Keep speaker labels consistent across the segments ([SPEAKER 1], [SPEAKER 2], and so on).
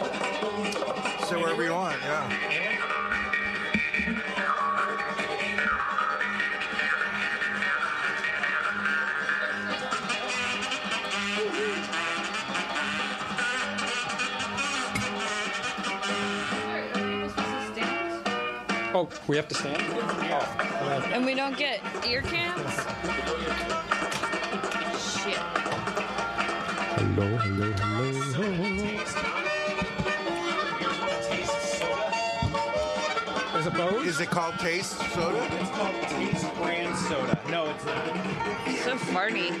[SPEAKER 1] Say whatever you want, yeah.
[SPEAKER 2] Oh, we have to stand?
[SPEAKER 3] And we don't get ear cams? Shit.
[SPEAKER 2] Hello, hello, hello. There's a boat?
[SPEAKER 1] Is it called Taste Soda?
[SPEAKER 4] It's called Taste Brand Soda. No, it's
[SPEAKER 3] So
[SPEAKER 4] not.
[SPEAKER 3] farty.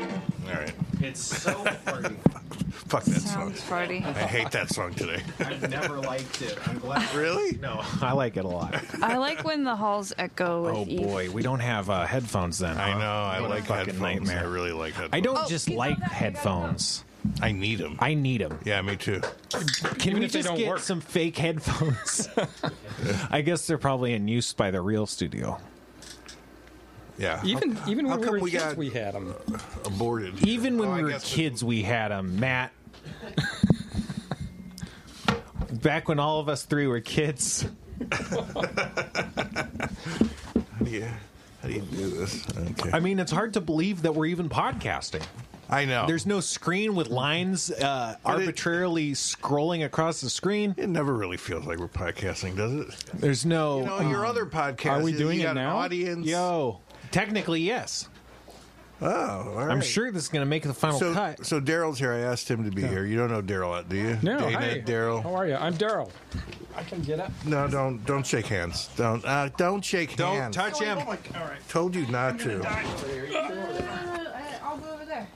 [SPEAKER 1] All right.
[SPEAKER 4] It's so farty.
[SPEAKER 1] Fuck that song.
[SPEAKER 3] Sounds farty.
[SPEAKER 1] I hate that song today.
[SPEAKER 4] I've never liked it. I'm glad.
[SPEAKER 1] Really?
[SPEAKER 4] No, I like it a lot.
[SPEAKER 3] I like when the halls echo with
[SPEAKER 4] Oh
[SPEAKER 3] Eve.
[SPEAKER 4] boy, we don't have uh, headphones then.
[SPEAKER 1] I
[SPEAKER 4] huh?
[SPEAKER 1] know. I
[SPEAKER 4] What a
[SPEAKER 1] like
[SPEAKER 4] fucking
[SPEAKER 1] headphones. I
[SPEAKER 4] Nightmare.
[SPEAKER 1] really like headphones.
[SPEAKER 4] I don't
[SPEAKER 3] Oh,
[SPEAKER 4] just
[SPEAKER 3] you know
[SPEAKER 4] like
[SPEAKER 3] that, you gotta
[SPEAKER 4] headphones.
[SPEAKER 1] I need them.
[SPEAKER 4] I need them.
[SPEAKER 1] yeah, me too.
[SPEAKER 4] Can
[SPEAKER 2] Even
[SPEAKER 4] we
[SPEAKER 2] if they
[SPEAKER 4] just
[SPEAKER 2] don't
[SPEAKER 4] get
[SPEAKER 2] work.
[SPEAKER 4] some fake headphones? I guess they're probably in use by the real studio.
[SPEAKER 1] Yeah.
[SPEAKER 2] Even even
[SPEAKER 1] how
[SPEAKER 2] when we
[SPEAKER 1] come
[SPEAKER 2] were
[SPEAKER 1] we
[SPEAKER 2] kids,
[SPEAKER 1] got-
[SPEAKER 2] we had them.
[SPEAKER 1] aborted.
[SPEAKER 4] Even when
[SPEAKER 1] Oh, I
[SPEAKER 4] we were
[SPEAKER 1] guess it-
[SPEAKER 4] kids, we had them, Matt. Back when all of us three were kids.
[SPEAKER 1] How do you, how do, you do this? Okay.
[SPEAKER 4] I mean, it's hard to believe that we're even podcasting.
[SPEAKER 1] I know.
[SPEAKER 4] There's no screen with lines uh,
[SPEAKER 1] it-
[SPEAKER 4] arbitrarily scrolling across the screen.
[SPEAKER 1] It never really feels like we're podcasting, does it?
[SPEAKER 4] There's no. um,
[SPEAKER 1] You know, your other podcast.
[SPEAKER 2] Are we
[SPEAKER 1] you
[SPEAKER 2] doing it
[SPEAKER 1] got an
[SPEAKER 2] now?
[SPEAKER 1] Audience.
[SPEAKER 4] yo, technically, yes.
[SPEAKER 1] Oh, all right.
[SPEAKER 4] I'm sure this is going to make the final
[SPEAKER 1] So,
[SPEAKER 4] cut.
[SPEAKER 1] so Daryl's here. I asked him to be here. You don't know Daryl, do you?
[SPEAKER 2] No, hi.
[SPEAKER 1] Dana,
[SPEAKER 2] How
[SPEAKER 1] Daryl.
[SPEAKER 2] are you? I'm Daryl. I can get up.
[SPEAKER 1] No, don't don't shake hands. Don't uh, don't shake hands.
[SPEAKER 4] him.
[SPEAKER 1] Told you not to.
[SPEAKER 5] I'll go over there.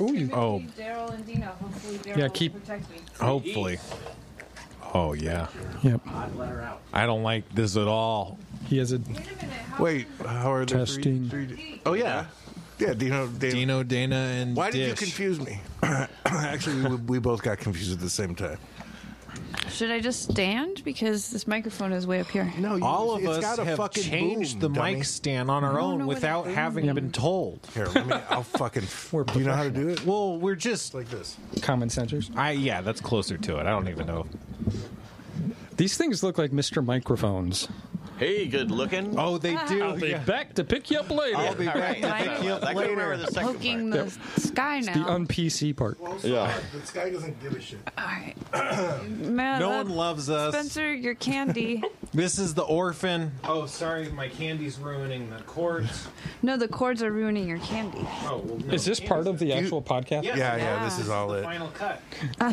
[SPEAKER 2] Ooh, you,
[SPEAKER 4] Oh,
[SPEAKER 5] Daryl and Dino. Hopefully, Daryl
[SPEAKER 2] Yeah, keep-
[SPEAKER 5] will protect me.
[SPEAKER 4] hopefully. Oh yeah.
[SPEAKER 2] yep.
[SPEAKER 4] I don't like this at all.
[SPEAKER 2] He has a.
[SPEAKER 5] Wait a minute. How
[SPEAKER 1] Wait, how are the three-
[SPEAKER 2] Testing.
[SPEAKER 1] three d- oh yeah, yeah. Dino, Dana.
[SPEAKER 4] Dino, Dana, and
[SPEAKER 1] Why did you
[SPEAKER 4] Dish.
[SPEAKER 1] confuse me? Actually, we, we both got confused at the same time.
[SPEAKER 3] Should I just stand? Because this microphone is way up here.
[SPEAKER 1] No, you,
[SPEAKER 4] All of
[SPEAKER 1] it's
[SPEAKER 4] us
[SPEAKER 1] got a
[SPEAKER 4] have
[SPEAKER 1] fucking
[SPEAKER 4] changed
[SPEAKER 1] boom,
[SPEAKER 4] the
[SPEAKER 1] dummy.
[SPEAKER 4] mic stand on our own
[SPEAKER 3] know what
[SPEAKER 4] without
[SPEAKER 3] a boom
[SPEAKER 4] having been told.
[SPEAKER 1] Here, let me. I'll fucking.
[SPEAKER 2] We're
[SPEAKER 1] do you know how to do it?
[SPEAKER 4] Well, we're just
[SPEAKER 1] Like this.
[SPEAKER 2] Common sensors.
[SPEAKER 4] I yeah, that's closer to it. I don't even know.
[SPEAKER 2] These things look like Mr. Microphones.
[SPEAKER 6] Hey, good looking.
[SPEAKER 4] Oh, they do.
[SPEAKER 2] I'll be back to pick you up later.
[SPEAKER 4] I'll be
[SPEAKER 6] All
[SPEAKER 4] back
[SPEAKER 6] right,
[SPEAKER 4] to
[SPEAKER 6] that's
[SPEAKER 4] pick
[SPEAKER 6] what
[SPEAKER 4] you
[SPEAKER 6] it
[SPEAKER 4] up
[SPEAKER 6] was. I couldn't remember
[SPEAKER 4] later.
[SPEAKER 6] the second
[SPEAKER 3] Poking
[SPEAKER 6] part.
[SPEAKER 3] the sky
[SPEAKER 2] the
[SPEAKER 3] now.
[SPEAKER 2] un PC part.
[SPEAKER 6] Yeah.
[SPEAKER 1] This guy doesn't give a shit.
[SPEAKER 3] All right. Man,
[SPEAKER 4] No
[SPEAKER 3] that-
[SPEAKER 4] one loves us.
[SPEAKER 3] Spencer, your candy.
[SPEAKER 4] This is the orphan. Oh, sorry, my candy's ruining the cords.
[SPEAKER 3] no, the cords are ruining your candy.
[SPEAKER 4] Oh, well, no,
[SPEAKER 2] Is this part of the actual podcast?
[SPEAKER 4] Yeah.
[SPEAKER 1] Yeah, yeah. This is all it.
[SPEAKER 4] final cut?
[SPEAKER 1] Do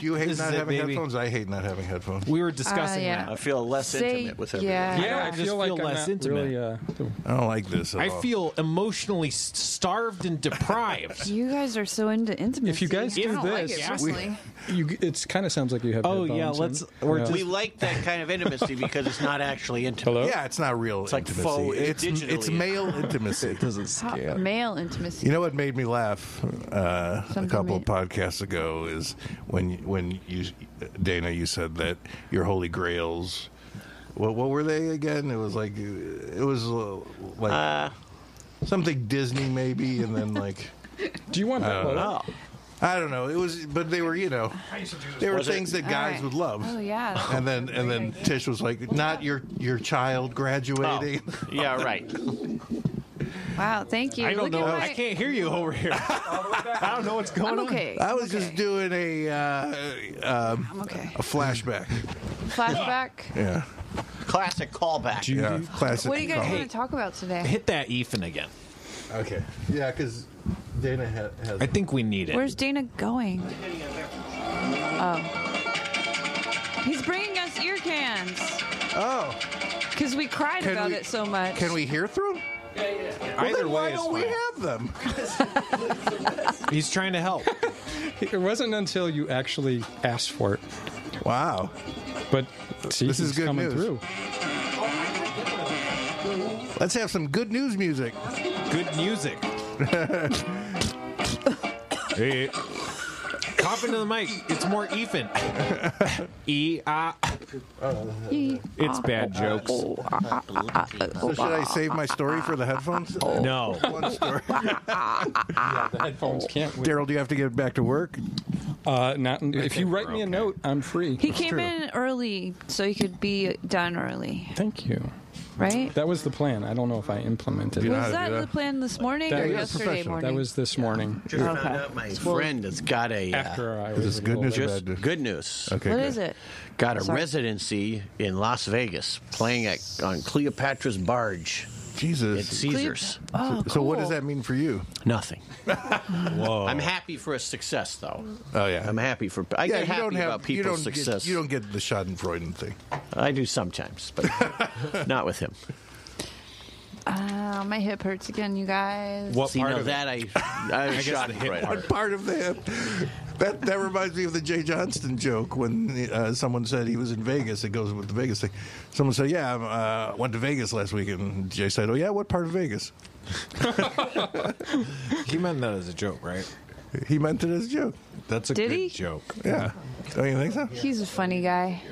[SPEAKER 1] you hate
[SPEAKER 4] This is
[SPEAKER 1] not
[SPEAKER 4] it,
[SPEAKER 1] having
[SPEAKER 4] baby.
[SPEAKER 1] headphones? I hate not having headphones.
[SPEAKER 4] We were discussing
[SPEAKER 3] Uh, yeah.
[SPEAKER 4] that.
[SPEAKER 6] I feel less
[SPEAKER 3] Say-
[SPEAKER 6] intimate with everyone.
[SPEAKER 3] yeah.
[SPEAKER 2] Yeah, I,
[SPEAKER 4] I
[SPEAKER 2] feel
[SPEAKER 4] just
[SPEAKER 2] like
[SPEAKER 4] feel
[SPEAKER 2] I'm not
[SPEAKER 4] less intimate.
[SPEAKER 2] really. Uh,
[SPEAKER 1] I don't like this. At
[SPEAKER 4] I
[SPEAKER 1] all.
[SPEAKER 4] feel emotionally s- starved and deprived.
[SPEAKER 3] You guys are so into intimacy.
[SPEAKER 2] If you guys
[SPEAKER 3] I
[SPEAKER 2] do
[SPEAKER 3] don't like
[SPEAKER 2] this,
[SPEAKER 3] it
[SPEAKER 2] we-
[SPEAKER 3] personally.
[SPEAKER 2] you, it kind of sounds like you have.
[SPEAKER 4] Oh,
[SPEAKER 2] headphones
[SPEAKER 4] yeah,
[SPEAKER 2] in.
[SPEAKER 4] let's- we're just-
[SPEAKER 6] We like that kind of intimacy because it's not actually intimate.
[SPEAKER 2] Hello.
[SPEAKER 1] Yeah, it's not real
[SPEAKER 6] like
[SPEAKER 1] intimacy.
[SPEAKER 6] faux-
[SPEAKER 1] it's
[SPEAKER 6] it's digitally
[SPEAKER 1] it's male intimacy.
[SPEAKER 3] How- male intimacy.
[SPEAKER 1] You know what made me laugh uh, a
[SPEAKER 3] Something
[SPEAKER 1] couple
[SPEAKER 3] made-
[SPEAKER 1] podcasts ago is when when you Dana you said that your holy grails. What what were they again? It was like it was uh, like something Disney maybe, and then like
[SPEAKER 2] Do you want
[SPEAKER 1] Uh,
[SPEAKER 2] that? photo?
[SPEAKER 6] Oh,
[SPEAKER 1] I don't know. It was but they were you know they were
[SPEAKER 6] Was it-
[SPEAKER 1] things that guys
[SPEAKER 3] Alright.
[SPEAKER 1] would love.
[SPEAKER 3] Oh yeah.
[SPEAKER 1] And then and then Tish was like, "Not your your child
[SPEAKER 6] Oh.
[SPEAKER 1] graduating."
[SPEAKER 4] Oh.
[SPEAKER 6] yeah, right.
[SPEAKER 3] Wow. Thank you.
[SPEAKER 4] I don't
[SPEAKER 3] Look at
[SPEAKER 4] know.
[SPEAKER 3] my-
[SPEAKER 4] I can't hear you over here. I don't know what's going
[SPEAKER 3] I'm
[SPEAKER 4] on.
[SPEAKER 3] okay.
[SPEAKER 1] I was
[SPEAKER 3] I'm okay.
[SPEAKER 1] just doing a uh, um
[SPEAKER 3] I'm okay.
[SPEAKER 1] a flashback.
[SPEAKER 3] Flashback.
[SPEAKER 1] Yeah,
[SPEAKER 6] Classic callback.
[SPEAKER 1] yeah, classic.
[SPEAKER 3] What do you guys
[SPEAKER 4] Oh,
[SPEAKER 1] call.
[SPEAKER 3] want to talk about today?
[SPEAKER 4] Hit that Ethan again.
[SPEAKER 1] Okay. Yeah, because Dana ha- has.
[SPEAKER 4] I think we need it.
[SPEAKER 3] Where's Dana going? Oh. He's bringing us ear cans
[SPEAKER 1] oh,
[SPEAKER 3] because we cried
[SPEAKER 1] Can
[SPEAKER 3] about
[SPEAKER 1] we-
[SPEAKER 3] it so much.
[SPEAKER 1] can we hear through them? Well,
[SPEAKER 4] Either
[SPEAKER 1] then
[SPEAKER 4] way
[SPEAKER 1] why
[SPEAKER 4] is
[SPEAKER 1] don't we
[SPEAKER 4] fine.
[SPEAKER 1] have them?
[SPEAKER 4] He's trying to help.
[SPEAKER 2] It wasn't until you actually asked for it,
[SPEAKER 1] Wow.
[SPEAKER 2] but see,
[SPEAKER 1] This is
[SPEAKER 2] it's
[SPEAKER 1] good
[SPEAKER 2] coming
[SPEAKER 1] news.
[SPEAKER 2] through.
[SPEAKER 1] Let's have some good news music.
[SPEAKER 4] Good music. Hey. Hop into the mic. It's more even. E ah.
[SPEAKER 1] E,
[SPEAKER 4] It's bad jokes.
[SPEAKER 1] So should I save my story for the headphones?
[SPEAKER 3] Oh.
[SPEAKER 4] No.
[SPEAKER 1] One story.
[SPEAKER 2] The headphones can't wait.
[SPEAKER 1] Daryl, do you have to get back to work?
[SPEAKER 2] Uh, not, if you write me a note, I'm free.
[SPEAKER 3] He came in early so he could be done early,
[SPEAKER 2] Thank you.
[SPEAKER 3] right?
[SPEAKER 2] That was the plan. I don't know if I implemented
[SPEAKER 1] Yeah.
[SPEAKER 2] it.
[SPEAKER 3] was
[SPEAKER 1] how to
[SPEAKER 3] that
[SPEAKER 1] do that.
[SPEAKER 3] the plan this morning
[SPEAKER 2] That
[SPEAKER 3] or
[SPEAKER 2] was
[SPEAKER 3] yesterday
[SPEAKER 1] professional.
[SPEAKER 3] morning?
[SPEAKER 2] That was this morning
[SPEAKER 6] Just found
[SPEAKER 3] Okay.
[SPEAKER 6] out my friend has got a. uh,
[SPEAKER 2] after I was.
[SPEAKER 1] Is this good
[SPEAKER 2] enrolled.
[SPEAKER 1] news or
[SPEAKER 6] just
[SPEAKER 1] bad news?
[SPEAKER 6] good news.
[SPEAKER 1] Okay.
[SPEAKER 3] What
[SPEAKER 1] good.
[SPEAKER 3] is it?
[SPEAKER 6] Got a
[SPEAKER 3] Sorry.
[SPEAKER 6] residency in Las Vegas, playing at on Cleopatra's barge at
[SPEAKER 1] Jesus.
[SPEAKER 6] Caesars.
[SPEAKER 3] Oh,
[SPEAKER 1] So what does
[SPEAKER 3] cool.
[SPEAKER 1] that mean for you?
[SPEAKER 6] Nothing. I'm happy for a success, though.
[SPEAKER 1] Oh yeah.
[SPEAKER 6] I'm happy for.
[SPEAKER 1] yeah,
[SPEAKER 6] I get
[SPEAKER 1] you
[SPEAKER 6] happy
[SPEAKER 1] don't have
[SPEAKER 6] about
[SPEAKER 1] you
[SPEAKER 6] people's
[SPEAKER 1] don't
[SPEAKER 6] success.
[SPEAKER 1] Get, you don't get the Schadenfreude thing.
[SPEAKER 6] I do sometimes, but not with him.
[SPEAKER 3] Uh, my hip hurts again, you guys.
[SPEAKER 4] What
[SPEAKER 6] See,
[SPEAKER 4] part
[SPEAKER 6] now
[SPEAKER 4] of
[SPEAKER 6] that I, I, was
[SPEAKER 4] guess
[SPEAKER 6] shocked
[SPEAKER 4] the hit
[SPEAKER 6] right
[SPEAKER 4] part.
[SPEAKER 1] What part of that? That that reminds me of the Jay Johnston joke when uh, someone said he was in Vegas. It goes with the Vegas thing. Someone said, "Yeah, I uh, went to Vegas last week," and Jay said, "Oh yeah, what part of Vegas?"
[SPEAKER 4] He meant that as a joke, right?
[SPEAKER 1] He meant it as a joke.
[SPEAKER 4] That's a
[SPEAKER 3] Did
[SPEAKER 4] good
[SPEAKER 3] he?
[SPEAKER 4] joke.
[SPEAKER 1] Yeah, don't you think so?
[SPEAKER 3] He's a funny guy.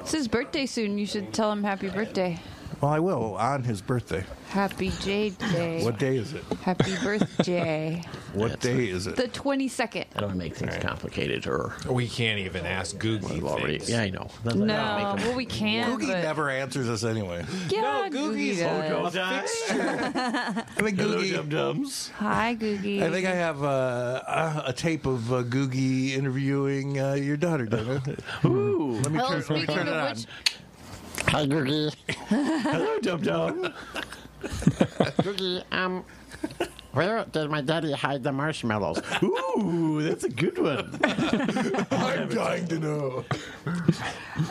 [SPEAKER 3] It's his birthday soon. You should tell him happy birthday.
[SPEAKER 1] Well, I will on his birthday.
[SPEAKER 3] Happy J Day.
[SPEAKER 1] What day is it?
[SPEAKER 3] Happy birthday.
[SPEAKER 1] What day is it?
[SPEAKER 3] the 22nd.
[SPEAKER 6] I don't make things complicated or
[SPEAKER 4] We can't even ask Googie.
[SPEAKER 6] already.
[SPEAKER 4] things.
[SPEAKER 6] Yeah, I know.
[SPEAKER 3] No, well, we can.
[SPEAKER 1] Googie
[SPEAKER 3] but-
[SPEAKER 1] never answers us anyway.
[SPEAKER 3] Yeah, Oh, Googie does.
[SPEAKER 1] I think Googie.
[SPEAKER 6] dums.
[SPEAKER 3] Hi, Googie.
[SPEAKER 1] I think I have uh, uh, a tape of uh, Googie interviewing uh, your daughter, Dana.
[SPEAKER 6] Ooh.
[SPEAKER 1] Let me
[SPEAKER 3] Well,
[SPEAKER 1] turn, let me
[SPEAKER 3] speaking
[SPEAKER 1] turn it
[SPEAKER 3] of
[SPEAKER 1] on.
[SPEAKER 3] which,
[SPEAKER 6] "Oh, Hello, dum dum.
[SPEAKER 7] Cookie, um, where did my daddy hide the marshmallows?
[SPEAKER 6] Ooh, that's a good one.
[SPEAKER 1] I'm dying to know.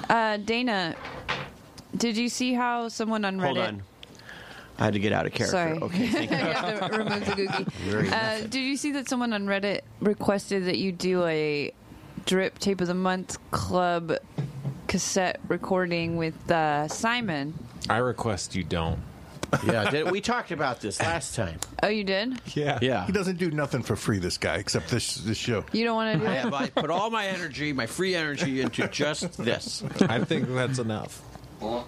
[SPEAKER 3] uh, Dana, did you see how someone on Reddit?
[SPEAKER 6] Hold on. I had to get out of character.
[SPEAKER 3] Sorry.
[SPEAKER 6] Okay, thank you.
[SPEAKER 3] you have to remove the
[SPEAKER 6] Very
[SPEAKER 3] Googie. Uh, did you see that someone on Reddit requested that you do a drip tape of the month club cassette recording with uh, Simon?
[SPEAKER 4] I request you don't.
[SPEAKER 6] yeah, did, we talked about this last time.
[SPEAKER 3] Oh, you did?
[SPEAKER 4] Yeah.
[SPEAKER 6] Yeah.
[SPEAKER 1] He doesn't do nothing for free, this guy, except this this show.
[SPEAKER 3] You don't want to do
[SPEAKER 6] I
[SPEAKER 3] it?
[SPEAKER 6] have I put all my energy, my free energy, into just this.
[SPEAKER 4] I think that's enough.
[SPEAKER 6] Most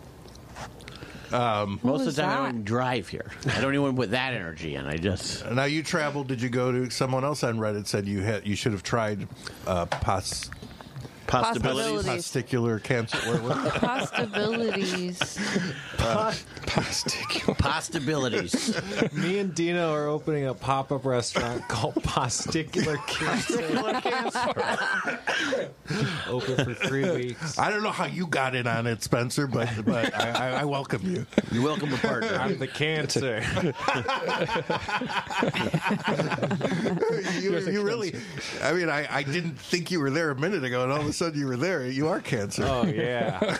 [SPEAKER 6] of
[SPEAKER 3] was
[SPEAKER 6] the time, I
[SPEAKER 3] that?
[SPEAKER 6] don't even drive here. I don't even put that energy in. I just
[SPEAKER 1] Now you traveled. Did you go to someone else on Reddit said you had you should have tried uh, pos,
[SPEAKER 6] possibilities.
[SPEAKER 3] Possibilities.
[SPEAKER 1] posticular cancer? What, what?
[SPEAKER 3] Possibilities.
[SPEAKER 6] Possibilities.
[SPEAKER 4] Me and Dina are opening a pop up restaurant called Posticular Cancer. Open for three weeks.
[SPEAKER 1] I don't know how you got in on it, Spencer, but but I, I, I welcome you.
[SPEAKER 6] You're welcome, a partner.
[SPEAKER 4] I'm the cancer.
[SPEAKER 1] You, you really, I mean, I, I didn't think you were there a minute ago, and all of a sudden you were there. You are cancer.
[SPEAKER 4] Oh, yeah.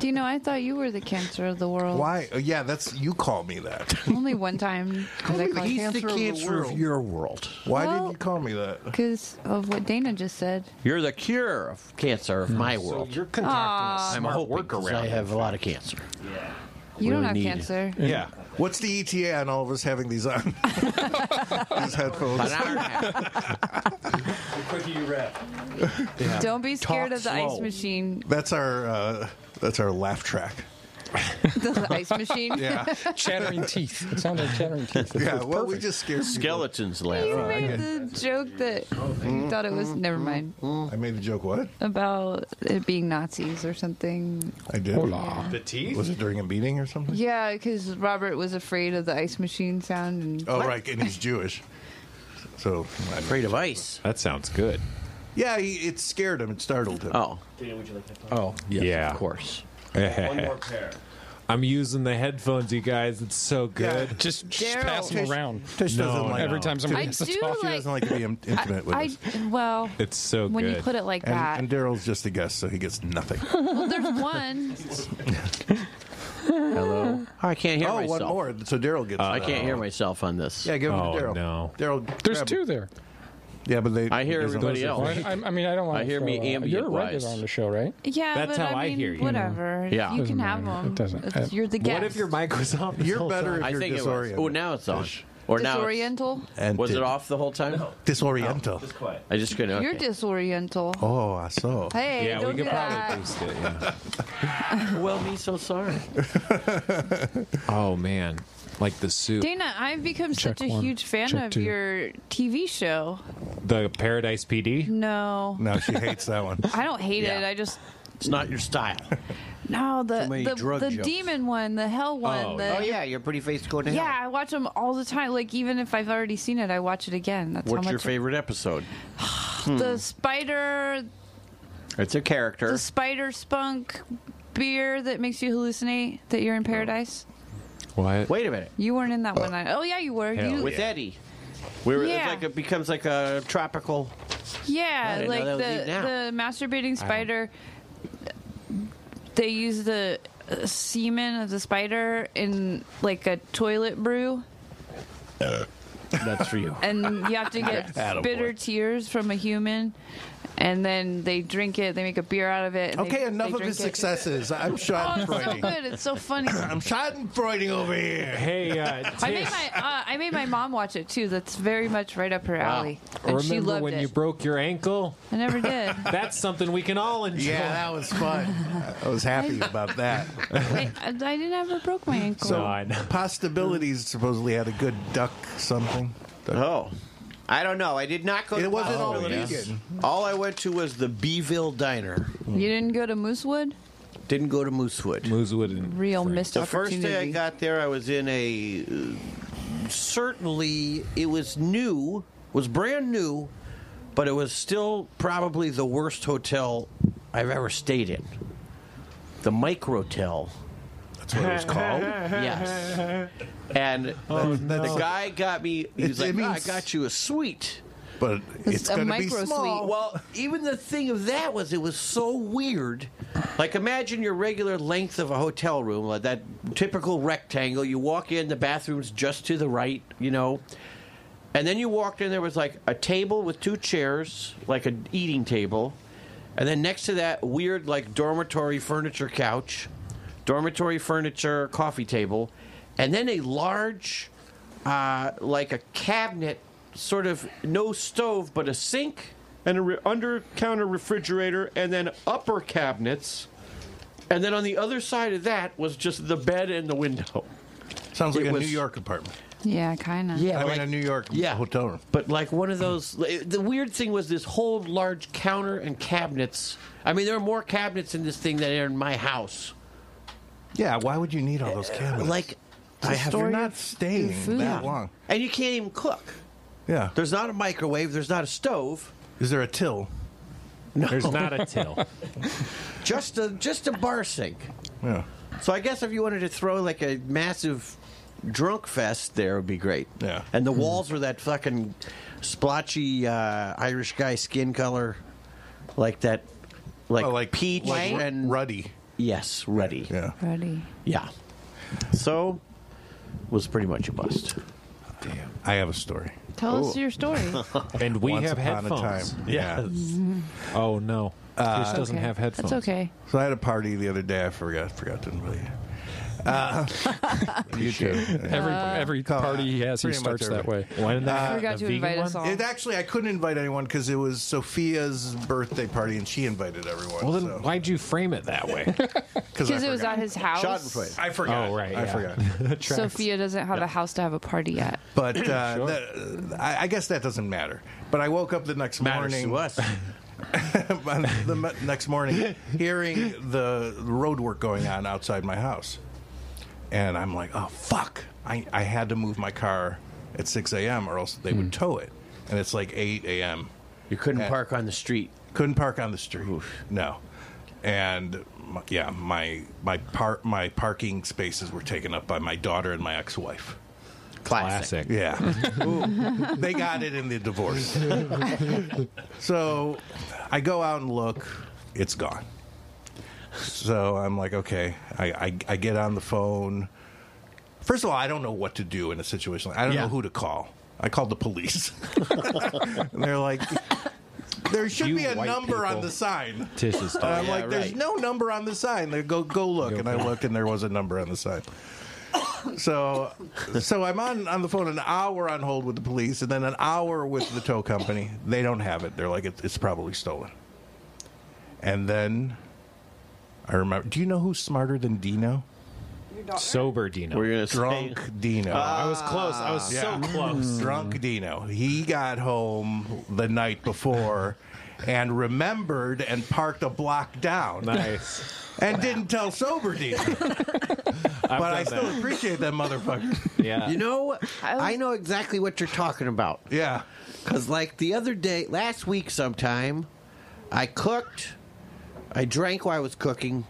[SPEAKER 3] do you know, I thought you were the cancer of the world.
[SPEAKER 1] Why? uh, Yeah, that's you call me that.
[SPEAKER 3] Only one time. Because I called
[SPEAKER 6] He's the
[SPEAKER 1] Cancer of the
[SPEAKER 6] cancer of
[SPEAKER 1] world.
[SPEAKER 6] your world.
[SPEAKER 1] Why
[SPEAKER 3] Well-
[SPEAKER 1] did you call me that?
[SPEAKER 3] Because of what Dana just said.
[SPEAKER 6] You're the cure of cancer of my
[SPEAKER 4] So
[SPEAKER 6] world.
[SPEAKER 4] you're concocting a
[SPEAKER 6] I'm
[SPEAKER 4] smart
[SPEAKER 6] hoping 'cause I
[SPEAKER 4] workaround.
[SPEAKER 6] have a lot of cancer.
[SPEAKER 3] You don't
[SPEAKER 6] Really
[SPEAKER 3] have
[SPEAKER 6] need-
[SPEAKER 3] cancer.
[SPEAKER 4] Yeah.
[SPEAKER 1] What's the ETA on all of us having these on? these
[SPEAKER 6] About
[SPEAKER 1] headphones.
[SPEAKER 6] an hour and a half.
[SPEAKER 3] Don't be scared
[SPEAKER 6] Talk
[SPEAKER 3] of the
[SPEAKER 6] slow.
[SPEAKER 3] ice machine.
[SPEAKER 1] That's our uh, that's our laugh track.
[SPEAKER 3] the ice machine.
[SPEAKER 1] Yeah,
[SPEAKER 2] Chattering teeth. It sounds like chattering teeth.
[SPEAKER 1] yeah. Well, we just scared people.
[SPEAKER 6] Skeletons laugh.
[SPEAKER 3] You made the joke that you thought it was. Never mind.
[SPEAKER 1] I made a joke. What
[SPEAKER 3] About it being Nazis or something.
[SPEAKER 1] I did?
[SPEAKER 2] Hola.
[SPEAKER 4] The teeth?
[SPEAKER 1] Was it during a meeting or something?
[SPEAKER 3] Yeah, because Robert was afraid of the ice machine sound. And
[SPEAKER 1] Oh, right, and he's Jewish. So, I mean,
[SPEAKER 6] Afraid of ice.
[SPEAKER 4] That sounds good.
[SPEAKER 1] yeah, he, it scared him. It startled him.
[SPEAKER 6] Oh,
[SPEAKER 4] Oh, yeah.
[SPEAKER 6] of course.
[SPEAKER 4] I'm using the headphones, you guys. It's so good.
[SPEAKER 1] Yeah.
[SPEAKER 2] Just, just
[SPEAKER 3] Daryl.
[SPEAKER 2] pass them around.
[SPEAKER 1] Tish doesn't
[SPEAKER 4] Oh, No,
[SPEAKER 1] like
[SPEAKER 4] no.
[SPEAKER 2] Every time somebody
[SPEAKER 3] I
[SPEAKER 2] has to
[SPEAKER 3] do
[SPEAKER 2] talk.
[SPEAKER 1] She doesn't like to be in- intimate with
[SPEAKER 3] I
[SPEAKER 1] us.
[SPEAKER 3] well,
[SPEAKER 4] It's so
[SPEAKER 3] when
[SPEAKER 4] good.
[SPEAKER 3] you put it like
[SPEAKER 1] And,
[SPEAKER 3] that,
[SPEAKER 1] and Daryl's just a guest, so he gets nothing.
[SPEAKER 3] well, there's one.
[SPEAKER 6] Hello. I can't hear
[SPEAKER 1] oh,
[SPEAKER 6] myself. Uh,
[SPEAKER 1] one more. So Daryl gets.
[SPEAKER 6] I
[SPEAKER 1] it. Oh.
[SPEAKER 6] can't hear myself on this.
[SPEAKER 1] Yeah, give him
[SPEAKER 4] Oh,
[SPEAKER 1] to Daryl.
[SPEAKER 4] no.
[SPEAKER 1] Daryl.
[SPEAKER 2] There's
[SPEAKER 1] grab
[SPEAKER 2] two
[SPEAKER 1] him.
[SPEAKER 2] there.
[SPEAKER 1] Yeah, but they.
[SPEAKER 6] I hear
[SPEAKER 1] he doesn't
[SPEAKER 6] everybody
[SPEAKER 1] listen.
[SPEAKER 6] else.
[SPEAKER 2] Well, I, I mean, I don't want.
[SPEAKER 6] I hear
[SPEAKER 2] to,
[SPEAKER 6] me
[SPEAKER 2] You're a
[SPEAKER 6] ambient-wise.
[SPEAKER 2] regular on the show, right?
[SPEAKER 3] Yeah,
[SPEAKER 4] That's
[SPEAKER 3] but
[SPEAKER 4] how
[SPEAKER 3] I
[SPEAKER 4] I
[SPEAKER 3] mean,
[SPEAKER 4] hear you.
[SPEAKER 3] whatever.
[SPEAKER 6] Yeah.
[SPEAKER 3] you can
[SPEAKER 2] Doesn't
[SPEAKER 3] have
[SPEAKER 2] matter.
[SPEAKER 3] them.
[SPEAKER 2] It doesn't-
[SPEAKER 3] It's- You're the guest.
[SPEAKER 4] What if your mic was off? this
[SPEAKER 1] You're
[SPEAKER 4] whole
[SPEAKER 1] better
[SPEAKER 4] time?
[SPEAKER 1] if
[SPEAKER 6] I
[SPEAKER 1] you're
[SPEAKER 6] think it was.
[SPEAKER 1] disoriented.
[SPEAKER 6] Oh, now it's on.
[SPEAKER 1] Tish.
[SPEAKER 6] Or now it's-
[SPEAKER 3] Disoriental.
[SPEAKER 1] And
[SPEAKER 6] Was
[SPEAKER 1] di-
[SPEAKER 6] it off the whole time?
[SPEAKER 1] Disoriental.
[SPEAKER 6] I just couldn't.
[SPEAKER 3] You're
[SPEAKER 6] okay.
[SPEAKER 3] disoriental.
[SPEAKER 1] Oh, I saw.
[SPEAKER 3] Hey,
[SPEAKER 4] yeah, we
[SPEAKER 3] don't do
[SPEAKER 4] could probably
[SPEAKER 3] that.
[SPEAKER 4] boost it. Yeah.
[SPEAKER 6] well, me so sorry.
[SPEAKER 4] oh man, like the soup,
[SPEAKER 3] Dana, I've become
[SPEAKER 2] Check
[SPEAKER 3] such a
[SPEAKER 2] one,
[SPEAKER 3] huge fan
[SPEAKER 2] check
[SPEAKER 3] of
[SPEAKER 2] two.
[SPEAKER 3] your TV show.
[SPEAKER 4] the Paradise PD.
[SPEAKER 3] No,
[SPEAKER 1] No, she hates that one.
[SPEAKER 3] I don't hate it.
[SPEAKER 6] Yeah.
[SPEAKER 3] I just
[SPEAKER 6] It's not your style.
[SPEAKER 3] no the
[SPEAKER 6] many
[SPEAKER 3] the,
[SPEAKER 6] drug
[SPEAKER 3] the
[SPEAKER 6] jokes.
[SPEAKER 3] demon one, the hell one.
[SPEAKER 4] Oh,
[SPEAKER 3] the,
[SPEAKER 7] Oh yeah, your pretty face going down.
[SPEAKER 3] Yeah, I watch them all the time. Like even if I've already seen it, I watch it again. That's
[SPEAKER 6] What's
[SPEAKER 3] how
[SPEAKER 6] your
[SPEAKER 3] much
[SPEAKER 6] favorite Hmm. episode?
[SPEAKER 3] the spider,
[SPEAKER 6] It's a
[SPEAKER 3] the
[SPEAKER 6] character.
[SPEAKER 3] spider spunk beer that makes you hallucinate that you're
[SPEAKER 6] Oh.
[SPEAKER 3] in paradise.
[SPEAKER 4] What?
[SPEAKER 6] Wait a minute.
[SPEAKER 3] You weren't in that one. I, oh yeah, you were.
[SPEAKER 4] Hell
[SPEAKER 3] You,
[SPEAKER 6] With Eddie. We were,
[SPEAKER 3] Yeah.
[SPEAKER 6] it's like it becomes like a tropical. I
[SPEAKER 3] yeah,
[SPEAKER 6] didn't know
[SPEAKER 3] like
[SPEAKER 6] that was you now.
[SPEAKER 3] the the masturbating spider. They use the uh, semen of the spider in like a toilet brew,
[SPEAKER 6] That's for you.
[SPEAKER 3] and you have to get bitter tears from a human. And then they drink it. They make a beer out of it. and they-
[SPEAKER 1] Okay,
[SPEAKER 3] they
[SPEAKER 1] enough of
[SPEAKER 3] drink
[SPEAKER 1] his
[SPEAKER 3] it.
[SPEAKER 1] successes. I'm
[SPEAKER 3] Oh, it's so
[SPEAKER 1] schadenfreudig.
[SPEAKER 3] good. It's so funny.
[SPEAKER 1] I'm schadenfreuding over here.
[SPEAKER 4] Hey, uh,
[SPEAKER 3] I made
[SPEAKER 4] Tish,
[SPEAKER 3] my uh, I made my mom watch it too. That's very much right up her alley, and
[SPEAKER 4] remember
[SPEAKER 3] she loved
[SPEAKER 4] when
[SPEAKER 3] it.
[SPEAKER 4] you broke your ankle?
[SPEAKER 3] I never did.
[SPEAKER 4] That's something we can all enjoy.
[SPEAKER 1] Yeah, that was fun. I was happy about that.
[SPEAKER 3] I, I didn't ever broke my ankle.
[SPEAKER 1] So,
[SPEAKER 4] God.
[SPEAKER 1] Postabilities supposedly had a good duck something. Duck-
[SPEAKER 6] Oh. I don't know. I did not go to
[SPEAKER 1] It wasn't all
[SPEAKER 6] Possibilities.
[SPEAKER 1] vegan.
[SPEAKER 6] All I went to was the Beeville Diner.
[SPEAKER 3] you didn't go to Moosewood?
[SPEAKER 6] Didn't go to Moosewood.
[SPEAKER 4] Moosewood and
[SPEAKER 3] Real missed
[SPEAKER 6] The first
[SPEAKER 3] opportunity.
[SPEAKER 6] day I got there, I was in a. uh, Certainly, it was new, was brand new, but it was still probably the worst hotel I've ever stayed in. The Microtel.
[SPEAKER 1] That's what it was called.
[SPEAKER 6] Yes. And the, the guy got me, he was
[SPEAKER 1] It-
[SPEAKER 6] like,
[SPEAKER 1] Oh, it
[SPEAKER 6] "Ah, I
[SPEAKER 1] means-
[SPEAKER 6] got you a suite.
[SPEAKER 1] But
[SPEAKER 3] It's
[SPEAKER 1] it's
[SPEAKER 3] a
[SPEAKER 1] going to be
[SPEAKER 3] micro
[SPEAKER 1] small.
[SPEAKER 3] sweet.
[SPEAKER 6] Well, even the thing of that was it was so weird. Like imagine your regular length of a hotel room, like that typical rectangle. You walk in, the bathroom's just to the right, you know. And then you walked in, there was like a table with two chairs, like an eating table. And then next to that, weird, like dormitory furniture couch, dormitory furniture coffee table. And then a large, uh, like a cabinet, sort of no stove, but a sink. And a re- under counter refrigerator, and then upper cabinets. And then on the other side of that was just the bed and the window.
[SPEAKER 1] Sounds like
[SPEAKER 6] It
[SPEAKER 1] a
[SPEAKER 6] was-
[SPEAKER 1] New York apartment.
[SPEAKER 3] yeah, kind of.
[SPEAKER 1] I
[SPEAKER 6] but
[SPEAKER 1] mean,
[SPEAKER 6] like-
[SPEAKER 1] a New York
[SPEAKER 6] yeah.
[SPEAKER 1] hotel room.
[SPEAKER 6] But like one of those, the weird thing was this whole large counter and cabinets. I mean, there are more cabinets in this thing than are in my house.
[SPEAKER 1] Yeah, why would you need all those cabinets?
[SPEAKER 6] Like, I
[SPEAKER 1] I have, you're
[SPEAKER 6] have,
[SPEAKER 1] not staying
[SPEAKER 3] food.
[SPEAKER 1] that long.
[SPEAKER 6] and you can't even cook.
[SPEAKER 1] Yeah.
[SPEAKER 6] There's not a microwave. There's not a stove.
[SPEAKER 1] Is there a till?
[SPEAKER 4] there's not a till.
[SPEAKER 6] Just a just a bar sink.
[SPEAKER 1] Yeah.
[SPEAKER 6] So I guess if you wanted to throw like a massive drunk fest, there would be great.
[SPEAKER 1] Yeah. Mm-hmm.
[SPEAKER 6] And the walls were that fucking splotchy uh, Irish guy skin color, like that, like,
[SPEAKER 1] Oh, like
[SPEAKER 6] peach
[SPEAKER 1] like
[SPEAKER 3] White?
[SPEAKER 6] and
[SPEAKER 1] ruddy.
[SPEAKER 6] Yes, ready.
[SPEAKER 1] Yeah.
[SPEAKER 3] Buddy.
[SPEAKER 6] Yeah. So was pretty much a bust.
[SPEAKER 1] I have a story.
[SPEAKER 3] Tell us your story.
[SPEAKER 4] And we
[SPEAKER 1] Once
[SPEAKER 4] have
[SPEAKER 1] upon
[SPEAKER 4] headphones.
[SPEAKER 1] a time. Yeah.
[SPEAKER 4] Oh no, Tish doesn't have headphones.
[SPEAKER 3] That's okay.
[SPEAKER 1] So I had a party the other day. I forgot forgot to invite you. Uh, you too.
[SPEAKER 2] Every every
[SPEAKER 1] come
[SPEAKER 2] party he
[SPEAKER 1] on.
[SPEAKER 2] has, he
[SPEAKER 1] Pretty much
[SPEAKER 2] starts that
[SPEAKER 1] every-
[SPEAKER 2] way.
[SPEAKER 4] Why didn't they have
[SPEAKER 3] forgot to
[SPEAKER 4] the vegan
[SPEAKER 3] invite
[SPEAKER 4] one?
[SPEAKER 3] us all.
[SPEAKER 1] It actually, I couldn't invite anyone because it was Sophia's birthday party, and she invited everyone.
[SPEAKER 4] Well, then why'd you frame it that way?
[SPEAKER 3] Because it was at his house.
[SPEAKER 1] I forgot.
[SPEAKER 4] Oh, right,
[SPEAKER 1] I
[SPEAKER 4] yeah.
[SPEAKER 1] forgot.
[SPEAKER 3] Sophia doesn't have a house to have a party yet.
[SPEAKER 1] But uh, the- I, I guess that doesn't matter. But I woke up the next morning.
[SPEAKER 6] us.
[SPEAKER 1] the me- next morning, hearing the road work going on outside my house, and I'm like, "Oh fuck!" I, I had to move my car at 6 a.m. or else they would tow it. And it's like 8 a.m.
[SPEAKER 6] You couldn't
[SPEAKER 1] Yeah.
[SPEAKER 6] park on the street.
[SPEAKER 1] Couldn't park on the street. No, and my, yeah, my my par- my parking spaces were taken up by my daughter and my ex-wife.
[SPEAKER 4] Classic.
[SPEAKER 1] Yeah. Ooh. they got it in the divorce. so I go out and look, it's gone. So I'm like, okay. I, I, I get on the phone. First of all, I don't know what to do in a situation. like- I don't
[SPEAKER 6] Yeah.
[SPEAKER 1] know who to call. I called the police. and they're like, there should
[SPEAKER 4] You
[SPEAKER 1] be a
[SPEAKER 4] white
[SPEAKER 1] number on
[SPEAKER 4] people.
[SPEAKER 1] the sign.
[SPEAKER 4] Tish is
[SPEAKER 1] And I'm
[SPEAKER 6] Yeah,
[SPEAKER 1] like, there's
[SPEAKER 6] right.
[SPEAKER 1] no number on the sign. They go, go look. and I looked, and there was a number on the sign. So, so I'm on on the phone an hour on hold with the police, and then an hour with the tow company. They don't have it. They're like, it's, it's probably stolen. And then I remember. Do you know who's smarter than Dino?
[SPEAKER 4] Sober Dino.
[SPEAKER 6] We're gonna
[SPEAKER 1] Drunk Dino.
[SPEAKER 6] Uh,
[SPEAKER 4] I was close. I was
[SPEAKER 1] Yeah.
[SPEAKER 4] so
[SPEAKER 6] mm.
[SPEAKER 4] close.
[SPEAKER 1] drunk Dino. He got home the night before and remembered and parked a block down
[SPEAKER 4] nice.
[SPEAKER 1] and didn't tell sober Dino. but I
[SPEAKER 4] done
[SPEAKER 1] still
[SPEAKER 4] that.
[SPEAKER 1] appreciate that motherfucker.
[SPEAKER 4] Yeah.
[SPEAKER 6] You know,
[SPEAKER 3] I-
[SPEAKER 6] I know exactly what you're talking about.
[SPEAKER 1] Yeah.
[SPEAKER 6] Because, like, the other day, last week sometime, I cooked, I drank while I was cooking,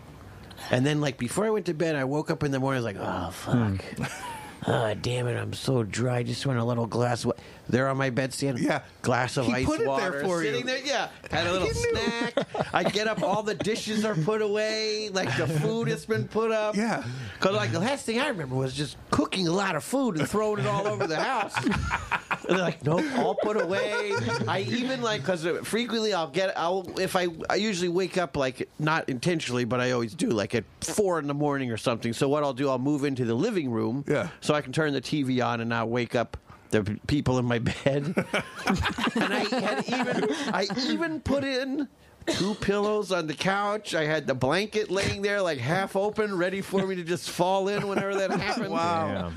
[SPEAKER 6] and then, like, before I went to bed, I woke up in the morning, I was like, oh, fuck. Oh, damn it, I'm so dry. I just want a little glass of wa-" There on my bedstand,
[SPEAKER 1] Yeah.
[SPEAKER 6] glass of
[SPEAKER 1] He
[SPEAKER 6] ice
[SPEAKER 1] put it there
[SPEAKER 6] water.
[SPEAKER 1] for you.
[SPEAKER 6] sitting there, yeah. Had a little snack. I get up, all the dishes are put away, like the food has been put up.
[SPEAKER 1] Yeah.
[SPEAKER 6] Because, like, the last thing I remember was just cooking a lot of food and throwing it all over the house. And they're like, nope, all put away. I even, like, because frequently I'll get, I'll, if I, I usually wake up, like, not intentionally, but I always do, like, at four in the morning or something. So what I'll do, I'll move into the living room.
[SPEAKER 1] Yeah.
[SPEAKER 6] So I can turn the TV on and not wake up the p- people in my bed. and I had even, I even put in. Two pillows on the couch. I had the blanket laying there, like half open, ready for me to just fall in whenever that happened.
[SPEAKER 1] Wow.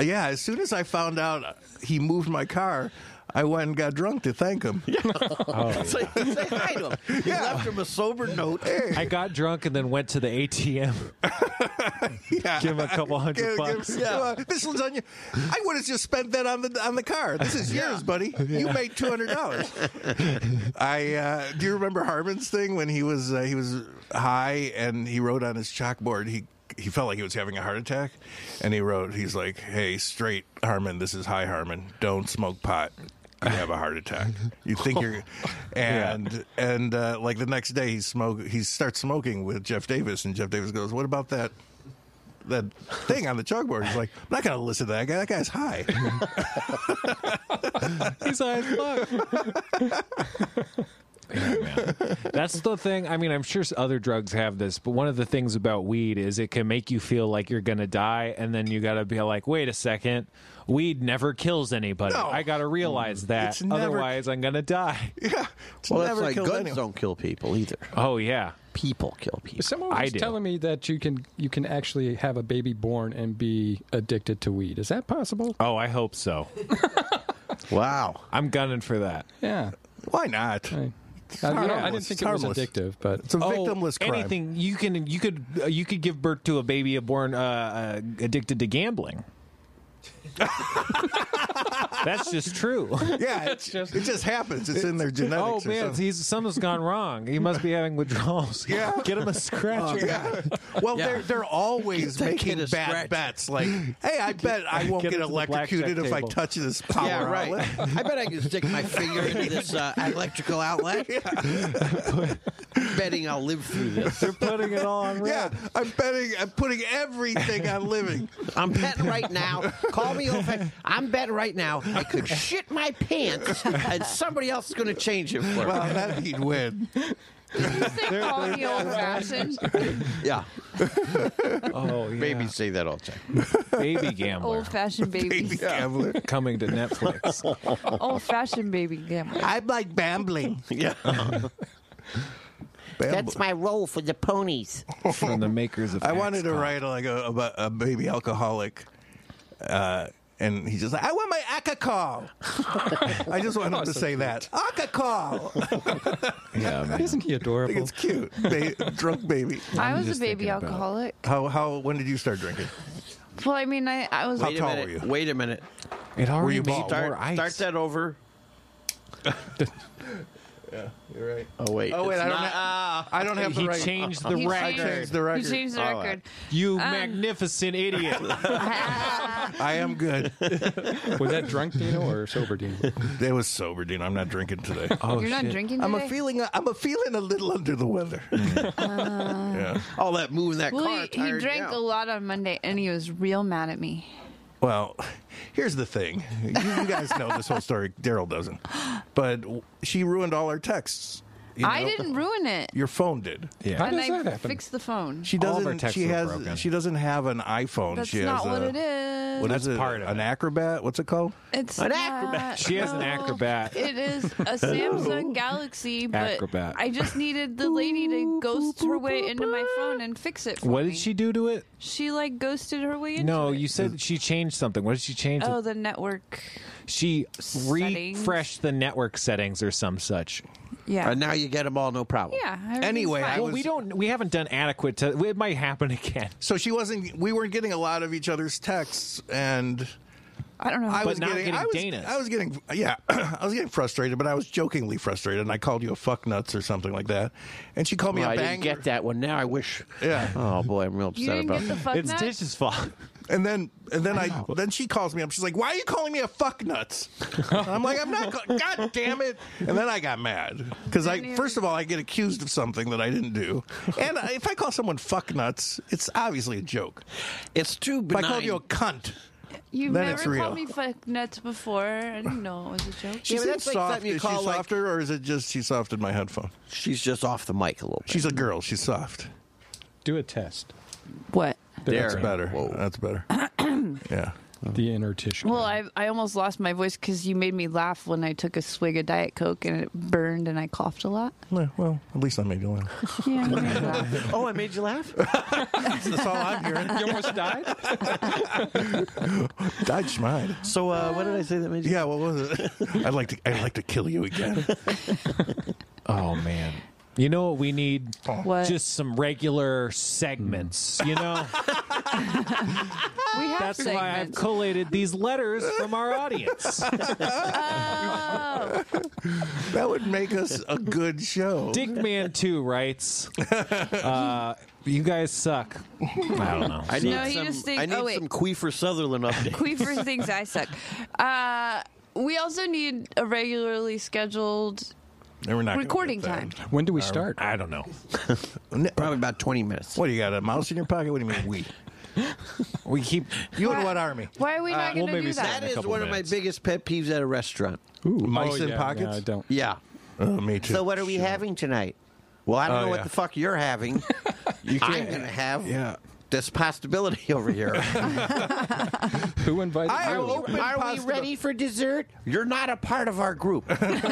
[SPEAKER 1] Yeah. As soon as I found out he moved my car, I went and got drunk to thank him.
[SPEAKER 6] So you say hi to him. You left him a sober note.
[SPEAKER 4] I got drunk and then went to the ATM.
[SPEAKER 1] Yeah.
[SPEAKER 4] Give him a couple hundred
[SPEAKER 1] Give- give-
[SPEAKER 4] bucks.
[SPEAKER 1] give- uh, this one's on you. I would have just spent that on the on the car. This is yours, buddy. You made two hundred dollars. I uh, do you remember Harmon's thing when he was uh, he was high and he wrote on his chalkboard he. He felt like he was having a heart attack, and he wrote, "He's like, hey, straight Harmon, this is high Harmon. Don't smoke pot. You have a heart attack. You think you're, and and uh, like the next day he smoke he starts smoking with Jeff Davis, and Jeff Davis goes, what about that that thing on the chalkboard. He's like, I'm not going to listen to that guy. That guy's high.
[SPEAKER 4] He's high as fuck. Yeah, man. That's the thing. I mean, I'm sure other drugs have this, but one of the things about weed is it can make you feel like you're gonna die, and then you gotta be like, "Wait a second, weed never kills anybody.
[SPEAKER 1] No.
[SPEAKER 4] I gotta realize that.
[SPEAKER 1] Mm. It's never-
[SPEAKER 4] Otherwise, I'm gonna die."
[SPEAKER 1] yeah. It's
[SPEAKER 6] Well, that's
[SPEAKER 1] never
[SPEAKER 6] like
[SPEAKER 1] killed
[SPEAKER 6] guns
[SPEAKER 1] anyone.
[SPEAKER 6] don't kill people either.
[SPEAKER 4] Oh yeah,
[SPEAKER 6] People kill people.
[SPEAKER 2] Someone
[SPEAKER 4] I
[SPEAKER 2] was
[SPEAKER 4] do.
[SPEAKER 2] telling me that you can you can actually have a baby born and be addicted to weed. Is that possible?
[SPEAKER 4] Oh, I hope so.
[SPEAKER 6] Wow.
[SPEAKER 4] I'm gunning for that.
[SPEAKER 2] Yeah.
[SPEAKER 1] Why not?
[SPEAKER 2] I, I, you know, I didn't
[SPEAKER 1] harmless.
[SPEAKER 2] think
[SPEAKER 1] It's
[SPEAKER 2] it was
[SPEAKER 1] harmless.
[SPEAKER 2] addictive, but
[SPEAKER 1] It's a
[SPEAKER 4] Oh,
[SPEAKER 1] victimless crime.
[SPEAKER 4] Anything you can you could uh, you could give birth to a baby born uh, uh, addicted to gambling. That's just true.
[SPEAKER 1] Yeah, it's just, it just happens. It's in their genetics.
[SPEAKER 4] oh
[SPEAKER 1] or
[SPEAKER 4] man,
[SPEAKER 1] something.
[SPEAKER 4] he's something's gone wrong. He must be having withdrawals.
[SPEAKER 1] Yeah.
[SPEAKER 4] get him a scratcher.
[SPEAKER 1] Yeah. Well, they're they're always
[SPEAKER 6] That
[SPEAKER 1] making
[SPEAKER 6] kid
[SPEAKER 1] bad
[SPEAKER 6] is scratched.
[SPEAKER 1] bets. Like, hey, I bet I won't
[SPEAKER 4] Get
[SPEAKER 1] get,
[SPEAKER 4] him to the blackjack
[SPEAKER 1] electrocuted if I
[SPEAKER 4] table.
[SPEAKER 1] touch this power
[SPEAKER 6] yeah,
[SPEAKER 1] outlet.
[SPEAKER 6] right. I bet I can stick my finger into this uh, electrical outlet. Betting I'll live through this.
[SPEAKER 4] They're putting it all on
[SPEAKER 1] Yeah,
[SPEAKER 4] red.
[SPEAKER 1] I'm betting. I'm putting everything on living.
[SPEAKER 6] I'm betting right now. Call me over. I'm betting right now. I could shit my pants, and somebody else is going to change it for me.
[SPEAKER 1] Well, that he'd win.
[SPEAKER 3] They call me old fashioned.
[SPEAKER 6] yeah,
[SPEAKER 4] Oh, yeah.
[SPEAKER 6] babies say that all the time.
[SPEAKER 4] baby gambler
[SPEAKER 3] Old fashioned
[SPEAKER 1] Baby
[SPEAKER 3] baby.
[SPEAKER 1] gambler.
[SPEAKER 4] coming to Netflix.
[SPEAKER 3] Old fashioned baby gambler.
[SPEAKER 1] I'm like bambling.
[SPEAKER 6] Yeah,
[SPEAKER 1] Bamble.
[SPEAKER 7] my role for the ponies.
[SPEAKER 4] From the makers of
[SPEAKER 1] I wanted to
[SPEAKER 4] Axcom.
[SPEAKER 1] write like a about a baby alcoholic, uh, and he's just like, "I want my Akakol." I just want him to say that Akakol. I
[SPEAKER 4] Yeah, man.
[SPEAKER 2] isn't he
[SPEAKER 1] think
[SPEAKER 2] adorable?
[SPEAKER 1] it's cute. Ba- drunk baby.
[SPEAKER 3] I was a
[SPEAKER 4] just
[SPEAKER 3] baby
[SPEAKER 4] thinking about-
[SPEAKER 3] alcoholic.
[SPEAKER 1] How how when did you start drinking?
[SPEAKER 3] Well, I mean, I, I was.
[SPEAKER 1] How
[SPEAKER 6] Wait a
[SPEAKER 1] tall
[SPEAKER 6] minute.
[SPEAKER 1] were you?
[SPEAKER 6] Wait a minute.
[SPEAKER 4] It already
[SPEAKER 1] you
[SPEAKER 4] made
[SPEAKER 1] bald?
[SPEAKER 4] more
[SPEAKER 6] Start,
[SPEAKER 4] ice.
[SPEAKER 6] start that over.
[SPEAKER 1] You're right.
[SPEAKER 6] Oh wait.
[SPEAKER 1] Oh wait,
[SPEAKER 6] it's
[SPEAKER 1] I don't.
[SPEAKER 6] not-
[SPEAKER 2] Uh-uh.
[SPEAKER 1] ha- I don't have the
[SPEAKER 4] he
[SPEAKER 1] right.
[SPEAKER 4] changed the
[SPEAKER 3] He
[SPEAKER 1] changed
[SPEAKER 4] record.
[SPEAKER 1] the record.
[SPEAKER 3] You changed the
[SPEAKER 6] All
[SPEAKER 3] record.
[SPEAKER 4] You
[SPEAKER 2] Um,
[SPEAKER 4] magnificent idiot.
[SPEAKER 1] I am good.
[SPEAKER 2] Was that drunk Dino or sober Dino?
[SPEAKER 1] it was sober, Dean. I'm not drinking today.
[SPEAKER 4] Oh,
[SPEAKER 3] You're not
[SPEAKER 4] shit.
[SPEAKER 3] drinking today.
[SPEAKER 1] I'm a feeling. I'm a feeling a little under the weather. yeah.
[SPEAKER 6] all that moving that car.
[SPEAKER 3] Well, he, he
[SPEAKER 6] tired me
[SPEAKER 3] drank
[SPEAKER 6] out.
[SPEAKER 3] a lot on Monday, and he was real mad at me.
[SPEAKER 1] Well, here's the thing. You, you guys know this whole story. Daryl doesn't. But w- she ruined all our texts. You
[SPEAKER 3] I
[SPEAKER 1] know?
[SPEAKER 3] didn't ruin it.
[SPEAKER 1] Your phone did.
[SPEAKER 4] Yeah.
[SPEAKER 2] How
[SPEAKER 3] and
[SPEAKER 2] does
[SPEAKER 3] I
[SPEAKER 2] that happen?
[SPEAKER 3] fixed the phone.
[SPEAKER 1] She
[SPEAKER 4] All of our
[SPEAKER 1] doesn't.
[SPEAKER 4] texts
[SPEAKER 1] She
[SPEAKER 4] were
[SPEAKER 1] has.
[SPEAKER 4] broken.
[SPEAKER 1] She doesn't have an iPhone.
[SPEAKER 3] That's
[SPEAKER 1] she
[SPEAKER 3] not
[SPEAKER 1] has
[SPEAKER 3] what
[SPEAKER 1] a,
[SPEAKER 3] it is.
[SPEAKER 1] What is it?
[SPEAKER 4] part of
[SPEAKER 1] an
[SPEAKER 4] it.
[SPEAKER 1] Acrobat? What's it called?
[SPEAKER 3] It's
[SPEAKER 6] An
[SPEAKER 3] not-
[SPEAKER 6] Acrobat.
[SPEAKER 4] She has an
[SPEAKER 3] no.
[SPEAKER 4] Acrobat.
[SPEAKER 3] It is a Samsung Galaxy, but
[SPEAKER 4] Acrobat.
[SPEAKER 3] I just needed the lady to ghost her way into my phone and fix it for
[SPEAKER 4] What
[SPEAKER 3] me.
[SPEAKER 4] did she do to it?
[SPEAKER 3] She like ghosted her way into
[SPEAKER 4] No,
[SPEAKER 3] it.
[SPEAKER 4] you said she changed something. What did she change?
[SPEAKER 3] Oh, the network.
[SPEAKER 4] she
[SPEAKER 3] Settings?
[SPEAKER 4] refreshed the network settings or some such.
[SPEAKER 3] Yeah.
[SPEAKER 6] And now you get them all, no problem.
[SPEAKER 3] yeah. everything's
[SPEAKER 1] Anyway, I
[SPEAKER 3] fine.
[SPEAKER 4] Well,
[SPEAKER 1] was-
[SPEAKER 4] we don't. We haven't done adequate. To, it might happen again.
[SPEAKER 1] So she wasn't. We weren't getting a lot of each other's texts, and
[SPEAKER 3] I don't know.
[SPEAKER 1] I
[SPEAKER 4] But
[SPEAKER 1] was
[SPEAKER 4] not
[SPEAKER 1] getting.
[SPEAKER 4] getting
[SPEAKER 1] I was.
[SPEAKER 4] Dana's.
[SPEAKER 1] I was getting. Yeah, I was getting frustrated, but I was jokingly frustrated, and I called you a fuck nuts or something like that. And she called me
[SPEAKER 6] Well,
[SPEAKER 1] a
[SPEAKER 6] I
[SPEAKER 1] banger.
[SPEAKER 6] didn't get that one. Now I wish.
[SPEAKER 1] Yeah.
[SPEAKER 6] Oh boy, I'm real upset
[SPEAKER 3] you didn't
[SPEAKER 6] about
[SPEAKER 3] get the
[SPEAKER 6] that.
[SPEAKER 3] fuck
[SPEAKER 4] it's
[SPEAKER 3] nut?
[SPEAKER 4] Tish's fault.
[SPEAKER 1] And then, and then I, then she calls me up. She's like, "Why are you calling me a fuck nuts?" And I'm like, "I'm not. Call- God damn it!" And then I got mad because I, first of all, I get accused of something that I didn't do, and I, if I call someone fuck nuts, it's obviously a joke.
[SPEAKER 6] It's too
[SPEAKER 1] If I
[SPEAKER 6] benign.
[SPEAKER 1] called you a cunt,
[SPEAKER 3] You've
[SPEAKER 1] Then
[SPEAKER 3] never
[SPEAKER 1] it's real.
[SPEAKER 3] called me fuck nuts before. I didn't know it was a joke.
[SPEAKER 1] she
[SPEAKER 6] Yeah,
[SPEAKER 1] seems
[SPEAKER 6] but that's like
[SPEAKER 1] soft.
[SPEAKER 6] something you
[SPEAKER 1] Is
[SPEAKER 6] call,
[SPEAKER 1] she
[SPEAKER 6] like-
[SPEAKER 1] softer, or is it just she softened my headphone?
[SPEAKER 6] She's just off the mic a little bit.
[SPEAKER 1] She's a girl. She's soft.
[SPEAKER 2] Do a test.
[SPEAKER 3] What?
[SPEAKER 1] That's
[SPEAKER 6] There.
[SPEAKER 1] better.
[SPEAKER 6] Whoa.
[SPEAKER 1] That's better. yeah.
[SPEAKER 2] The inner tissue.
[SPEAKER 3] Well, I I almost lost my voice because you made me laugh when I took a swig of Diet Coke and it burned and I coughed a lot.
[SPEAKER 1] Yeah, Well, at least I made you laugh.
[SPEAKER 3] Yeah. you made me laugh.
[SPEAKER 6] oh, I made you laugh.
[SPEAKER 1] That's all I'm hearing.
[SPEAKER 2] you almost died.
[SPEAKER 1] Dodge Schmide.
[SPEAKER 6] so uh, what did I say that made you?
[SPEAKER 1] Yeah, what was it? I'd like to. I'd like to kill you again.
[SPEAKER 4] Oh man. You know what we need?
[SPEAKER 3] What?
[SPEAKER 4] Just some regular segments. You know,
[SPEAKER 3] we have
[SPEAKER 4] that's why I've
[SPEAKER 3] segments.
[SPEAKER 4] collated these letters from our audience.
[SPEAKER 3] Oh,
[SPEAKER 1] That would make us a good show.
[SPEAKER 4] Dick Man Two writes, uh, "You guys suck." I don't know.
[SPEAKER 6] I need
[SPEAKER 3] No, he
[SPEAKER 6] some.
[SPEAKER 3] just thinks-
[SPEAKER 6] I need
[SPEAKER 3] oh, wait.
[SPEAKER 6] some Queefer Sutherland update.
[SPEAKER 3] Queefer thinks I suck. Uh, we also need a regularly scheduled.
[SPEAKER 1] And we're not gonna
[SPEAKER 3] Recording
[SPEAKER 1] get that.
[SPEAKER 2] When do we start?
[SPEAKER 4] I don't know.
[SPEAKER 1] N-
[SPEAKER 6] Probably about 20 minutes.
[SPEAKER 1] What do you got? A mouse in your pocket? What do you mean we?
[SPEAKER 4] We keep.
[SPEAKER 1] You and what army?
[SPEAKER 3] Why are we not
[SPEAKER 4] we'll
[SPEAKER 3] going to
[SPEAKER 4] maybe
[SPEAKER 3] do
[SPEAKER 4] start
[SPEAKER 3] that?
[SPEAKER 6] That is
[SPEAKER 4] in a couple
[SPEAKER 6] one
[SPEAKER 4] minutes.
[SPEAKER 6] of my biggest pet peeves at a restaurant.
[SPEAKER 2] Ooh.
[SPEAKER 1] Mice in
[SPEAKER 2] Oh, yeah,
[SPEAKER 1] pockets?
[SPEAKER 2] yeah, I don't.
[SPEAKER 6] Yeah.
[SPEAKER 1] Oh, me too.
[SPEAKER 6] So what are we having tonight? Well, I don't
[SPEAKER 1] Oh,
[SPEAKER 6] know
[SPEAKER 1] yeah.
[SPEAKER 6] what the fuck you're having.
[SPEAKER 4] You
[SPEAKER 6] I'm
[SPEAKER 4] can't.
[SPEAKER 6] going to have
[SPEAKER 1] Yeah.
[SPEAKER 6] this possibility over here.
[SPEAKER 2] Who invited
[SPEAKER 1] I
[SPEAKER 2] you?
[SPEAKER 1] will open
[SPEAKER 6] Are we
[SPEAKER 1] pasta-
[SPEAKER 6] ready for dessert? You're not a part of our group.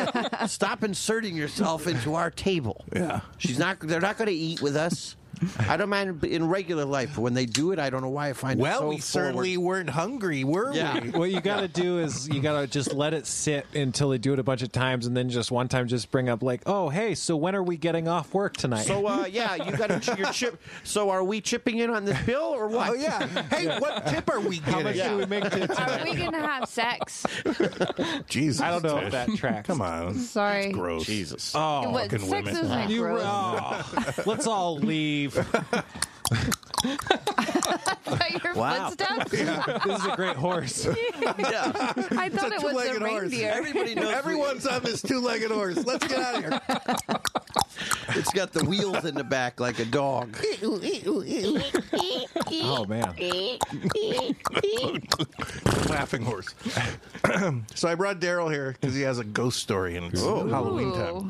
[SPEAKER 6] Stop inserting yourself into our table.
[SPEAKER 1] Yeah.
[SPEAKER 6] She's not. They're not going to eat with us. I don't mind in regular life, but when they do it, I don't know why I find it
[SPEAKER 1] Well,
[SPEAKER 6] so
[SPEAKER 1] we certainly
[SPEAKER 6] forward.
[SPEAKER 1] weren't hungry, were
[SPEAKER 6] Yeah.
[SPEAKER 1] we?
[SPEAKER 4] What you got to do is you got to just let it sit until they do it a bunch of times, and then just one time just bring up like, "Oh, hey, so when are we getting off work tonight?"
[SPEAKER 6] So uh, yeah, you got to your chip. So are we chipping in on this bill or what?
[SPEAKER 1] Oh yeah. Hey, what tip are we
[SPEAKER 4] How much
[SPEAKER 1] getting?
[SPEAKER 4] do we make to
[SPEAKER 3] Are we going to have sex?
[SPEAKER 1] Jesus.
[SPEAKER 4] I don't know if that
[SPEAKER 1] Tish.
[SPEAKER 4] tracks.
[SPEAKER 1] Come on.
[SPEAKER 3] Sorry.
[SPEAKER 1] Gross.
[SPEAKER 6] Jesus.
[SPEAKER 4] Oh,
[SPEAKER 3] What,
[SPEAKER 1] fucking
[SPEAKER 3] sex
[SPEAKER 1] women.
[SPEAKER 3] was not
[SPEAKER 4] you
[SPEAKER 3] gross.
[SPEAKER 4] oh, let's all leave.
[SPEAKER 3] But your
[SPEAKER 6] Wow.
[SPEAKER 3] footsteps?
[SPEAKER 4] This is a great horse.
[SPEAKER 6] Yeah.
[SPEAKER 3] I thought it was a
[SPEAKER 1] two-legged horse.
[SPEAKER 3] reindeer.
[SPEAKER 6] Everybody knows
[SPEAKER 1] Everyone's on this two-legged horse. Let's get out of here.
[SPEAKER 6] it's got the wheels in the back like a dog.
[SPEAKER 4] Oh man,
[SPEAKER 1] Laughing horse. so I brought Daryl here because he has a ghost story and it's Halloween time.
[SPEAKER 3] Ooh.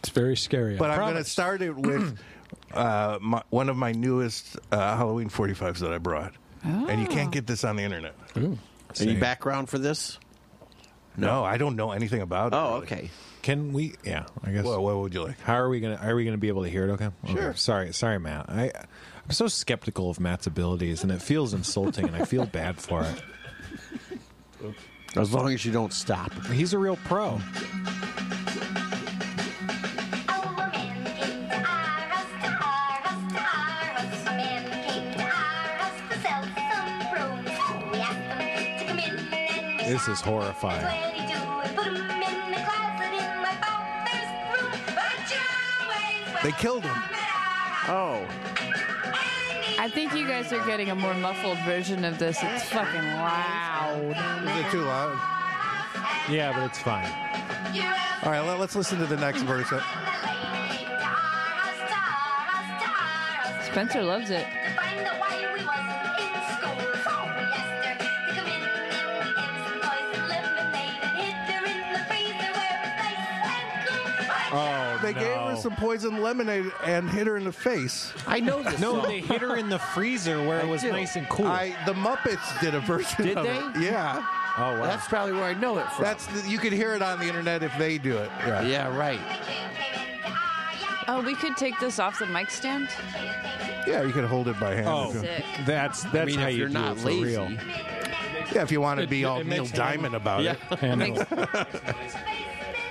[SPEAKER 2] It's very scary.
[SPEAKER 1] But I'm going to start it with uh, my, one of my newest uh, Halloween 45s that I brought. And you can't get this on the internet.
[SPEAKER 6] Any background for this?
[SPEAKER 1] No, I don't know anything about it.
[SPEAKER 6] Oh,
[SPEAKER 1] really.
[SPEAKER 6] okay.
[SPEAKER 4] can we? Yeah, I guess.
[SPEAKER 1] Well, what would you like?
[SPEAKER 4] How are we gonna? Are we gonna be able to hear it? Okay. Okay.
[SPEAKER 1] Sure.
[SPEAKER 4] Sorry, sorry, Matt. I I'm so skeptical of Matt's abilities, and it feels insulting, and I feel bad for it.
[SPEAKER 6] As long as you don't stop.
[SPEAKER 4] He's a real pro. This is horrifying.
[SPEAKER 1] They killed him.
[SPEAKER 6] Oh.
[SPEAKER 3] I think you guys are getting a more muffled version of this. It's fucking loud.
[SPEAKER 1] Is it too loud?
[SPEAKER 4] Yeah, but it's fine.
[SPEAKER 1] All right, let, us listen to the next verse. Uh,
[SPEAKER 8] Oh.
[SPEAKER 3] Spencer loves it.
[SPEAKER 9] Lemonade and hid her in the freezer where it's nice and cool. I
[SPEAKER 4] Oh,
[SPEAKER 1] They gave her
[SPEAKER 4] no.
[SPEAKER 1] some poison lemonade and hit her in the face.
[SPEAKER 6] I know this.
[SPEAKER 4] No,
[SPEAKER 6] song.
[SPEAKER 4] they hit her in the freezer where it was
[SPEAKER 6] do.
[SPEAKER 4] nice and cool.
[SPEAKER 1] I the Muppets did a version
[SPEAKER 6] Did
[SPEAKER 1] of
[SPEAKER 6] they?
[SPEAKER 1] it. Yeah.
[SPEAKER 4] oh wow.
[SPEAKER 6] That's probably where I know it from.
[SPEAKER 1] That's the, you could hear it on the internet if they do it. Yeah.
[SPEAKER 6] yeah, right.
[SPEAKER 3] Oh, we could take this off the mic stand.
[SPEAKER 1] Yeah, you could hold it by hand.
[SPEAKER 4] oh,
[SPEAKER 1] if you-
[SPEAKER 3] Sick.
[SPEAKER 4] that's that's
[SPEAKER 6] I mean,
[SPEAKER 4] how
[SPEAKER 6] if
[SPEAKER 4] you
[SPEAKER 6] you're
[SPEAKER 4] do
[SPEAKER 6] not
[SPEAKER 4] it for
[SPEAKER 6] lazy,
[SPEAKER 4] real.
[SPEAKER 1] Yeah, if you want to be
[SPEAKER 2] It-
[SPEAKER 1] all
[SPEAKER 2] it
[SPEAKER 1] Neil
[SPEAKER 2] makes-
[SPEAKER 1] Diamond about
[SPEAKER 6] yeah.
[SPEAKER 1] it.
[SPEAKER 2] Handle.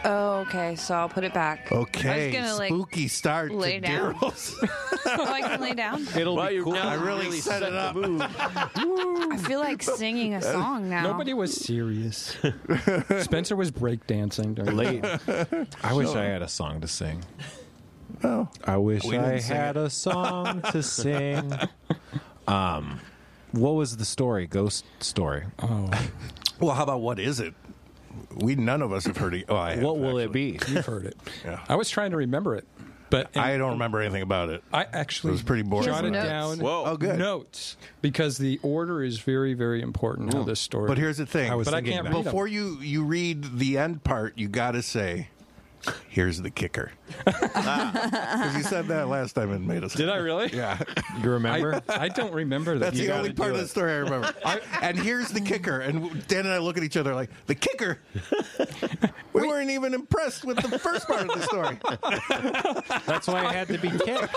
[SPEAKER 3] Oh, okay. So I'll put it back. I
[SPEAKER 1] Okay,
[SPEAKER 3] was gonna, like,
[SPEAKER 1] spooky start
[SPEAKER 3] lay
[SPEAKER 1] to
[SPEAKER 3] down.
[SPEAKER 1] Daryl's.
[SPEAKER 3] Oh, I can lay down.
[SPEAKER 4] It'll
[SPEAKER 6] Well,
[SPEAKER 4] be
[SPEAKER 6] you
[SPEAKER 4] cool.
[SPEAKER 6] now
[SPEAKER 1] I really,
[SPEAKER 6] really
[SPEAKER 1] set,
[SPEAKER 6] set
[SPEAKER 1] it up.
[SPEAKER 3] I feel like singing a song now.
[SPEAKER 2] Nobody was serious. Spencer was breakdancing during
[SPEAKER 4] late. I wish I had a song to sing.
[SPEAKER 1] Oh.
[SPEAKER 4] I wish
[SPEAKER 1] We
[SPEAKER 4] I
[SPEAKER 1] didn't sing
[SPEAKER 4] had a song to sing. Um, what was the story? Ghost story.
[SPEAKER 1] Well, how about what is it? We none of us have heard it. Oh, I have,
[SPEAKER 4] what will it
[SPEAKER 1] actually.
[SPEAKER 4] be?
[SPEAKER 2] You've heard it.
[SPEAKER 1] Yeah.
[SPEAKER 2] I was trying to remember it, but
[SPEAKER 1] I
[SPEAKER 2] I,
[SPEAKER 1] don't remember anything about it.
[SPEAKER 2] actually
[SPEAKER 1] It was pretty boring.
[SPEAKER 2] jotted
[SPEAKER 3] He has
[SPEAKER 2] down
[SPEAKER 3] notes.
[SPEAKER 6] Whoa.
[SPEAKER 1] Oh, good.
[SPEAKER 2] notes because the order is very, very important how this story.
[SPEAKER 1] But here's the thing.
[SPEAKER 4] I was
[SPEAKER 2] But I
[SPEAKER 4] thinking
[SPEAKER 2] can't
[SPEAKER 4] about-
[SPEAKER 2] read 'em.
[SPEAKER 1] Before you you read the end part, you got to say, "Here's the kicker," because you said that last time and made us.
[SPEAKER 2] did I really?
[SPEAKER 1] Yeah,
[SPEAKER 4] You remember?
[SPEAKER 2] I, I don't remember that.
[SPEAKER 1] that's
[SPEAKER 2] You
[SPEAKER 1] the
[SPEAKER 2] gotta
[SPEAKER 1] only part
[SPEAKER 2] do
[SPEAKER 1] of
[SPEAKER 2] it.
[SPEAKER 1] the story I remember. and here's the kicker. And Dan and I look at each other like, "The kicker." We weren't even impressed with the first part of the story.
[SPEAKER 4] That's why I had to be kicked.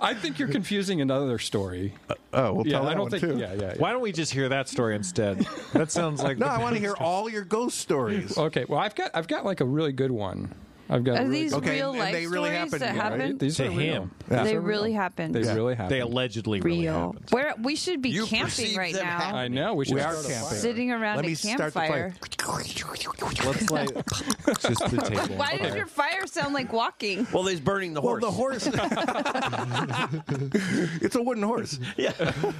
[SPEAKER 2] I think you're confusing another story.
[SPEAKER 1] Oh, we'll
[SPEAKER 2] yeah,
[SPEAKER 1] tell that
[SPEAKER 2] I don't
[SPEAKER 1] one
[SPEAKER 2] think.
[SPEAKER 1] too.
[SPEAKER 2] Yeah, yeah. yeah.
[SPEAKER 4] Why don't we just hear that story instead? That sounds like
[SPEAKER 1] No,
[SPEAKER 4] the
[SPEAKER 1] I want to
[SPEAKER 4] best.
[SPEAKER 1] hear all your ghost stories.
[SPEAKER 2] Okay. Well, I've got I've got like a really good one. I've got. a
[SPEAKER 3] Are
[SPEAKER 2] really
[SPEAKER 3] these
[SPEAKER 2] good-
[SPEAKER 1] Okay,
[SPEAKER 3] real
[SPEAKER 1] and- and
[SPEAKER 3] life
[SPEAKER 1] they really
[SPEAKER 3] stories that
[SPEAKER 1] happened to you, right?
[SPEAKER 3] happened?
[SPEAKER 2] These
[SPEAKER 4] To
[SPEAKER 2] are real.
[SPEAKER 4] him.
[SPEAKER 2] These
[SPEAKER 3] They
[SPEAKER 2] are real.
[SPEAKER 3] really happened.
[SPEAKER 2] They really happened.
[SPEAKER 4] They allegedly really
[SPEAKER 3] real.
[SPEAKER 4] happened.
[SPEAKER 3] Where we should be
[SPEAKER 6] You
[SPEAKER 3] camping
[SPEAKER 6] perceive
[SPEAKER 3] right
[SPEAKER 6] them
[SPEAKER 3] now,
[SPEAKER 6] happening.
[SPEAKER 2] I know. We should
[SPEAKER 1] We are
[SPEAKER 2] start a fire.
[SPEAKER 1] camping.
[SPEAKER 3] sitting around
[SPEAKER 1] Let
[SPEAKER 3] a
[SPEAKER 1] me start the
[SPEAKER 3] campfire.
[SPEAKER 1] fire.
[SPEAKER 4] Let's like just the table.
[SPEAKER 3] Why does your fire sound like walking?
[SPEAKER 6] Well, he's burning the
[SPEAKER 1] Well,
[SPEAKER 6] horse.
[SPEAKER 1] the horse. it's a wooden horse.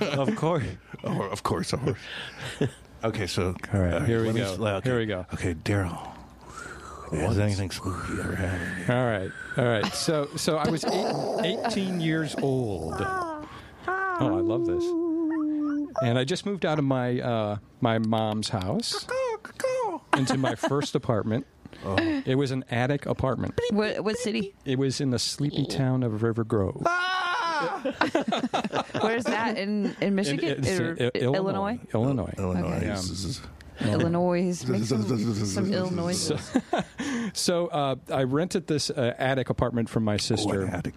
[SPEAKER 4] Of course.
[SPEAKER 1] Oh, of course, a horse. Okay, so
[SPEAKER 4] All right,
[SPEAKER 2] here we
[SPEAKER 1] let me
[SPEAKER 2] go.
[SPEAKER 1] s- well, okay.
[SPEAKER 2] Here we go.
[SPEAKER 1] Okay, Daryl. Has anything spooky ever happened?
[SPEAKER 2] All right, all right. So, so I was eight, 18 years old. Oh, I love this. And I just moved out of my uh, my mom's house into my first apartment.
[SPEAKER 4] Oh.
[SPEAKER 2] It was an attic apartment.
[SPEAKER 3] what, what city?
[SPEAKER 2] It was in the sleepy town of River Grove,
[SPEAKER 3] Where's that in in
[SPEAKER 2] In-
[SPEAKER 3] Michigan?
[SPEAKER 2] it's
[SPEAKER 3] Or-
[SPEAKER 2] in I-
[SPEAKER 3] Illinois.
[SPEAKER 2] Illinois.
[SPEAKER 1] Illinois.
[SPEAKER 3] Okay.
[SPEAKER 1] This is-
[SPEAKER 3] Illinois. Make some, some Illinois.
[SPEAKER 2] So uh, I rented this uh, attic apartment from my
[SPEAKER 1] oh,
[SPEAKER 2] sister.
[SPEAKER 1] an attic.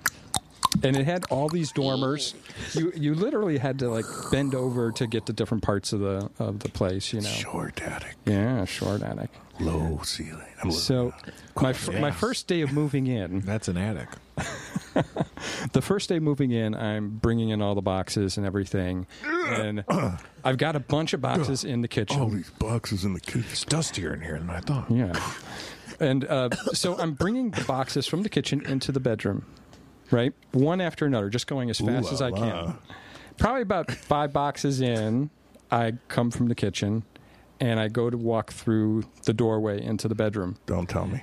[SPEAKER 2] and it had all these dormers. You you literally had to like bend over to get to different parts of the of the place. You know.
[SPEAKER 1] Short attic.
[SPEAKER 2] Yeah, short attic.
[SPEAKER 1] Low ceiling. I'm looking
[SPEAKER 2] So
[SPEAKER 1] at
[SPEAKER 2] my f- my first day of moving in,
[SPEAKER 4] That's an attic.
[SPEAKER 2] the first day moving in, I'm bringing in all the boxes and everything, and I've got a bunch of boxes in the
[SPEAKER 1] all
[SPEAKER 2] kitchen.
[SPEAKER 1] these boxes in the kitchen.
[SPEAKER 4] It's dustier in here than I thought.
[SPEAKER 2] Yeah, and uh, so I'm bringing the boxes from the kitchen into the bedroom, right, one after another, just going as fast
[SPEAKER 1] Ooh
[SPEAKER 2] as
[SPEAKER 1] la
[SPEAKER 2] I
[SPEAKER 1] la.
[SPEAKER 2] can. probably about five boxes in, I come from the kitchen and I go to walk through the doorway into the bedroom.
[SPEAKER 1] Don't tell me.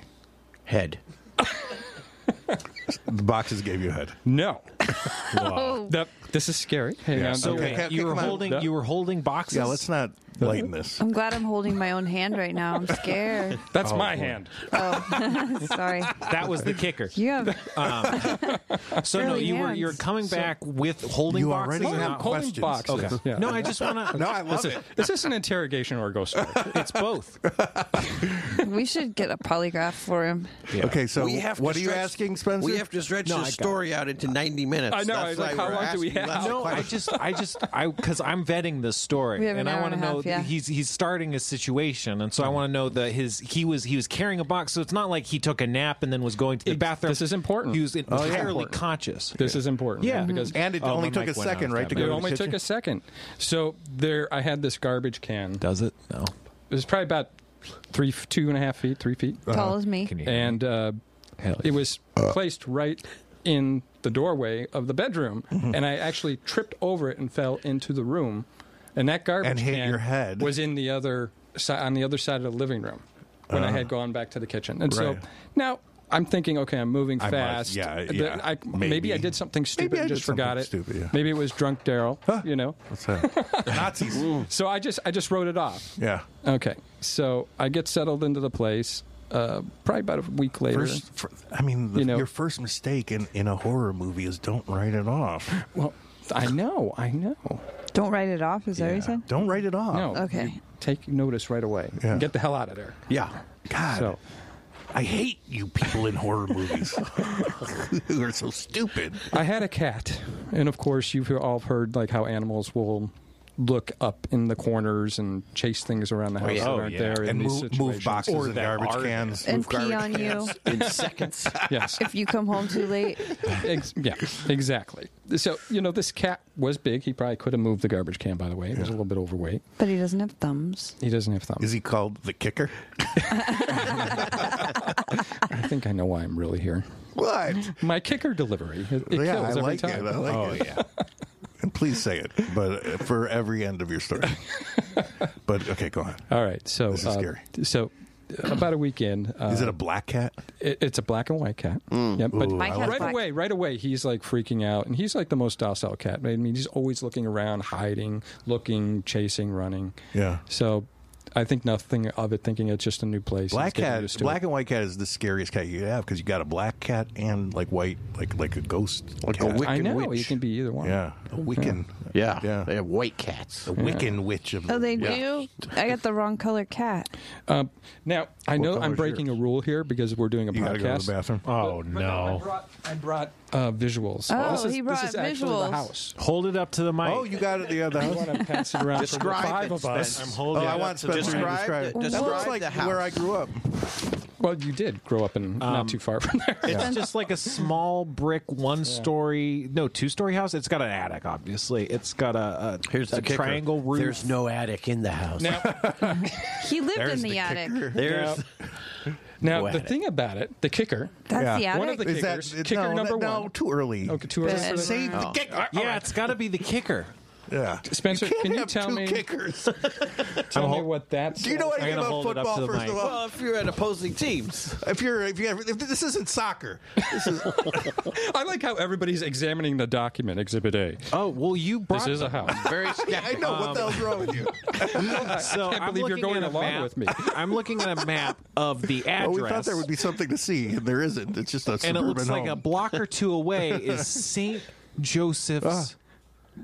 [SPEAKER 6] head.
[SPEAKER 1] The boxes gave you a head.
[SPEAKER 2] No.
[SPEAKER 3] Oh,
[SPEAKER 2] That- this is scary. Hang
[SPEAKER 1] Yeah,
[SPEAKER 2] on.
[SPEAKER 4] So wait,
[SPEAKER 1] Okay, okay,
[SPEAKER 4] you were
[SPEAKER 1] come on.
[SPEAKER 4] holding you were holding boxes.
[SPEAKER 1] Yeah, let's not lighten this.
[SPEAKER 3] I'm glad I'm holding my own hand right now. I'm scared.
[SPEAKER 2] That's
[SPEAKER 4] Oh,
[SPEAKER 2] my hand.
[SPEAKER 3] Sorry.
[SPEAKER 4] That was the kicker.
[SPEAKER 3] You have
[SPEAKER 4] So no,
[SPEAKER 3] Really
[SPEAKER 4] you were
[SPEAKER 3] hands.
[SPEAKER 4] you're coming back with holding
[SPEAKER 1] You
[SPEAKER 4] boxes.
[SPEAKER 1] already
[SPEAKER 4] and
[SPEAKER 1] have
[SPEAKER 4] not-
[SPEAKER 2] Holding
[SPEAKER 1] questions.
[SPEAKER 2] boxes.
[SPEAKER 4] Okay.
[SPEAKER 2] Yeah.
[SPEAKER 4] No, I just want to.
[SPEAKER 1] No, I love
[SPEAKER 2] Listen,
[SPEAKER 1] it.
[SPEAKER 2] is this an interrogation or a ghost story?
[SPEAKER 4] It's both.
[SPEAKER 3] we should get a polygraph for him.
[SPEAKER 1] Okay, so
[SPEAKER 6] We have to
[SPEAKER 1] what are you
[SPEAKER 6] stretch-
[SPEAKER 1] asking, Spencer?
[SPEAKER 6] We have to stretch
[SPEAKER 4] No, I
[SPEAKER 6] the
[SPEAKER 4] got
[SPEAKER 6] story out into 90 minutes.
[SPEAKER 2] I know, I
[SPEAKER 6] That's
[SPEAKER 2] was like,
[SPEAKER 6] why
[SPEAKER 2] how
[SPEAKER 6] we're
[SPEAKER 2] long do we
[SPEAKER 6] asking
[SPEAKER 2] have?
[SPEAKER 6] lots of
[SPEAKER 2] No,
[SPEAKER 4] No, I
[SPEAKER 6] questions.
[SPEAKER 4] just, I just, I because I'm vetting this story,
[SPEAKER 3] We have an
[SPEAKER 4] and I
[SPEAKER 3] hour
[SPEAKER 4] want to
[SPEAKER 3] and a
[SPEAKER 4] know
[SPEAKER 3] half, yeah.
[SPEAKER 4] he's he's starting a situation, and so I want to know that his he was he was carrying a box, so it's not like he took a nap and then was going to the
[SPEAKER 2] It's-
[SPEAKER 4] bathroom.
[SPEAKER 2] this is important.
[SPEAKER 4] He was entirely
[SPEAKER 1] important.
[SPEAKER 4] conscious.
[SPEAKER 2] This is important.
[SPEAKER 4] Yeah.
[SPEAKER 2] Because
[SPEAKER 1] and it
[SPEAKER 4] Oh,
[SPEAKER 1] only
[SPEAKER 4] my
[SPEAKER 1] took a
[SPEAKER 4] mic went out.
[SPEAKER 1] second, right, to
[SPEAKER 4] That
[SPEAKER 1] go
[SPEAKER 2] it
[SPEAKER 1] to the
[SPEAKER 2] only took
[SPEAKER 1] kitchen?
[SPEAKER 2] a second. So there, I had this garbage can. It
[SPEAKER 4] Does it? No.
[SPEAKER 2] was probably about three, two and a half feet, three feet.
[SPEAKER 3] Tall as me.
[SPEAKER 4] Can you?
[SPEAKER 2] and uh,
[SPEAKER 4] Hell
[SPEAKER 2] it was placed right in the doorway of the bedroom,
[SPEAKER 1] Mm-hmm.
[SPEAKER 2] and I actually tripped over it and fell into the room, and that garbage
[SPEAKER 1] And hit
[SPEAKER 2] can
[SPEAKER 1] your head.
[SPEAKER 2] was in the other si- on the other side of the living room when I had gone back to the kitchen, and
[SPEAKER 1] Uh-huh. Right.
[SPEAKER 2] so now. I'm thinking, okay, I'm moving
[SPEAKER 1] I must-
[SPEAKER 2] fast.
[SPEAKER 1] yeah,
[SPEAKER 2] The-
[SPEAKER 1] yeah,
[SPEAKER 2] I, maybe.
[SPEAKER 1] maybe.
[SPEAKER 2] I did something stupid
[SPEAKER 1] Maybe I
[SPEAKER 2] and just
[SPEAKER 1] did something
[SPEAKER 2] forgot it.
[SPEAKER 1] stupid, yeah.
[SPEAKER 2] Maybe it was drunk Daryl, you know.
[SPEAKER 1] What's that? Nazis.
[SPEAKER 4] Oh,
[SPEAKER 2] So I just I just wrote it off.
[SPEAKER 1] Yeah.
[SPEAKER 2] Okay, so I get settled into the place. uh, probably about a week later.
[SPEAKER 1] First, fir- I mean, the,
[SPEAKER 2] You know-
[SPEAKER 1] your first mistake in, in a horror movie is don't write it off.
[SPEAKER 2] Well, I know, I know.
[SPEAKER 3] Don't write it off. Is that what you said?
[SPEAKER 1] Don't write it off.
[SPEAKER 2] No.
[SPEAKER 3] Okay.
[SPEAKER 2] you Take notice right away.
[SPEAKER 1] Yeah.
[SPEAKER 2] Get the hell out of there.
[SPEAKER 1] Yeah. God.
[SPEAKER 2] So,
[SPEAKER 1] I hate you people in horror movies who are so stupid.
[SPEAKER 2] I had a cat, and of course, you've all heard like how animals will look up in the corners and chase things around the house
[SPEAKER 1] yeah.
[SPEAKER 2] that
[SPEAKER 1] Oh,
[SPEAKER 2] aren't
[SPEAKER 4] yeah.
[SPEAKER 2] there in
[SPEAKER 1] And
[SPEAKER 2] these
[SPEAKER 1] move, move
[SPEAKER 2] situations.
[SPEAKER 1] boxes
[SPEAKER 4] Or
[SPEAKER 1] and
[SPEAKER 4] that
[SPEAKER 1] garbage
[SPEAKER 4] are
[SPEAKER 1] cans.
[SPEAKER 3] And
[SPEAKER 1] move
[SPEAKER 3] pee
[SPEAKER 1] garbage
[SPEAKER 3] on you
[SPEAKER 6] in seconds.
[SPEAKER 2] Yes.
[SPEAKER 3] if you come home too late.
[SPEAKER 2] Ex- yeah, exactly. So, you know, this cat was big. He probably could have moved the garbage can, by the way. He was a little bit overweight.
[SPEAKER 3] But he doesn't have thumbs.
[SPEAKER 2] He doesn't have thumbs.
[SPEAKER 1] Is he called the kicker?
[SPEAKER 2] I think I know why I'm really here.
[SPEAKER 1] What?
[SPEAKER 2] My kicker delivery. It, it
[SPEAKER 1] yeah,
[SPEAKER 2] kills
[SPEAKER 1] I
[SPEAKER 2] every
[SPEAKER 1] like
[SPEAKER 2] time.
[SPEAKER 1] it. I like it. yeah. And please say it, but uh, for every end of your story. but okay, go on.
[SPEAKER 2] All right. So,
[SPEAKER 1] This is
[SPEAKER 2] uh,
[SPEAKER 1] scary.
[SPEAKER 2] so about a weekend. Uh,
[SPEAKER 1] Is it a black cat?
[SPEAKER 2] It, it's a black and white cat. Yep, but
[SPEAKER 1] Mm. Ooh,
[SPEAKER 3] My I cat's like
[SPEAKER 2] right
[SPEAKER 3] black.
[SPEAKER 2] away, right away, he's like freaking out, and he's like the most docile cat. I mean, he's always looking around, hiding, looking, chasing, running.
[SPEAKER 1] Yeah.
[SPEAKER 2] So, I think nothing of it, thinking it's just a new place.
[SPEAKER 1] Black
[SPEAKER 2] He's getting
[SPEAKER 1] cat,
[SPEAKER 2] used to
[SPEAKER 1] black
[SPEAKER 2] it.
[SPEAKER 1] and white cat is the scariest cat you have because you got a black cat and like white, like like a ghost,
[SPEAKER 6] Like a
[SPEAKER 1] cat.
[SPEAKER 6] wick-
[SPEAKER 2] I know
[SPEAKER 6] witch.
[SPEAKER 2] you can be either one.
[SPEAKER 1] yeah, a Wiccan,
[SPEAKER 6] Yeah.
[SPEAKER 1] Yeah.
[SPEAKER 6] They have white cats.
[SPEAKER 1] a Wiccan witch of.
[SPEAKER 3] Oh, they do. I got the wrong color cat.
[SPEAKER 2] Um, now I know
[SPEAKER 1] color
[SPEAKER 2] I'm
[SPEAKER 1] is
[SPEAKER 2] breaking
[SPEAKER 1] yours?
[SPEAKER 2] a rule here because we're doing a
[SPEAKER 1] You gotta
[SPEAKER 2] podcast.
[SPEAKER 1] go to the bathroom.
[SPEAKER 4] Oh
[SPEAKER 2] I
[SPEAKER 4] no!
[SPEAKER 2] brought, I brought uh, visuals.
[SPEAKER 3] Oh,
[SPEAKER 2] this is,
[SPEAKER 3] he
[SPEAKER 2] this
[SPEAKER 3] brought
[SPEAKER 2] is actually the
[SPEAKER 3] visuals.
[SPEAKER 2] house.
[SPEAKER 4] Hold it up to the mic.
[SPEAKER 1] Oh, you got it the other
[SPEAKER 2] I
[SPEAKER 1] house.
[SPEAKER 2] want to pass it around. for the
[SPEAKER 6] Describe
[SPEAKER 2] five
[SPEAKER 6] it,
[SPEAKER 2] of us.
[SPEAKER 4] I'm
[SPEAKER 6] Spence.
[SPEAKER 1] Oh,
[SPEAKER 4] holding. it
[SPEAKER 1] I
[SPEAKER 4] up
[SPEAKER 1] want
[SPEAKER 4] to
[SPEAKER 1] Spencer
[SPEAKER 4] the
[SPEAKER 1] to
[SPEAKER 4] mic.
[SPEAKER 1] describe
[SPEAKER 6] the-
[SPEAKER 1] it. That
[SPEAKER 6] describe
[SPEAKER 1] looks
[SPEAKER 6] the
[SPEAKER 1] like
[SPEAKER 6] house.
[SPEAKER 1] where I grew up.
[SPEAKER 2] Well, you did grow up in not too far from there.
[SPEAKER 4] It's just like a small brick one-story, no, two-story house. It's got an attic, obviously. It's got a, a
[SPEAKER 6] Here's
[SPEAKER 4] a
[SPEAKER 6] the kicker.
[SPEAKER 4] triangle roof.
[SPEAKER 6] There's no attic in the house.
[SPEAKER 3] He lived
[SPEAKER 1] There's
[SPEAKER 3] in the, attic.
[SPEAKER 6] There's
[SPEAKER 2] Now,
[SPEAKER 6] Go
[SPEAKER 2] the
[SPEAKER 6] at it.
[SPEAKER 2] thing about it, the kicker.
[SPEAKER 3] That's
[SPEAKER 1] Yeah.
[SPEAKER 3] the
[SPEAKER 2] One
[SPEAKER 3] attic.
[SPEAKER 2] of the
[SPEAKER 1] Is that
[SPEAKER 2] kickers. kicker
[SPEAKER 1] no,
[SPEAKER 2] number
[SPEAKER 1] no,
[SPEAKER 2] one.
[SPEAKER 1] too early?
[SPEAKER 2] Okay, oh, two early.
[SPEAKER 3] Bed.
[SPEAKER 1] Say the kicker.
[SPEAKER 4] yeah, it's got to be the kicker.
[SPEAKER 1] Oh. Yeah.
[SPEAKER 2] Spencer,
[SPEAKER 1] you can't
[SPEAKER 2] can you
[SPEAKER 1] have
[SPEAKER 2] tell
[SPEAKER 1] two
[SPEAKER 2] me-
[SPEAKER 1] Kickers.
[SPEAKER 2] Tell me what that's.
[SPEAKER 1] Do you know anything
[SPEAKER 4] gonna
[SPEAKER 1] about
[SPEAKER 4] hold it up to
[SPEAKER 1] football?
[SPEAKER 4] the
[SPEAKER 1] First of
[SPEAKER 4] mic.
[SPEAKER 1] all,
[SPEAKER 6] well, if you're at opposing teams.
[SPEAKER 1] if you're if you have, if this isn't soccer, this is
[SPEAKER 2] I like how everybody's examining the document, Exhibit A.
[SPEAKER 4] Oh well, you brought.
[SPEAKER 2] This is a house.
[SPEAKER 6] Very
[SPEAKER 1] I know what the hell's wrong with you.
[SPEAKER 4] so I
[SPEAKER 2] can't believe you're going along with me.
[SPEAKER 4] I'm looking at a map of the address.
[SPEAKER 1] Well, we thought there would be something to see, and there isn't. It's just a
[SPEAKER 4] and
[SPEAKER 1] suburban
[SPEAKER 4] it looks like a
[SPEAKER 1] home.
[SPEAKER 4] block or two away is St. Joseph's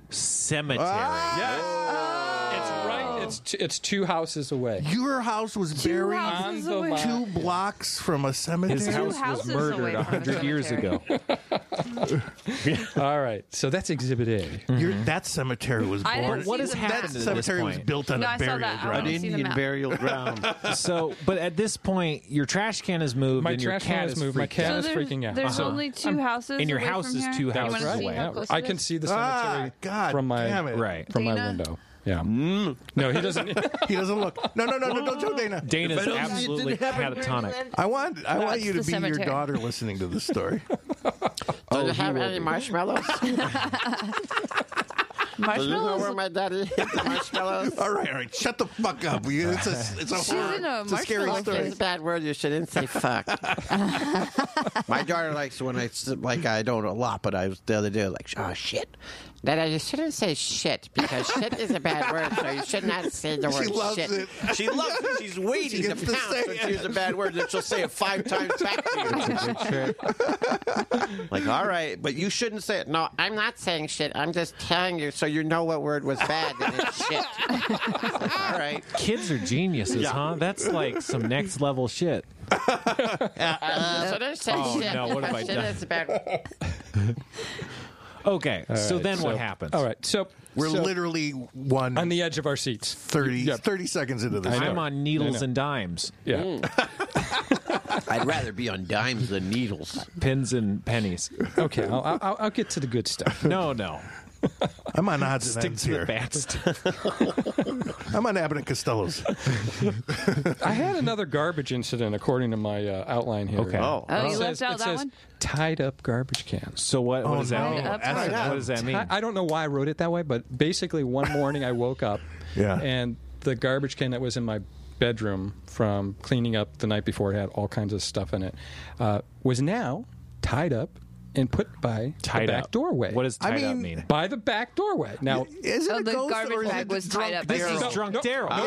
[SPEAKER 4] Cemetery.
[SPEAKER 1] Ah.
[SPEAKER 2] It's right. It's t- it's two houses away.
[SPEAKER 1] Your house was buried
[SPEAKER 3] houses
[SPEAKER 2] On the
[SPEAKER 3] away.
[SPEAKER 2] left.
[SPEAKER 1] two blocks from a cemetery.
[SPEAKER 4] His house was
[SPEAKER 3] houses away
[SPEAKER 4] murdered
[SPEAKER 3] from the
[SPEAKER 4] 100 years
[SPEAKER 3] cemetery.
[SPEAKER 4] ago.
[SPEAKER 2] All right. So that's Exhibit A.
[SPEAKER 1] Your, that cemetery was
[SPEAKER 3] I
[SPEAKER 1] born.
[SPEAKER 3] didn't What see
[SPEAKER 4] has the-
[SPEAKER 1] that
[SPEAKER 4] happened to this
[SPEAKER 1] cemetery was
[SPEAKER 4] point?
[SPEAKER 1] built on
[SPEAKER 3] No,
[SPEAKER 1] a
[SPEAKER 3] I saw
[SPEAKER 1] burial
[SPEAKER 3] that. I
[SPEAKER 1] ground.
[SPEAKER 3] didn't- see the map.
[SPEAKER 6] burial ground.
[SPEAKER 4] So, but at this point, your trash can is moved
[SPEAKER 2] My
[SPEAKER 4] and your
[SPEAKER 2] trash can
[SPEAKER 4] cat
[SPEAKER 2] is
[SPEAKER 4] is
[SPEAKER 2] moved. My
[SPEAKER 4] freaked out.
[SPEAKER 2] cat
[SPEAKER 3] So
[SPEAKER 2] is
[SPEAKER 3] there's,
[SPEAKER 2] freaking out.
[SPEAKER 3] there's
[SPEAKER 2] So
[SPEAKER 3] only 2 houses.
[SPEAKER 4] And your
[SPEAKER 3] away
[SPEAKER 4] house
[SPEAKER 3] from
[SPEAKER 4] is
[SPEAKER 3] here?
[SPEAKER 4] two
[SPEAKER 3] You wanna
[SPEAKER 4] houses
[SPEAKER 3] see
[SPEAKER 4] away.
[SPEAKER 3] how close
[SPEAKER 2] I
[SPEAKER 3] it
[SPEAKER 2] can
[SPEAKER 3] is?
[SPEAKER 2] see the
[SPEAKER 1] Ah,
[SPEAKER 2] cemetery
[SPEAKER 1] God
[SPEAKER 2] from my
[SPEAKER 1] damn it.
[SPEAKER 2] right from my
[SPEAKER 3] Dana?
[SPEAKER 2] window. Yeah. No, he doesn't.
[SPEAKER 1] He doesn't look. No, no, no, no! Don't tell Dana.
[SPEAKER 4] Dana's
[SPEAKER 6] But it
[SPEAKER 4] absolutely
[SPEAKER 6] didn't happen during
[SPEAKER 4] catatonic.
[SPEAKER 1] I want I want
[SPEAKER 3] it's
[SPEAKER 1] you to be
[SPEAKER 3] the cemetery.
[SPEAKER 1] your daughter listening to this story.
[SPEAKER 7] Do you have any marshmallows?
[SPEAKER 6] Uh,
[SPEAKER 7] Do you know where
[SPEAKER 3] Marshmallows.
[SPEAKER 7] my daddy hid the marshmallows?
[SPEAKER 1] all right, all right, shut the fuck up. You- It's a it's a,
[SPEAKER 3] She's
[SPEAKER 1] horror-
[SPEAKER 3] in a
[SPEAKER 1] it's a scary
[SPEAKER 3] marshmallow
[SPEAKER 7] Fuck
[SPEAKER 1] story.
[SPEAKER 7] is a bad word. You shouldn't say fuck.
[SPEAKER 6] My daughter likes when I s- like I don't a lot, but I was the other day like, oh shit.
[SPEAKER 7] Daddy, you shouldn't say shit because shit is a bad word, so you should not say the word
[SPEAKER 1] She loves
[SPEAKER 7] shit.
[SPEAKER 1] it.
[SPEAKER 6] She loves it. She's waiting
[SPEAKER 1] She
[SPEAKER 6] to
[SPEAKER 1] gets to
[SPEAKER 6] pounce
[SPEAKER 1] say
[SPEAKER 6] when
[SPEAKER 1] it.
[SPEAKER 6] she hears a bad word, then she'll say it five times back to you. like, all right, but you shouldn't say it.
[SPEAKER 7] No, I'm not saying shit. I'm just telling you so you know what word was bad and it's shit.
[SPEAKER 6] All right.
[SPEAKER 4] Kids are geniuses, huh? That's like some next level shit.
[SPEAKER 7] You shouldn't say
[SPEAKER 4] Oh,
[SPEAKER 7] shit
[SPEAKER 4] no, what have I
[SPEAKER 7] because shit
[SPEAKER 4] done?
[SPEAKER 7] is a bad word.
[SPEAKER 4] Okay, so
[SPEAKER 2] right,
[SPEAKER 4] then
[SPEAKER 2] so-
[SPEAKER 4] what happens?
[SPEAKER 2] All right. So
[SPEAKER 1] We're
[SPEAKER 2] so
[SPEAKER 1] literally one
[SPEAKER 2] on the edge of our seats.
[SPEAKER 1] 30,
[SPEAKER 2] Yeah.
[SPEAKER 1] 30 seconds into this.
[SPEAKER 4] I'm
[SPEAKER 1] story.
[SPEAKER 4] on needles
[SPEAKER 2] know.
[SPEAKER 4] and dimes,
[SPEAKER 2] Yeah.
[SPEAKER 6] I'd rather be on dimes than needles.
[SPEAKER 4] pins and pennies.
[SPEAKER 2] Okay. I'll, I'll I'll get to the good stuff.
[SPEAKER 4] No, no.
[SPEAKER 1] I'm on odds and
[SPEAKER 4] Stick
[SPEAKER 1] ends
[SPEAKER 4] to the
[SPEAKER 1] here.
[SPEAKER 4] bad stuff.
[SPEAKER 1] I'm on Abbott and Costello's.
[SPEAKER 2] I had another garbage incident according to my uh, outline here.
[SPEAKER 4] Okay. Oh.
[SPEAKER 3] Oh, you
[SPEAKER 2] It
[SPEAKER 3] left
[SPEAKER 2] says-
[SPEAKER 3] out
[SPEAKER 2] it
[SPEAKER 3] that
[SPEAKER 2] says,
[SPEAKER 3] one?
[SPEAKER 2] Tied up garbage cans.
[SPEAKER 4] So what? What
[SPEAKER 1] Oh,
[SPEAKER 4] does that
[SPEAKER 1] no.
[SPEAKER 4] mean?
[SPEAKER 3] Up
[SPEAKER 1] That's
[SPEAKER 3] top.
[SPEAKER 1] not-
[SPEAKER 4] What does that mean?
[SPEAKER 2] I, I don't know why I wrote it that way, but basically one morning I woke up
[SPEAKER 1] Yeah.
[SPEAKER 2] and the garbage can that was in my bedroom from cleaning up the night before it had all kinds of stuff in it uh, was now tied up and put by
[SPEAKER 4] Tied
[SPEAKER 2] the back
[SPEAKER 4] up.
[SPEAKER 2] doorway.
[SPEAKER 4] What does
[SPEAKER 1] I
[SPEAKER 4] tied up
[SPEAKER 1] mean-
[SPEAKER 4] mean?
[SPEAKER 2] by the back doorway? Now,
[SPEAKER 1] Isn't
[SPEAKER 3] Oh,
[SPEAKER 1] it
[SPEAKER 3] the
[SPEAKER 1] ghost
[SPEAKER 3] garbage
[SPEAKER 1] or is
[SPEAKER 3] bag
[SPEAKER 1] it
[SPEAKER 3] was tied
[SPEAKER 1] drunk
[SPEAKER 3] up
[SPEAKER 4] This
[SPEAKER 3] there.
[SPEAKER 4] is
[SPEAKER 2] No,
[SPEAKER 4] drunk
[SPEAKER 2] no,
[SPEAKER 4] Daryl.
[SPEAKER 6] Ah.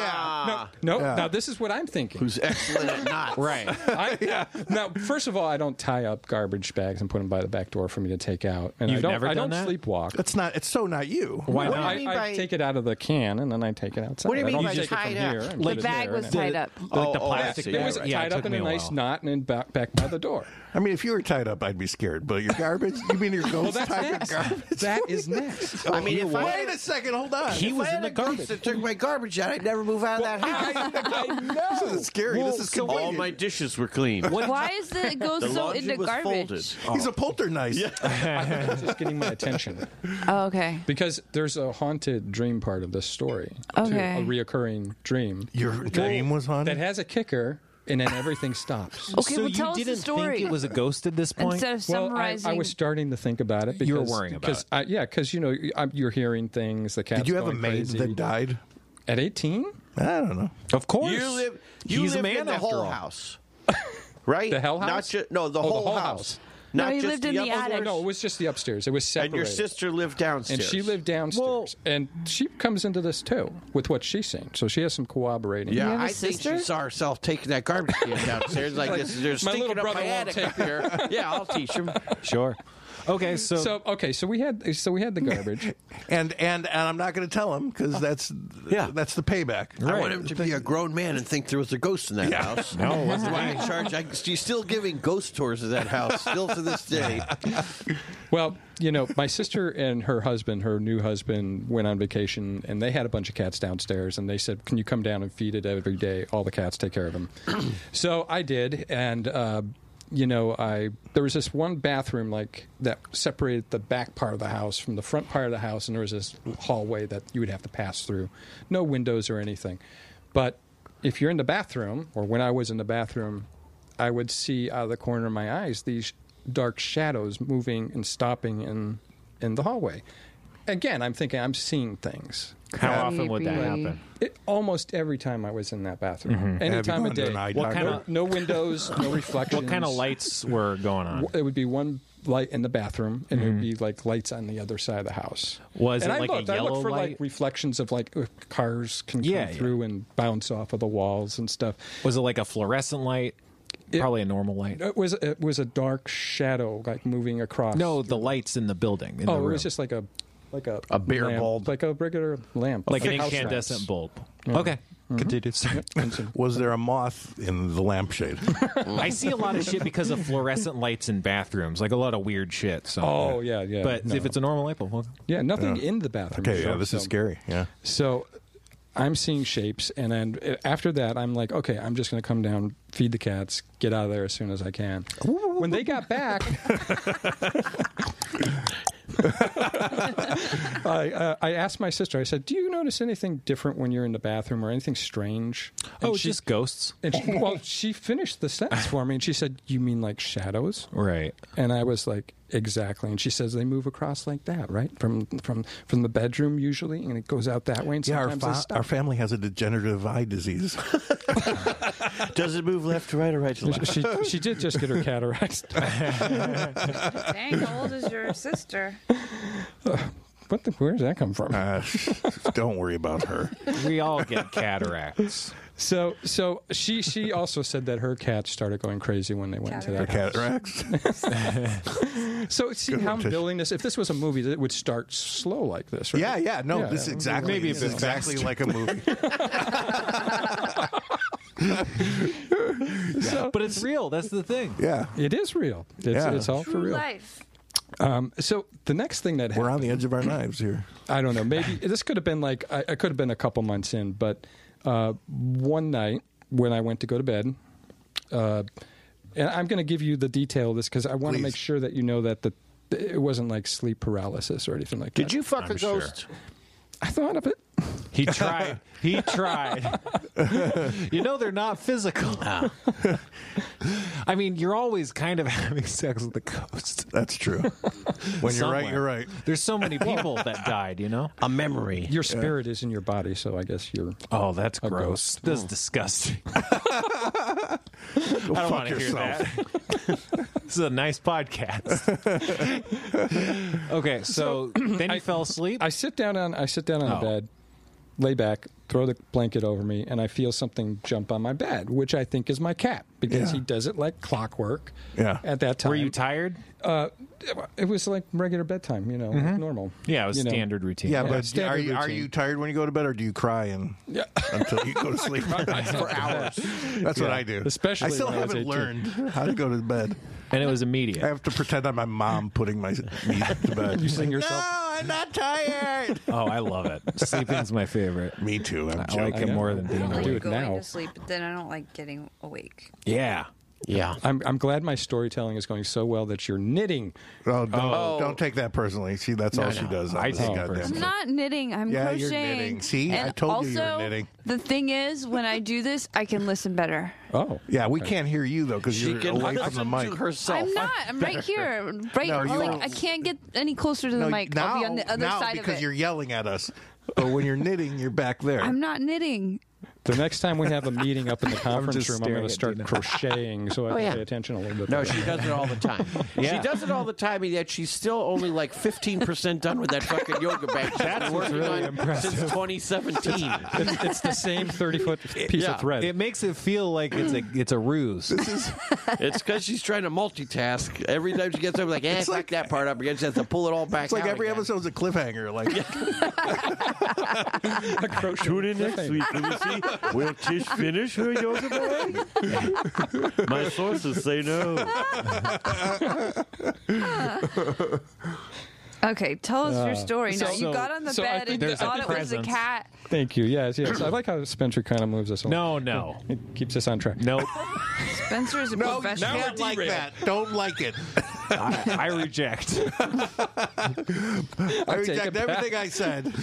[SPEAKER 2] no, no.
[SPEAKER 1] Ah. Yeah.
[SPEAKER 2] Now this is what I'm thinking.
[SPEAKER 6] Who's excellent at knots.
[SPEAKER 4] Right.
[SPEAKER 2] I, Now, first of all, I don't tie up garbage bags and put them by the back door for me to take out. And I
[SPEAKER 4] You've
[SPEAKER 2] don't,
[SPEAKER 4] never
[SPEAKER 2] I
[SPEAKER 4] done
[SPEAKER 2] don't
[SPEAKER 4] that?
[SPEAKER 2] sleepwalk.
[SPEAKER 1] It's not. It's so not you.
[SPEAKER 4] Why
[SPEAKER 2] I,
[SPEAKER 4] not?
[SPEAKER 2] I, take it out of the can and then I take it outside.
[SPEAKER 7] What do you
[SPEAKER 2] I
[SPEAKER 7] mean
[SPEAKER 2] don't
[SPEAKER 7] by
[SPEAKER 2] take it
[SPEAKER 7] tied
[SPEAKER 2] from
[SPEAKER 7] up?
[SPEAKER 2] here and
[SPEAKER 3] The
[SPEAKER 2] put it
[SPEAKER 3] bag
[SPEAKER 2] there
[SPEAKER 3] was
[SPEAKER 2] and-
[SPEAKER 3] tied up.
[SPEAKER 4] like the
[SPEAKER 6] oh, yeah,
[SPEAKER 4] plastic.
[SPEAKER 2] It was
[SPEAKER 4] yeah,
[SPEAKER 2] tied
[SPEAKER 4] it
[SPEAKER 2] up
[SPEAKER 4] took
[SPEAKER 2] in
[SPEAKER 4] me
[SPEAKER 2] a
[SPEAKER 4] a
[SPEAKER 2] nice
[SPEAKER 4] while.
[SPEAKER 2] knot and then back, back by the door.
[SPEAKER 1] I mean, if you were tied up, I'd be scared. But your garbage. you mean your ghost tied up garbage?
[SPEAKER 2] That is next.
[SPEAKER 6] I mean, if I
[SPEAKER 1] Wait a second. Hold on.
[SPEAKER 4] He
[SPEAKER 6] if
[SPEAKER 4] was
[SPEAKER 6] I
[SPEAKER 4] in
[SPEAKER 6] had
[SPEAKER 4] the
[SPEAKER 6] a ghost
[SPEAKER 4] garbage.
[SPEAKER 6] That took my garbage out. I'd never move out of that house.
[SPEAKER 1] This is scary. this is
[SPEAKER 4] so
[SPEAKER 1] convenient.
[SPEAKER 6] dishes were clean.
[SPEAKER 3] Why is the ghost so into garbage?
[SPEAKER 6] Oh.
[SPEAKER 1] He's a poltergeist.
[SPEAKER 2] I think it's just getting my attention
[SPEAKER 3] Oh, okay.
[SPEAKER 2] because there's a haunted dream part of this story. too,
[SPEAKER 3] Okay.
[SPEAKER 2] a reoccurring dream
[SPEAKER 1] Your dream was
[SPEAKER 2] that
[SPEAKER 1] haunted.
[SPEAKER 2] has a kicker, and then everything stops.
[SPEAKER 3] Okay,
[SPEAKER 4] so
[SPEAKER 3] well,
[SPEAKER 4] you
[SPEAKER 3] tell us the
[SPEAKER 4] didn't
[SPEAKER 3] story.
[SPEAKER 4] think it was a ghost at this point?
[SPEAKER 3] Instead of
[SPEAKER 2] Well, I,
[SPEAKER 3] summarizing.
[SPEAKER 2] I was starting to think about it. Because,
[SPEAKER 4] You were worrying about
[SPEAKER 2] because
[SPEAKER 4] it.
[SPEAKER 2] I, yeah, because you know I'm, you're hearing things. The cat's
[SPEAKER 1] Did you have a
[SPEAKER 2] going
[SPEAKER 1] maid
[SPEAKER 2] crazy.
[SPEAKER 1] that died?
[SPEAKER 2] at 18?
[SPEAKER 1] I don't know.
[SPEAKER 4] of course.
[SPEAKER 6] You live. You
[SPEAKER 4] He's
[SPEAKER 6] live
[SPEAKER 4] a man
[SPEAKER 6] in the
[SPEAKER 4] after
[SPEAKER 6] whole
[SPEAKER 4] all.
[SPEAKER 6] house, right?
[SPEAKER 2] The hell
[SPEAKER 6] Not
[SPEAKER 2] house?
[SPEAKER 6] just no, the
[SPEAKER 2] Oh, the
[SPEAKER 6] whole
[SPEAKER 2] whole
[SPEAKER 6] house.
[SPEAKER 2] house.
[SPEAKER 3] No,
[SPEAKER 6] Not
[SPEAKER 3] he
[SPEAKER 6] just
[SPEAKER 3] lived in the
[SPEAKER 6] upper
[SPEAKER 3] attic.
[SPEAKER 6] floors.
[SPEAKER 2] No, it was just the upstairs. It was separated.
[SPEAKER 6] And your sister lived downstairs.
[SPEAKER 2] And she lived downstairs,
[SPEAKER 4] Well-
[SPEAKER 2] and she comes into this too with what she's saying. So she has some corroborating.
[SPEAKER 6] Yeah,
[SPEAKER 3] You have a
[SPEAKER 6] I think
[SPEAKER 3] sister?
[SPEAKER 6] she saw herself taking that garbage can downstairs. like, this, they're
[SPEAKER 2] "My
[SPEAKER 6] stinking
[SPEAKER 2] little
[SPEAKER 6] up
[SPEAKER 2] brother
[SPEAKER 6] my
[SPEAKER 2] won't
[SPEAKER 6] attic
[SPEAKER 2] take
[SPEAKER 6] up here. yeah, I'll teach him.
[SPEAKER 4] Sure. Okay, so,
[SPEAKER 2] So okay, so we had so we had the garbage.
[SPEAKER 1] And and and I'm not going to tell him because that's
[SPEAKER 4] Yeah.
[SPEAKER 1] that's the payback.
[SPEAKER 6] I want him to be a grown man and think there was a ghost in that house. No, that's why I charge. I, she's still giving ghost tours of that house, still to this day.
[SPEAKER 2] Well, you know, my sister and her husband, her new husband, went on vacation, and they had a bunch of cats downstairs, and they said, "Can you come down and feed it every day? All the cats take care of them." so I did, and uh, you know, I there was this one bathroom like that separated the back part of the house from the front part of the house, and there was this hallway that you would have to pass through, no windows or anything, but if you're in the bathroom, or when I was in the bathroom, I would see out of the corner of my eyes these dark shadows moving and stopping in in the hallway. Again, I'm thinking I'm seeing things.
[SPEAKER 4] how often would that
[SPEAKER 3] Creepy.
[SPEAKER 4] happen?
[SPEAKER 2] It, almost every time I was in that bathroom,
[SPEAKER 4] Mm-hmm.
[SPEAKER 2] any
[SPEAKER 1] Have you
[SPEAKER 2] time of
[SPEAKER 1] gone to
[SPEAKER 2] day.
[SPEAKER 1] an eye
[SPEAKER 4] What
[SPEAKER 1] doctor?
[SPEAKER 4] kind of
[SPEAKER 2] No windows, no reflections.
[SPEAKER 4] what kind of lights were going on?
[SPEAKER 2] It would be one light in the bathroom, and it would be like lights on the other side of the house.
[SPEAKER 4] Mm-hmm. Was
[SPEAKER 2] and
[SPEAKER 4] it
[SPEAKER 2] I
[SPEAKER 4] like a
[SPEAKER 2] looked, I
[SPEAKER 4] yellow
[SPEAKER 2] looked for
[SPEAKER 4] light?
[SPEAKER 2] like reflections of like uh, cars can
[SPEAKER 4] Yeah,
[SPEAKER 2] come
[SPEAKER 4] yeah.
[SPEAKER 2] through and bounce off of the walls and stuff.
[SPEAKER 4] Was it like a fluorescent light? Probably a normal light.
[SPEAKER 2] It was it was a dark shadow like moving across.
[SPEAKER 4] No, the lights in the building. In
[SPEAKER 2] oh,
[SPEAKER 4] the
[SPEAKER 2] it
[SPEAKER 4] room.
[SPEAKER 2] was just like a like a
[SPEAKER 6] A bare
[SPEAKER 2] lamp,
[SPEAKER 6] bulb.
[SPEAKER 2] like a regular lamp,
[SPEAKER 4] like an
[SPEAKER 2] house lamp.
[SPEAKER 4] incandescent bulb. Okay, continue. Sorry.
[SPEAKER 1] Was there a moth in the lampshade?
[SPEAKER 4] I see a lot of shit because of fluorescent lights in bathrooms, like a lot of weird shit. So.
[SPEAKER 2] Oh yeah, yeah.
[SPEAKER 4] But
[SPEAKER 2] no.
[SPEAKER 4] if it's a normal light bulb, well,
[SPEAKER 2] yeah, nothing in the bathroom.
[SPEAKER 1] okay, yeah,
[SPEAKER 2] Sure.
[SPEAKER 1] this is
[SPEAKER 2] So-
[SPEAKER 1] scary. Yeah.
[SPEAKER 2] So I'm seeing shapes, and then uh, after that, I'm like, okay, I'm just going to come down, feed the cats, get out of there as soon as I can. When they got back, I, uh, I asked my sister. I said, "Do you notice anything different when you're in the bathroom, or anything strange?" And
[SPEAKER 4] oh,
[SPEAKER 2] she-
[SPEAKER 4] just ghosts,
[SPEAKER 2] And she, well, she finished the sentence for me, and she said, "You mean like shadows?"
[SPEAKER 4] right?
[SPEAKER 2] And I was like, exactly. And she says they move across like that, right? From from from the bedroom usually, and it goes out that way. And
[SPEAKER 1] Yeah, our,
[SPEAKER 2] sometimes
[SPEAKER 1] fa-
[SPEAKER 2] they stop.
[SPEAKER 1] our family has a degenerative eye disease.
[SPEAKER 6] Does it move left to right or right to left?
[SPEAKER 2] she she did just get her cataracts.
[SPEAKER 5] Dang, how old is your sister?
[SPEAKER 2] what the? Where does that come from?
[SPEAKER 1] Uh, don't worry about her.
[SPEAKER 4] We all get cataracts.
[SPEAKER 2] So so she she also said that her cats started going crazy when they went to that. house.
[SPEAKER 1] Cataracts.
[SPEAKER 2] So see
[SPEAKER 1] Good
[SPEAKER 2] how
[SPEAKER 1] one,
[SPEAKER 2] I'm
[SPEAKER 1] Tish.
[SPEAKER 2] building this. If this was a movie, it would start slow like this, right?
[SPEAKER 1] Yeah, yeah. No,
[SPEAKER 2] Yeah.
[SPEAKER 1] this is exactly.
[SPEAKER 4] Maybe a
[SPEAKER 1] this
[SPEAKER 4] bit
[SPEAKER 1] is exactly
[SPEAKER 4] faster.
[SPEAKER 1] like a movie.
[SPEAKER 4] But it's real. That's the thing.
[SPEAKER 1] Yeah.
[SPEAKER 2] It is real. It's,
[SPEAKER 1] Yeah.
[SPEAKER 2] it's all for
[SPEAKER 5] True
[SPEAKER 2] real.
[SPEAKER 5] life.
[SPEAKER 2] Um, so the next thing that happened.
[SPEAKER 1] We're on the edge of our knives here.
[SPEAKER 2] I don't know. Maybe this could have been like I, I could have been a couple months in, but uh, one night when I went to go to bed, uh, and I'm going to give you the detail of this because I want to
[SPEAKER 1] Please.
[SPEAKER 2] make sure that you know that the it wasn't like sleep paralysis or anything like that.
[SPEAKER 6] Did you fuck a
[SPEAKER 4] sure.
[SPEAKER 6] ghost?
[SPEAKER 2] I thought of it.
[SPEAKER 4] He tried. He tried. you know they're not physical. I mean, you're always kind of having sex with the ghost.
[SPEAKER 1] That's true. When you're right,
[SPEAKER 4] Somewhere.
[SPEAKER 1] you're right.
[SPEAKER 4] There's so many people that died, you know?
[SPEAKER 6] A memory.
[SPEAKER 2] Your spirit is in your body, so I guess you're.
[SPEAKER 4] Oh, that's gross.
[SPEAKER 2] gross.
[SPEAKER 4] That's disgusting.
[SPEAKER 1] Go
[SPEAKER 4] I don't
[SPEAKER 1] fuck
[SPEAKER 4] want to hear
[SPEAKER 1] yourself.
[SPEAKER 4] that. this is a nice podcast. okay, so, then you fell asleep.
[SPEAKER 2] I sit down on I sit down on
[SPEAKER 4] Oh.
[SPEAKER 2] the bed, lay back, throw the blanket over me, and I feel something jump on my bed, which I think is my cat because
[SPEAKER 1] Yeah.
[SPEAKER 2] he does it like clockwork.
[SPEAKER 1] Yeah.
[SPEAKER 2] At that time,
[SPEAKER 4] Were you tired?
[SPEAKER 2] uh, it was like regular bedtime, you know, normal.
[SPEAKER 4] Mm-hmm. Yeah, it was
[SPEAKER 2] you know.
[SPEAKER 4] standard routine.
[SPEAKER 1] Yeah,
[SPEAKER 2] Yeah,
[SPEAKER 1] but
[SPEAKER 2] standard
[SPEAKER 1] are you, are
[SPEAKER 2] routine.
[SPEAKER 1] you tired when you go to bed, or do you cry and
[SPEAKER 2] Yeah.
[SPEAKER 1] until you go to sleep for hours? That's what I do.
[SPEAKER 2] Especially
[SPEAKER 1] I still
[SPEAKER 2] when I was 18.
[SPEAKER 1] haven't learned how to go to bed.
[SPEAKER 4] and it was
[SPEAKER 1] I
[SPEAKER 4] immediate.
[SPEAKER 1] have to pretend I'm my mom putting my me to bed.
[SPEAKER 2] You sing yourself.
[SPEAKER 1] No, I'm not tired.
[SPEAKER 4] Oh, I love it. Sleeping's my favorite.
[SPEAKER 1] me too. I'm
[SPEAKER 4] I like
[SPEAKER 1] joking.
[SPEAKER 4] it more than
[SPEAKER 5] I
[SPEAKER 4] being
[SPEAKER 5] don't like
[SPEAKER 2] do it
[SPEAKER 4] awake.
[SPEAKER 5] going
[SPEAKER 2] now.
[SPEAKER 5] to sleep, but then I don't like getting awake.
[SPEAKER 4] Yeah.
[SPEAKER 6] Yeah.
[SPEAKER 2] I'm I'm glad my storytelling is going so well that you're knitting.
[SPEAKER 1] Oh, don't, don't take that personally. See, that's all she does. on
[SPEAKER 4] I
[SPEAKER 1] this
[SPEAKER 4] take it
[SPEAKER 1] goddamn
[SPEAKER 4] personally.
[SPEAKER 3] I'm
[SPEAKER 1] thing.
[SPEAKER 3] not knitting. I'm
[SPEAKER 1] Yeah,
[SPEAKER 3] crocheting.
[SPEAKER 1] you're knitting. See? I
[SPEAKER 3] and
[SPEAKER 1] told
[SPEAKER 3] also,
[SPEAKER 1] you you were knitting.
[SPEAKER 3] The thing is, when I do this, I can listen better.
[SPEAKER 2] Oh,
[SPEAKER 1] Yeah, we can't hear you though because
[SPEAKER 6] She
[SPEAKER 1] you're
[SPEAKER 6] can
[SPEAKER 1] away from the
[SPEAKER 6] listen
[SPEAKER 1] mic.
[SPEAKER 6] to herself.
[SPEAKER 3] I'm not. I'm right here. Right.
[SPEAKER 1] No, you
[SPEAKER 3] like
[SPEAKER 1] are-
[SPEAKER 3] I can't get any closer to the
[SPEAKER 1] No,
[SPEAKER 3] mic.
[SPEAKER 1] now,
[SPEAKER 3] I'll be on the other
[SPEAKER 1] now
[SPEAKER 3] side
[SPEAKER 1] because
[SPEAKER 3] of it.
[SPEAKER 1] you're yelling at us. But when you're knitting, you're back there.
[SPEAKER 3] I'm not knitting.
[SPEAKER 2] the next time we have a meeting up in the conference
[SPEAKER 4] just
[SPEAKER 2] room, I'm
[SPEAKER 4] staring
[SPEAKER 2] going
[SPEAKER 4] at
[SPEAKER 2] to start
[SPEAKER 4] Dina.
[SPEAKER 2] crocheting so I can
[SPEAKER 6] yeah.
[SPEAKER 2] pay attention a little bit.
[SPEAKER 6] No,
[SPEAKER 2] better.
[SPEAKER 6] she does it all the time. She does it all the time, and yet she's still only like 15% done with that fucking yoga bag. That's working
[SPEAKER 4] really
[SPEAKER 6] on
[SPEAKER 4] impressive.
[SPEAKER 6] since 2017.
[SPEAKER 2] It's, it's the same thirty foot piece
[SPEAKER 6] Yeah.
[SPEAKER 2] of thread.
[SPEAKER 4] It makes it feel like it's a it's a ruse.
[SPEAKER 6] it's because she's trying to multitask. Every time she gets up, like, eh,
[SPEAKER 1] It's
[SPEAKER 6] fuck
[SPEAKER 1] like-
[SPEAKER 6] that part up again. She has to pull it all back
[SPEAKER 1] it's like
[SPEAKER 6] out
[SPEAKER 1] every
[SPEAKER 6] again.
[SPEAKER 1] episode's a cliffhanger. Like,
[SPEAKER 2] a crochet
[SPEAKER 9] Tune in next
[SPEAKER 2] cliffhanger.
[SPEAKER 9] week. Let me see. Will Tish finish her yoga bag? My sources say no.
[SPEAKER 3] Okay, tell us your story. now you
[SPEAKER 2] Uh, so-
[SPEAKER 3] got on the
[SPEAKER 2] so I
[SPEAKER 3] bed
[SPEAKER 2] think
[SPEAKER 3] and you
[SPEAKER 4] there's a
[SPEAKER 3] thought it was a
[SPEAKER 4] presence.
[SPEAKER 3] cat.
[SPEAKER 2] Thank you. Yes, yes. I like how Spencer kind of moves us. along.
[SPEAKER 4] No, no,
[SPEAKER 2] it keeps us on track.
[SPEAKER 4] nope.
[SPEAKER 3] Spencer is a
[SPEAKER 1] no, you
[SPEAKER 3] professional.
[SPEAKER 1] can't like that. Don't like it.
[SPEAKER 4] I, I reject.
[SPEAKER 1] I
[SPEAKER 2] take
[SPEAKER 1] reject
[SPEAKER 2] it back.
[SPEAKER 1] everything I said.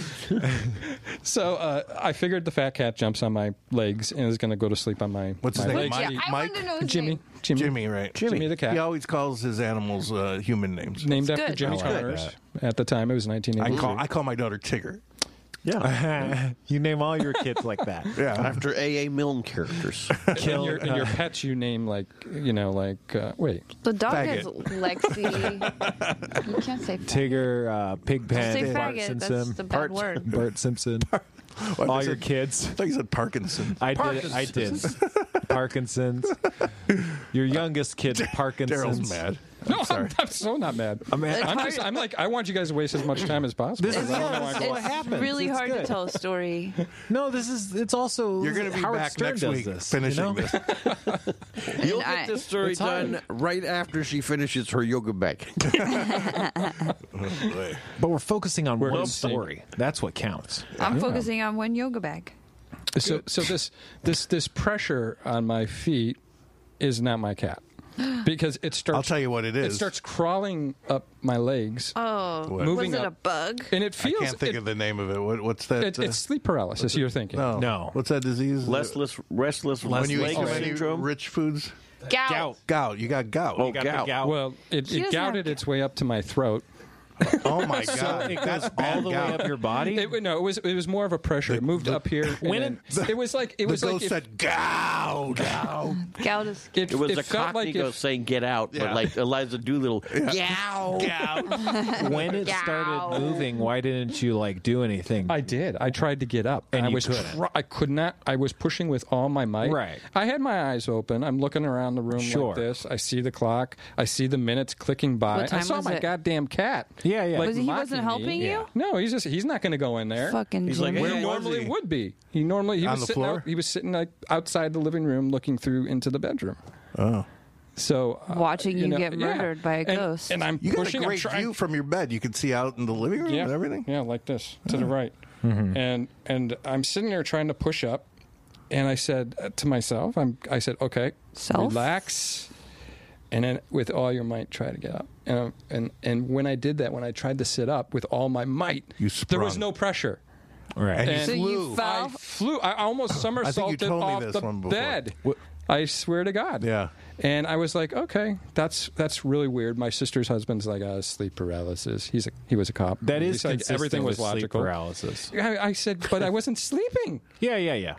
[SPEAKER 2] So uh, I figured the fat cat jumps on my legs and is going to go to sleep on my.
[SPEAKER 1] What's his
[SPEAKER 2] my
[SPEAKER 1] name?
[SPEAKER 2] legs.
[SPEAKER 1] Mike?
[SPEAKER 3] yeah, I
[SPEAKER 1] Mike?
[SPEAKER 3] wanted to know his
[SPEAKER 2] Jimmy,
[SPEAKER 3] name.
[SPEAKER 2] Jimmy.
[SPEAKER 1] Jimmy, right?
[SPEAKER 2] Jimmy. Jimmy the cat.
[SPEAKER 1] He always calls his animals uh, human names.
[SPEAKER 2] Named
[SPEAKER 3] It's good.
[SPEAKER 2] after
[SPEAKER 1] Oh,
[SPEAKER 2] Jimmy
[SPEAKER 4] I like
[SPEAKER 2] Connors. At the time, it was
[SPEAKER 1] I
[SPEAKER 2] 1980.
[SPEAKER 1] call I call my daughter Tigger.
[SPEAKER 4] Yeah, you name all your kids like that.
[SPEAKER 1] Yeah,
[SPEAKER 6] After A.A. Milne characters.
[SPEAKER 2] and, your, and your
[SPEAKER 1] uh,
[SPEAKER 2] pets, you name like you know, like uh, wait,
[SPEAKER 3] The dog
[SPEAKER 1] Faggot.
[SPEAKER 3] is Lexi. you can't say faggot.
[SPEAKER 4] Tigger, uh, Pigpen,
[SPEAKER 3] Say
[SPEAKER 4] Bart
[SPEAKER 3] faggot. That's
[SPEAKER 4] Simpson,
[SPEAKER 3] the bad word.
[SPEAKER 4] Bart Simpson,
[SPEAKER 1] Well, I
[SPEAKER 4] all
[SPEAKER 1] said-
[SPEAKER 4] your kids.
[SPEAKER 1] I thought you said Parkinson.
[SPEAKER 4] I did. I did. Parkinson's. Your youngest kid, Parkinson's.
[SPEAKER 1] Daryl's mad.
[SPEAKER 2] no, I'm, I'm, so not mad. I'm, just, I'm like, I want you guys to waste as much time as possible.
[SPEAKER 4] This is-
[SPEAKER 2] I don't know why
[SPEAKER 4] this is
[SPEAKER 2] I'm
[SPEAKER 4] what
[SPEAKER 3] It's
[SPEAKER 4] happens.
[SPEAKER 3] really
[SPEAKER 4] It's
[SPEAKER 3] hard
[SPEAKER 4] good.
[SPEAKER 3] to tell a story.
[SPEAKER 4] No, this is. It's also.
[SPEAKER 1] You're going to be
[SPEAKER 4] Howard
[SPEAKER 1] back
[SPEAKER 4] Stern
[SPEAKER 1] next
[SPEAKER 4] does
[SPEAKER 1] week
[SPEAKER 4] this,
[SPEAKER 1] finishing
[SPEAKER 4] you know?
[SPEAKER 1] this.
[SPEAKER 6] You'll
[SPEAKER 3] And I-
[SPEAKER 6] get this story
[SPEAKER 4] It's hard.
[SPEAKER 6] done right after she finishes her yoga bag.
[SPEAKER 1] Oh,
[SPEAKER 4] But we're focusing on one
[SPEAKER 2] focusing-
[SPEAKER 4] story. That's what counts.
[SPEAKER 3] I'm focusing on one yoga bag.
[SPEAKER 2] So, so this this this pressure on my feet is not my cat because it starts.
[SPEAKER 1] I'll tell you what it
[SPEAKER 2] It
[SPEAKER 1] is.
[SPEAKER 2] starts crawling up my legs,
[SPEAKER 3] Oh,
[SPEAKER 1] What?
[SPEAKER 2] Moving
[SPEAKER 3] was it
[SPEAKER 2] up.
[SPEAKER 3] a bug?
[SPEAKER 2] and it feels.
[SPEAKER 1] I can't think
[SPEAKER 2] it,
[SPEAKER 1] of the name of it. What, what's that?
[SPEAKER 2] it-
[SPEAKER 1] uh,
[SPEAKER 2] it's sleep paralysis. You're thinking.
[SPEAKER 1] no.
[SPEAKER 4] No.
[SPEAKER 1] What's that disease?
[SPEAKER 9] Restless, restless,
[SPEAKER 1] when you
[SPEAKER 9] leg
[SPEAKER 1] eat too many
[SPEAKER 9] syndrome.
[SPEAKER 1] rich foods,
[SPEAKER 3] Gout.
[SPEAKER 1] gout. You got gout.
[SPEAKER 9] Oh,
[SPEAKER 1] You got-
[SPEAKER 4] Got the
[SPEAKER 9] Gout.
[SPEAKER 4] gout.
[SPEAKER 2] Well, it,
[SPEAKER 3] She doesn't
[SPEAKER 2] it
[SPEAKER 3] have
[SPEAKER 2] gouted its way up to my throat.
[SPEAKER 1] oh my god.
[SPEAKER 4] it
[SPEAKER 1] That's
[SPEAKER 4] goes all
[SPEAKER 1] bad
[SPEAKER 4] the way
[SPEAKER 1] gout.
[SPEAKER 4] up your body.
[SPEAKER 2] It, no, it was it was more of a pressure. it moved up here. and
[SPEAKER 4] when it-
[SPEAKER 2] then- it was like it
[SPEAKER 1] the
[SPEAKER 2] was
[SPEAKER 1] ghost
[SPEAKER 2] like if-
[SPEAKER 1] said gout. Gout.
[SPEAKER 3] Gout is.
[SPEAKER 2] it,
[SPEAKER 6] It was
[SPEAKER 2] it
[SPEAKER 6] a
[SPEAKER 2] felt
[SPEAKER 6] cockney
[SPEAKER 2] like
[SPEAKER 6] ghost
[SPEAKER 2] if,
[SPEAKER 6] saying "get out,"
[SPEAKER 1] Yeah.
[SPEAKER 6] but like Eliza Doolittle, "Yow."
[SPEAKER 4] when it started moving, why didn't you like do anything?
[SPEAKER 2] I did. I tried to get up,
[SPEAKER 4] And
[SPEAKER 2] I
[SPEAKER 4] you
[SPEAKER 2] was
[SPEAKER 4] couldn't.
[SPEAKER 2] try- I could not. I was pushing with all my might.
[SPEAKER 4] Right.
[SPEAKER 2] I had my eyes open. I'm looking around the room
[SPEAKER 4] Sure.
[SPEAKER 2] like this. I see the clock. I see the minutes clicking by.
[SPEAKER 3] What
[SPEAKER 2] I
[SPEAKER 3] time
[SPEAKER 2] saw
[SPEAKER 3] was
[SPEAKER 2] my
[SPEAKER 3] it?
[SPEAKER 2] goddamn cat.
[SPEAKER 4] Yeah, yeah.
[SPEAKER 2] like,
[SPEAKER 3] Was he wasn't
[SPEAKER 2] mocking
[SPEAKER 3] helping
[SPEAKER 2] me.
[SPEAKER 3] you?
[SPEAKER 4] Yeah.
[SPEAKER 2] No, he's just he's not going to go in there.
[SPEAKER 3] Fucking
[SPEAKER 6] He's like,
[SPEAKER 3] Jimmy.
[SPEAKER 2] Where
[SPEAKER 6] "Hey,
[SPEAKER 2] he
[SPEAKER 6] where
[SPEAKER 2] normally
[SPEAKER 6] was he?"
[SPEAKER 2] would be. He normally he
[SPEAKER 1] On
[SPEAKER 2] was
[SPEAKER 1] the
[SPEAKER 2] sitting
[SPEAKER 1] floor?
[SPEAKER 2] out, he was sitting like outside the living room looking through into the bedroom.
[SPEAKER 1] Oh.
[SPEAKER 2] So uh,
[SPEAKER 3] Watching you
[SPEAKER 2] know,
[SPEAKER 3] get
[SPEAKER 2] yeah.
[SPEAKER 3] murdered by a
[SPEAKER 2] And-
[SPEAKER 3] ghost.
[SPEAKER 2] And I'm
[SPEAKER 1] You got
[SPEAKER 2] pushing
[SPEAKER 1] a
[SPEAKER 2] I'm
[SPEAKER 1] great
[SPEAKER 2] trying-
[SPEAKER 1] view from your bed. You can see out in the living room
[SPEAKER 2] yeah,
[SPEAKER 1] and everything. Mm-hmm.
[SPEAKER 2] Yeah, like this to the right, and and I'm sitting there trying to push up, and I said uh, to myself, I'm I said, okay,
[SPEAKER 3] Self?
[SPEAKER 2] relax, and then with all your might try to get up, and I'm- and and when I did that, when I tried to sit up with all my might,
[SPEAKER 1] You
[SPEAKER 2] there was
[SPEAKER 1] sprung.
[SPEAKER 2] no pressure.
[SPEAKER 4] right.
[SPEAKER 1] And
[SPEAKER 3] so
[SPEAKER 1] you
[SPEAKER 3] you
[SPEAKER 1] flew.
[SPEAKER 2] I
[SPEAKER 3] fell.
[SPEAKER 2] flew. I almost somersaulted
[SPEAKER 1] told me
[SPEAKER 2] off
[SPEAKER 1] this
[SPEAKER 2] the
[SPEAKER 1] one before.
[SPEAKER 2] bed. I swear to God.
[SPEAKER 1] Yeah.
[SPEAKER 2] And I was like, okay, that's that's really weird. My sister's husband's like uh, sleep paralysis. He's a, he was a cop.
[SPEAKER 4] that
[SPEAKER 2] He's
[SPEAKER 4] is
[SPEAKER 2] like,
[SPEAKER 4] consistent
[SPEAKER 2] everything was
[SPEAKER 4] with sleep
[SPEAKER 2] logical.
[SPEAKER 4] paralysis.
[SPEAKER 2] I, I said, but I wasn't sleeping.
[SPEAKER 4] Yeah, yeah, yeah.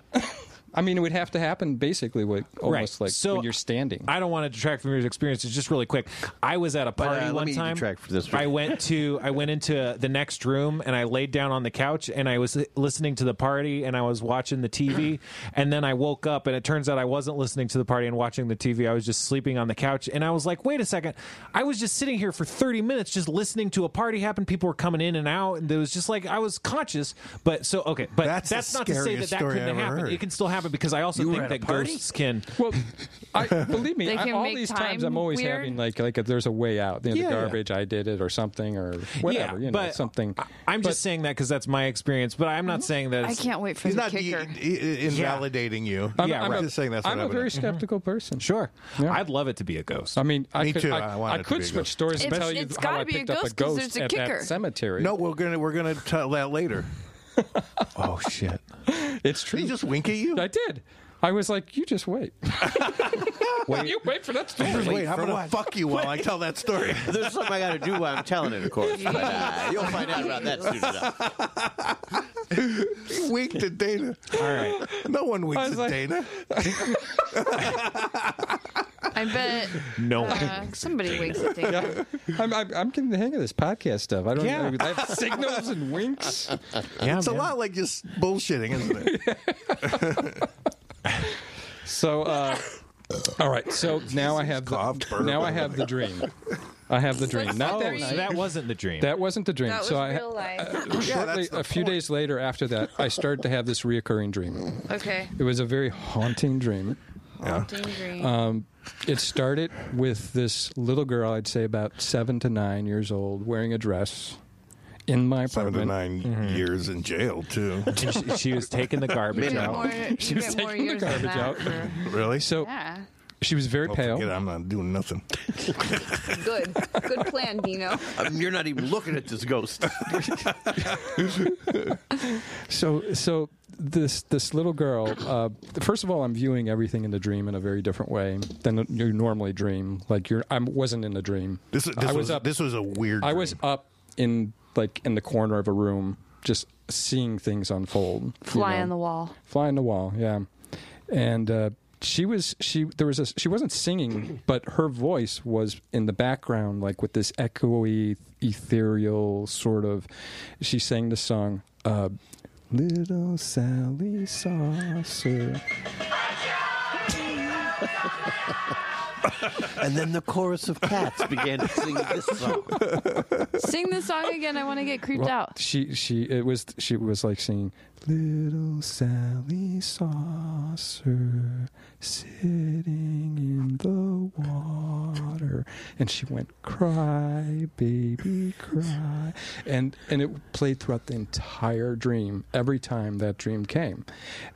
[SPEAKER 2] I mean, it would have to happen basically with almost like
[SPEAKER 4] So-
[SPEAKER 2] when you're standing.
[SPEAKER 4] I don't want to detract from your experience. It's just really quick. I was at a
[SPEAKER 6] uh,
[SPEAKER 4] party
[SPEAKER 6] let
[SPEAKER 4] one
[SPEAKER 6] me
[SPEAKER 4] time.
[SPEAKER 6] detract for this
[SPEAKER 4] I
[SPEAKER 6] one.
[SPEAKER 4] went to I went into the next room and I laid down on the couch and I was listening to the party and I was watching the TV and then I woke up and it turns out I wasn't listening to the party and watching the TV. I was just sleeping on the couch and I was like, wait a second, I was just sitting here for thirty minutes just listening to a party happen. People were coming in and out and it was just like I was conscious. But so okay, but
[SPEAKER 1] That's
[SPEAKER 4] that's,
[SPEAKER 1] the
[SPEAKER 4] not to say that
[SPEAKER 1] scariest
[SPEAKER 4] that
[SPEAKER 1] story I
[SPEAKER 4] couldn't
[SPEAKER 1] ever
[SPEAKER 4] happen.
[SPEAKER 1] heard.
[SPEAKER 4] It can still happen because I also think that ghosts can.
[SPEAKER 2] Well, I believe me.
[SPEAKER 3] They
[SPEAKER 2] I,
[SPEAKER 3] can
[SPEAKER 2] all
[SPEAKER 3] make
[SPEAKER 2] these times,
[SPEAKER 3] time
[SPEAKER 2] I'm always
[SPEAKER 3] weird?
[SPEAKER 2] having like like if there's a way out. You know,
[SPEAKER 4] Yeah,
[SPEAKER 2] the
[SPEAKER 4] yeah.
[SPEAKER 2] garbage. I did it or something or whatever. you know,
[SPEAKER 4] but
[SPEAKER 2] something.
[SPEAKER 4] I, I'm just saying that because that's my experience. But I'm not saying that.
[SPEAKER 3] Mm-hmm. I
[SPEAKER 4] It's,
[SPEAKER 3] can't wait for
[SPEAKER 1] He's
[SPEAKER 3] the
[SPEAKER 1] not de-
[SPEAKER 3] kicker.
[SPEAKER 1] i- i- invalidating you.
[SPEAKER 2] I'm,
[SPEAKER 4] Yeah,
[SPEAKER 2] I'm
[SPEAKER 4] right.
[SPEAKER 2] a-
[SPEAKER 1] Just saying that's what
[SPEAKER 2] I'm a
[SPEAKER 1] happened.
[SPEAKER 2] very skeptical person.
[SPEAKER 4] Sure,
[SPEAKER 2] Yeah.
[SPEAKER 4] I'd love it to be a ghost.
[SPEAKER 2] I mean, I
[SPEAKER 1] Me
[SPEAKER 2] could,
[SPEAKER 1] too, I
[SPEAKER 2] I,
[SPEAKER 1] want
[SPEAKER 2] I
[SPEAKER 1] it to be a
[SPEAKER 2] could switch
[SPEAKER 1] ghost.
[SPEAKER 2] stories and
[SPEAKER 3] It's-
[SPEAKER 2] tell you
[SPEAKER 3] it's
[SPEAKER 2] how
[SPEAKER 3] gotta
[SPEAKER 2] I
[SPEAKER 3] be a
[SPEAKER 2] picked up a
[SPEAKER 3] ghost 'cause
[SPEAKER 2] ghost
[SPEAKER 3] there's a
[SPEAKER 2] at
[SPEAKER 3] kicker.
[SPEAKER 2] that cemetery.
[SPEAKER 1] No, we're gonna we're gonna tell that later.
[SPEAKER 4] oh shit!
[SPEAKER 2] it's
[SPEAKER 1] Did
[SPEAKER 2] true.
[SPEAKER 1] he just wink at you?
[SPEAKER 2] I did. I was like, you just wait. You wait for that
[SPEAKER 1] Just
[SPEAKER 2] story.
[SPEAKER 1] wait, I'm gonna fuck you while I tell that story.
[SPEAKER 6] There's something I got to do while I'm telling it, of course. But, uh, you'll find out about that soon enough.
[SPEAKER 1] He winked at Dana.
[SPEAKER 4] All right,
[SPEAKER 1] No one winks
[SPEAKER 2] was
[SPEAKER 1] at
[SPEAKER 2] like-
[SPEAKER 1] Dana.
[SPEAKER 3] I bet
[SPEAKER 4] no.
[SPEAKER 3] uh, somebody wakes up. Dana.
[SPEAKER 2] I'm, I'm, I'm getting the hang of this podcast stuff. I don't
[SPEAKER 4] Yeah.
[SPEAKER 2] know. I have signals and winks.
[SPEAKER 4] yeah,
[SPEAKER 1] It's a
[SPEAKER 4] man.
[SPEAKER 1] lot like just bullshitting, isn't it?
[SPEAKER 2] So, uh, all right. So now I have
[SPEAKER 1] coughed,
[SPEAKER 2] the,
[SPEAKER 1] burped.
[SPEAKER 2] now I have the dream. I have the dream. Not that
[SPEAKER 4] Oh, so
[SPEAKER 2] night.
[SPEAKER 4] that wasn't the dream.
[SPEAKER 2] That wasn't the dream.
[SPEAKER 3] That was
[SPEAKER 2] so I,
[SPEAKER 3] real life.
[SPEAKER 1] that's
[SPEAKER 2] shortly,
[SPEAKER 1] the
[SPEAKER 2] a few
[SPEAKER 1] point.
[SPEAKER 2] days later after that, I started to have this reoccurring dream.
[SPEAKER 3] Okay.
[SPEAKER 2] It was a very haunting dream.
[SPEAKER 3] Haunting dream.
[SPEAKER 2] It started with this little girl, I'd say about seven to nine years old, wearing a dress in my
[SPEAKER 1] Seven
[SPEAKER 2] apartment.
[SPEAKER 1] to 9
[SPEAKER 2] Mm-hmm.
[SPEAKER 1] years in jail too.
[SPEAKER 4] And she, she was taking the garbage
[SPEAKER 3] You get more,
[SPEAKER 4] out.
[SPEAKER 3] you
[SPEAKER 2] She was
[SPEAKER 3] get more
[SPEAKER 2] taking the
[SPEAKER 3] years than
[SPEAKER 2] garbage
[SPEAKER 3] that
[SPEAKER 2] out.
[SPEAKER 3] for-
[SPEAKER 1] Really?
[SPEAKER 2] So
[SPEAKER 3] yeah.
[SPEAKER 2] she was very
[SPEAKER 1] Don't
[SPEAKER 2] pale.
[SPEAKER 1] forget, I'm not doing nothing.
[SPEAKER 3] Good. Good plan, Dino.
[SPEAKER 6] Um, you're not even looking at this ghost.
[SPEAKER 2] So, so this this little girl. Uh, first of all, I'm viewing everything in the dream in a very different way than you normally dream. Like you're, I wasn't in a dream.
[SPEAKER 1] This, this
[SPEAKER 2] I
[SPEAKER 1] was,
[SPEAKER 2] was up.
[SPEAKER 1] this was a weird.
[SPEAKER 2] I was
[SPEAKER 1] dream.
[SPEAKER 2] up in like in the corner of a room, just seeing things unfold. you
[SPEAKER 3] Fly
[SPEAKER 2] know?
[SPEAKER 3] on the wall.
[SPEAKER 2] Fly on the wall. Yeah, and uh, she was she there was a she wasn't singing, but her voice was in the background, like with this echoey, ethereal sort of. She sang the song. Uh, Little Sally Saucer.
[SPEAKER 6] and then the chorus of cats began to sing this song.
[SPEAKER 3] Sing the song again. I want to get creeped out.
[SPEAKER 2] She she it was she was like singing Little Sally Saucer sitting in the water and she went cry baby cry and and it played throughout the entire dream every time that dream came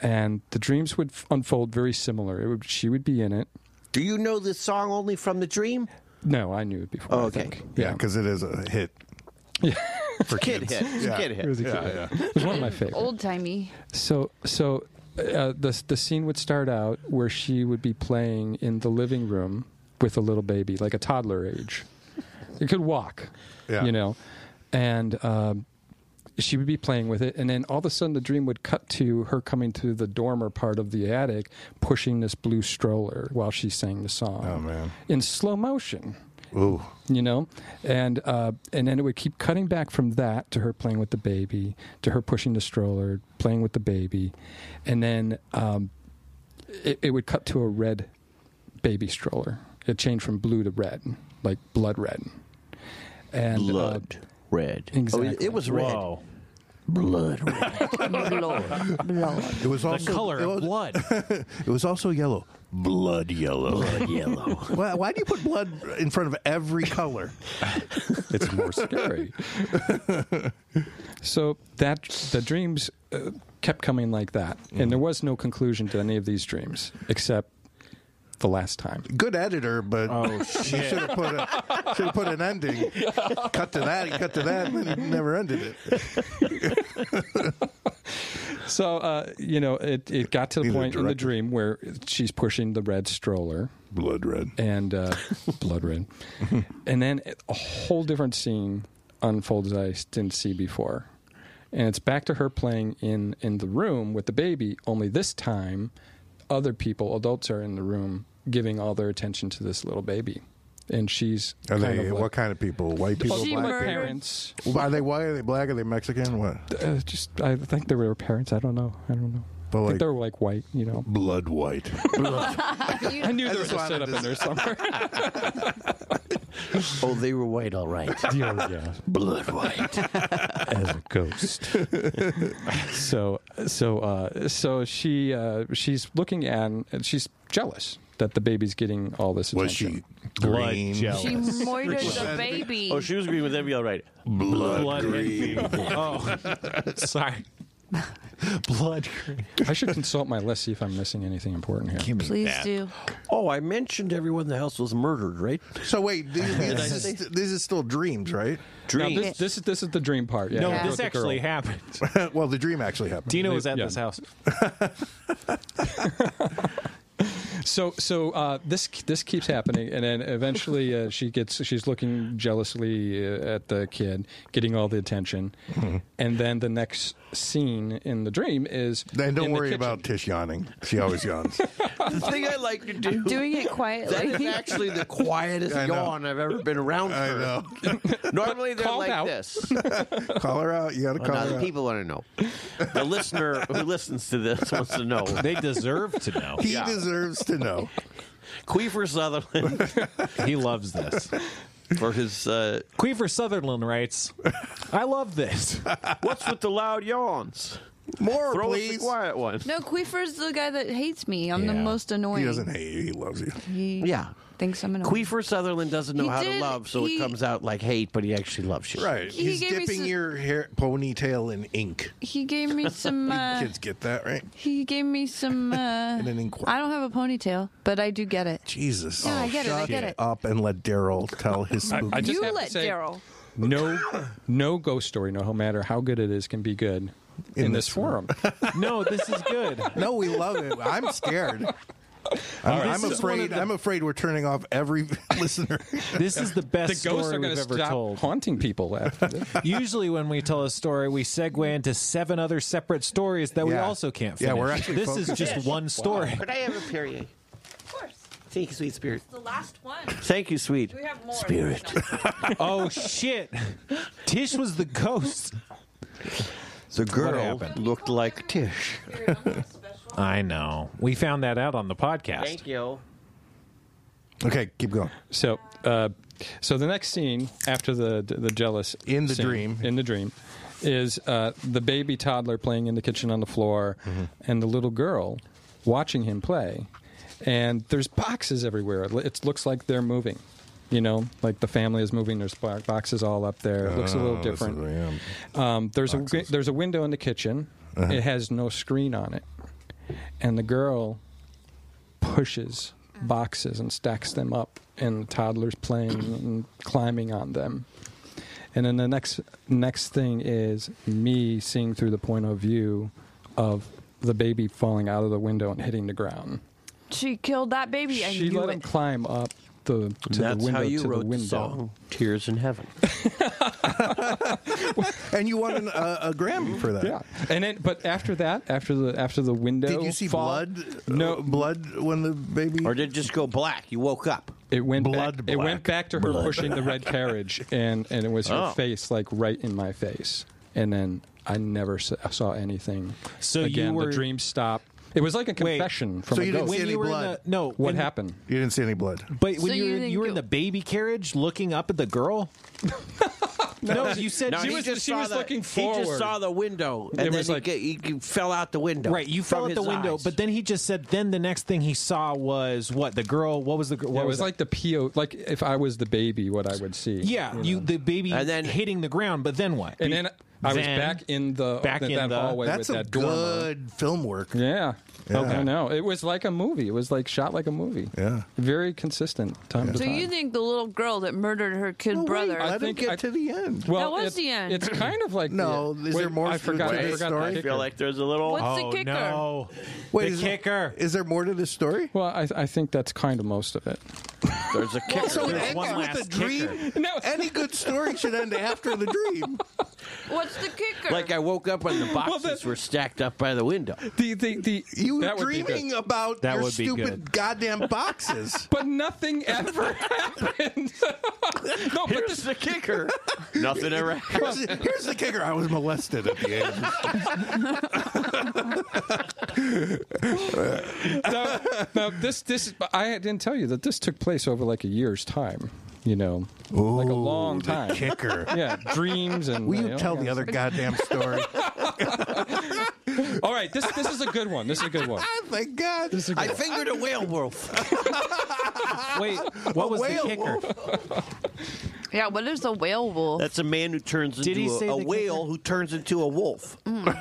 [SPEAKER 2] and the dreams would f- unfold very similar it would she would be in it
[SPEAKER 6] Do you know this song only from the dream?
[SPEAKER 2] no I knew it before
[SPEAKER 6] Oh,
[SPEAKER 2] I
[SPEAKER 6] okay.
[SPEAKER 2] think.
[SPEAKER 1] yeah, because it is a hit.
[SPEAKER 6] For kid hit. It's a
[SPEAKER 1] Yeah.
[SPEAKER 6] kid hit.
[SPEAKER 2] it was a kid.
[SPEAKER 1] yeah.
[SPEAKER 2] It was one of my favorites.
[SPEAKER 3] Old timey.
[SPEAKER 2] So so uh, the the scene would start out where she would be playing in the living room with a little baby, like a toddler age. It could walk,
[SPEAKER 1] Yeah.
[SPEAKER 2] you know, and um, she would be playing with it, and then all of a sudden the dream would cut to her coming to the dormer part of the attic, pushing this blue stroller while she sang the song.
[SPEAKER 1] Oh, man.
[SPEAKER 2] In slow motion
[SPEAKER 1] Ooh,
[SPEAKER 2] you know and uh, and then it would keep cutting back from that to her playing with the baby to her pushing the stroller playing with the baby and then um, it, it would cut to a red baby stroller it changed from blue to red like blood red and uh,
[SPEAKER 6] Blood red.
[SPEAKER 2] Exactly.
[SPEAKER 6] Oh, it- it was red.
[SPEAKER 4] Whoa.
[SPEAKER 6] Blood red.
[SPEAKER 1] it was
[SPEAKER 4] The
[SPEAKER 1] also
[SPEAKER 4] color
[SPEAKER 1] It
[SPEAKER 4] of
[SPEAKER 1] was,
[SPEAKER 4] blood.
[SPEAKER 1] it was also yellow, blood yellow.
[SPEAKER 6] Blood yellow.
[SPEAKER 1] why, why do you put blood in front of every color?
[SPEAKER 2] it's more scary. so that the dreams uh, kept coming like that,
[SPEAKER 6] Mm.
[SPEAKER 2] and there was no conclusion to any of these dreams except the last time.
[SPEAKER 1] Good editor, but
[SPEAKER 4] Oh
[SPEAKER 1] you
[SPEAKER 4] shit!
[SPEAKER 1] should have put a, should have put an ending. cut to that, cut to that, and then it never ended it.
[SPEAKER 2] So uh, you know, it, it got to the
[SPEAKER 1] Neither
[SPEAKER 2] point in the
[SPEAKER 1] directed.
[SPEAKER 2] dream where she's pushing the red stroller
[SPEAKER 1] Blood red.
[SPEAKER 2] and uh, blood red, and then a whole different scene unfolds I didn't see before, and it's back to her playing in in the room with the baby. Only this time, other people, adults, are in the room giving all their attention to this little baby, and she's
[SPEAKER 1] Are
[SPEAKER 2] kind
[SPEAKER 1] they
[SPEAKER 2] of like-
[SPEAKER 1] what kind of people? White people,
[SPEAKER 3] She
[SPEAKER 1] black
[SPEAKER 2] my
[SPEAKER 3] murdered-
[SPEAKER 2] parents.
[SPEAKER 1] people? Are they white? Are they black? Are they Mexican? What?
[SPEAKER 2] Uh, just I think they were her parents. I don't know. I don't know. I
[SPEAKER 1] But
[SPEAKER 2] think
[SPEAKER 1] like
[SPEAKER 2] they were like white, you know.
[SPEAKER 1] blood white.
[SPEAKER 2] I knew there was a
[SPEAKER 1] just wanted
[SPEAKER 2] setup in there somewhere.
[SPEAKER 6] Oh, they were white, all right.
[SPEAKER 2] yeah. Blood white as a ghost. so so uh, so she uh, she's looking at and she's jealous that the baby's getting all this
[SPEAKER 1] Was
[SPEAKER 2] attention.
[SPEAKER 1] she
[SPEAKER 4] Blood
[SPEAKER 1] green?
[SPEAKER 4] gel.
[SPEAKER 3] She murdered the baby.
[SPEAKER 9] Oh, she was agreeing with Emmy, all right.
[SPEAKER 1] Blood,
[SPEAKER 4] Blood and
[SPEAKER 1] green.
[SPEAKER 4] Oh, sorry. Blood. green.
[SPEAKER 2] I should consult my list see if I'm missing anything important here.
[SPEAKER 3] Please do.
[SPEAKER 6] Oh, I mentioned everyone in the house was murdered, right?
[SPEAKER 1] so wait, these, this, is, st- this is still dreams, right?
[SPEAKER 2] Now,
[SPEAKER 6] Dream.
[SPEAKER 2] this, this is this is the dream part. Yeah,
[SPEAKER 4] No,
[SPEAKER 2] yeah. With
[SPEAKER 4] this
[SPEAKER 2] the girl.
[SPEAKER 4] actually happened.
[SPEAKER 1] well, the dream actually happened.
[SPEAKER 4] Dino was at
[SPEAKER 2] Yeah.
[SPEAKER 4] this house.
[SPEAKER 2] So so uh, this this keeps happening, and then eventually uh, she gets she's looking jealously uh, at the kid, getting all the attention, and then the next scene in the dream is
[SPEAKER 1] Then don't
[SPEAKER 2] in the
[SPEAKER 1] worry
[SPEAKER 2] kitchen.
[SPEAKER 1] about Tish yawning. She always yawns.
[SPEAKER 6] the thing I like to do.
[SPEAKER 3] Doing it
[SPEAKER 6] That is
[SPEAKER 3] quietly.
[SPEAKER 6] actually the quietest
[SPEAKER 1] I know.
[SPEAKER 6] yawn I've ever been around
[SPEAKER 1] I
[SPEAKER 6] her.
[SPEAKER 1] know.
[SPEAKER 6] Normally they're
[SPEAKER 2] Called
[SPEAKER 6] like
[SPEAKER 2] out.
[SPEAKER 6] this.
[SPEAKER 1] call her out. You got to call
[SPEAKER 6] now
[SPEAKER 1] her
[SPEAKER 6] the
[SPEAKER 1] out.
[SPEAKER 6] people want to know. The listener who listens to this wants to know.
[SPEAKER 4] They deserve to know.
[SPEAKER 1] he
[SPEAKER 6] yeah.
[SPEAKER 1] deserves to know.
[SPEAKER 6] Queefer Sutherland
[SPEAKER 4] He loves this.
[SPEAKER 6] for his uh,
[SPEAKER 4] Queefer Sutherland writes, I love this.
[SPEAKER 6] what's with the loud yawns?
[SPEAKER 1] More,
[SPEAKER 6] Throw us
[SPEAKER 1] please.
[SPEAKER 6] the quiet one.
[SPEAKER 3] No, Queefer's the guy that hates me. I'm the
[SPEAKER 4] Yeah.
[SPEAKER 3] most annoying.
[SPEAKER 1] He doesn't hate you. He loves you.
[SPEAKER 3] He
[SPEAKER 6] Yeah.
[SPEAKER 3] thinks I'm annoying.
[SPEAKER 6] Queefer Sutherland doesn't know
[SPEAKER 3] He
[SPEAKER 6] how to
[SPEAKER 3] did-
[SPEAKER 6] love, so
[SPEAKER 3] he-
[SPEAKER 6] it comes out like hate, but he actually loves you.
[SPEAKER 1] Right.
[SPEAKER 3] He
[SPEAKER 1] He's
[SPEAKER 3] gave me
[SPEAKER 1] dipping
[SPEAKER 3] some-
[SPEAKER 1] your hair ponytail in ink.
[SPEAKER 3] He gave me some. Uh,
[SPEAKER 1] Kids get that, right?
[SPEAKER 3] he gave me some. Uh,
[SPEAKER 1] And an ink-
[SPEAKER 3] I don't have a ponytail, but I do get it.
[SPEAKER 1] Jesus.
[SPEAKER 3] No, I get it, I
[SPEAKER 1] shut
[SPEAKER 3] get it.
[SPEAKER 1] Up and let Daryl tell his spooky.
[SPEAKER 2] I just
[SPEAKER 3] You
[SPEAKER 2] have to
[SPEAKER 3] let
[SPEAKER 2] say-
[SPEAKER 3] Daryl.
[SPEAKER 2] no no ghost story no matter how good it is can be good in,
[SPEAKER 1] In
[SPEAKER 2] this,
[SPEAKER 1] this
[SPEAKER 2] forum
[SPEAKER 4] No, this is good.
[SPEAKER 1] no, we love it. I'm scared. I'm, I'm
[SPEAKER 4] This is one
[SPEAKER 1] afraid.
[SPEAKER 4] of the-
[SPEAKER 1] I'm afraid we're turning off every listener.
[SPEAKER 4] This is the
[SPEAKER 2] the ghosts
[SPEAKER 4] best story
[SPEAKER 2] are going
[SPEAKER 4] we've
[SPEAKER 2] to
[SPEAKER 4] ever
[SPEAKER 2] stop
[SPEAKER 4] told.
[SPEAKER 2] haunting people after this
[SPEAKER 4] Usually, when we tell a story, we segue into seven other separate stories that we
[SPEAKER 1] Yeah.
[SPEAKER 4] also can't
[SPEAKER 1] Yeah,
[SPEAKER 4] finish.
[SPEAKER 1] we're actually
[SPEAKER 4] this
[SPEAKER 1] focused-
[SPEAKER 4] is just one story.
[SPEAKER 6] Could I have a period?
[SPEAKER 5] Of course.
[SPEAKER 6] Thank you, sweet spirit.
[SPEAKER 5] The last one.
[SPEAKER 6] Thank you, sweet.
[SPEAKER 5] We have more.
[SPEAKER 6] Spirit.
[SPEAKER 4] Oh shit! Tish was the ghost.
[SPEAKER 6] The girl
[SPEAKER 4] happened?
[SPEAKER 6] looked like Tish.
[SPEAKER 4] I know. We found that out on the podcast.
[SPEAKER 6] you.
[SPEAKER 1] okay, keep going.
[SPEAKER 2] so uh, so the next scene after the the jealous
[SPEAKER 1] In the
[SPEAKER 2] scene-
[SPEAKER 1] dream.
[SPEAKER 2] in the dream is uh, the baby toddler playing in the kitchen on the floor
[SPEAKER 1] Mm-hmm.
[SPEAKER 2] and the little girl watching him play and there's boxes everywhere it, lo- it looks like they're moving you know like the family is moving there's bo- boxes all up there it looks a little
[SPEAKER 1] Oh, this is-
[SPEAKER 2] different
[SPEAKER 1] yeah.
[SPEAKER 2] Um, there's a wi- there's a window in the kitchen. It has no screen on it, and the girl pushes boxes and stacks them up, and the toddler's playing and climbing on them. And then the next next thing is me seeing through the point of view of the baby falling out of the window and hitting the ground.
[SPEAKER 3] She killed that baby. I
[SPEAKER 2] she
[SPEAKER 3] knew
[SPEAKER 2] let
[SPEAKER 3] it.
[SPEAKER 2] him climb up the to
[SPEAKER 6] That's
[SPEAKER 2] the window
[SPEAKER 6] how you
[SPEAKER 2] to
[SPEAKER 6] wrote
[SPEAKER 2] the
[SPEAKER 6] the,
[SPEAKER 2] window.
[SPEAKER 6] song "Tears in Heaven."
[SPEAKER 1] And you won an, uh, a Grammy for that.
[SPEAKER 2] Yeah, and then but after that, after the after the window,
[SPEAKER 1] Did you see
[SPEAKER 2] fall-
[SPEAKER 1] blood? uh,
[SPEAKER 2] No,
[SPEAKER 1] blood when the baby.
[SPEAKER 6] or did it just go black? You woke up.
[SPEAKER 2] It went
[SPEAKER 1] Blood
[SPEAKER 2] back, It went back
[SPEAKER 1] black.
[SPEAKER 2] to her pushing the red carriage, and and it was her
[SPEAKER 6] Oh.
[SPEAKER 2] face like right in my face, and then I never s- uh, saw anything.
[SPEAKER 4] So you
[SPEAKER 2] again,
[SPEAKER 4] were-
[SPEAKER 2] the dream stopped. It was like a
[SPEAKER 4] Wait.
[SPEAKER 2] confession from
[SPEAKER 1] So
[SPEAKER 2] a
[SPEAKER 1] you didn't
[SPEAKER 2] ghost.
[SPEAKER 1] see
[SPEAKER 4] When
[SPEAKER 1] any
[SPEAKER 4] you were in
[SPEAKER 1] blood?
[SPEAKER 4] the no,
[SPEAKER 2] what
[SPEAKER 4] when-
[SPEAKER 2] happened?
[SPEAKER 1] you didn't see any blood.
[SPEAKER 4] But when
[SPEAKER 3] So
[SPEAKER 4] you
[SPEAKER 3] you
[SPEAKER 4] were,
[SPEAKER 3] didn't
[SPEAKER 4] you were in
[SPEAKER 3] go-
[SPEAKER 4] the baby carriage, looking up at the girl. no, you said
[SPEAKER 6] No,
[SPEAKER 2] She
[SPEAKER 6] he
[SPEAKER 2] was-
[SPEAKER 6] just
[SPEAKER 2] she
[SPEAKER 6] saw
[SPEAKER 2] was
[SPEAKER 6] the-
[SPEAKER 2] looking
[SPEAKER 6] He
[SPEAKER 2] forward.
[SPEAKER 6] just saw the window, and
[SPEAKER 2] It
[SPEAKER 6] then
[SPEAKER 2] was
[SPEAKER 6] he,
[SPEAKER 2] like-
[SPEAKER 6] ge- he, he fell out the window.
[SPEAKER 4] Right, you fell
[SPEAKER 6] from
[SPEAKER 4] out the
[SPEAKER 6] his
[SPEAKER 4] window,
[SPEAKER 6] eyes.
[SPEAKER 4] but then he just said. Then the next thing he saw was what the girl. What was the girl?
[SPEAKER 2] Yeah,
[SPEAKER 4] What
[SPEAKER 2] it was
[SPEAKER 4] that?
[SPEAKER 2] like the PO. Like if I was the baby, what I would see.
[SPEAKER 4] Yeah, you the baby
[SPEAKER 6] And then-
[SPEAKER 4] hitting the ground, but then what?
[SPEAKER 2] and then I was
[SPEAKER 4] Then-
[SPEAKER 2] back in the uh,
[SPEAKER 4] back
[SPEAKER 2] that,
[SPEAKER 4] in
[SPEAKER 2] that
[SPEAKER 4] the-
[SPEAKER 2] hallway with
[SPEAKER 1] That's a
[SPEAKER 2] that dormer.
[SPEAKER 1] good film work.
[SPEAKER 2] Yeah.
[SPEAKER 1] Yeah.
[SPEAKER 2] I know. It was like a movie. It was like shot like a movie.
[SPEAKER 1] Yeah.
[SPEAKER 2] Very consistent time to
[SPEAKER 3] So
[SPEAKER 2] time.
[SPEAKER 3] you think the little girl that murdered her kid
[SPEAKER 1] Well, wait,
[SPEAKER 3] brother?
[SPEAKER 1] let
[SPEAKER 2] I
[SPEAKER 1] him
[SPEAKER 2] think
[SPEAKER 1] get
[SPEAKER 2] I-
[SPEAKER 1] to the end.
[SPEAKER 2] well,
[SPEAKER 3] That was
[SPEAKER 2] it-
[SPEAKER 3] the end.
[SPEAKER 2] It's kind of like
[SPEAKER 1] No,
[SPEAKER 2] the-
[SPEAKER 1] is there
[SPEAKER 2] wait,
[SPEAKER 1] more
[SPEAKER 2] I
[SPEAKER 1] to
[SPEAKER 2] forgot.
[SPEAKER 1] the
[SPEAKER 2] I forgot
[SPEAKER 1] story? I
[SPEAKER 2] The
[SPEAKER 1] feel
[SPEAKER 6] I feel
[SPEAKER 2] kicker.
[SPEAKER 6] like there's a little.
[SPEAKER 3] What's the
[SPEAKER 4] oh
[SPEAKER 3] kicker?
[SPEAKER 4] no! the
[SPEAKER 1] is,
[SPEAKER 4] kicker.
[SPEAKER 1] Is there more to this story?
[SPEAKER 2] Well, I, I think that's kind of most of it.
[SPEAKER 6] There's a kicker.
[SPEAKER 1] So it
[SPEAKER 4] There's
[SPEAKER 1] ends
[SPEAKER 4] one
[SPEAKER 1] with a
[SPEAKER 4] last
[SPEAKER 1] dream.
[SPEAKER 2] No.
[SPEAKER 1] Any good story should end after the dream.
[SPEAKER 3] What's That's the kicker.
[SPEAKER 6] Like
[SPEAKER 2] uh,
[SPEAKER 6] I woke up when the boxes
[SPEAKER 2] that-
[SPEAKER 6] were stacked up by the window.
[SPEAKER 2] The, the, the,
[SPEAKER 1] You
[SPEAKER 2] that would be good.
[SPEAKER 1] dreaming about
[SPEAKER 4] That
[SPEAKER 1] your
[SPEAKER 4] would be
[SPEAKER 1] stupid
[SPEAKER 4] good.
[SPEAKER 1] goddamn boxes.
[SPEAKER 2] But nothing ever happened. no, but
[SPEAKER 6] Here's the kicker. Nothing ever happened.
[SPEAKER 1] Here's, here's the kicker: I was molested at the age. Of,
[SPEAKER 2] now, now this this I didn't tell you that this took place over like a year's time. You know, like a long
[SPEAKER 1] the
[SPEAKER 2] time.
[SPEAKER 1] kicker.
[SPEAKER 2] Yeah, dreams and.
[SPEAKER 1] Will
[SPEAKER 2] know,
[SPEAKER 1] you tell the
[SPEAKER 2] yeah.
[SPEAKER 1] other goddamn story?
[SPEAKER 2] All right, this this is a good one. This is a good one.
[SPEAKER 1] oh my god!
[SPEAKER 2] This is a good
[SPEAKER 6] I
[SPEAKER 2] one.
[SPEAKER 6] fingered a whale wolf.
[SPEAKER 4] Wait, what was the
[SPEAKER 1] whale
[SPEAKER 4] kicker?
[SPEAKER 3] yeah, what is a whale wolf?
[SPEAKER 6] That's a man who turns
[SPEAKER 4] Did he
[SPEAKER 6] into
[SPEAKER 4] say Mm.
[SPEAKER 6] a, a
[SPEAKER 4] the
[SPEAKER 6] whale
[SPEAKER 4] kicker?
[SPEAKER 6] who turns into a wolf. it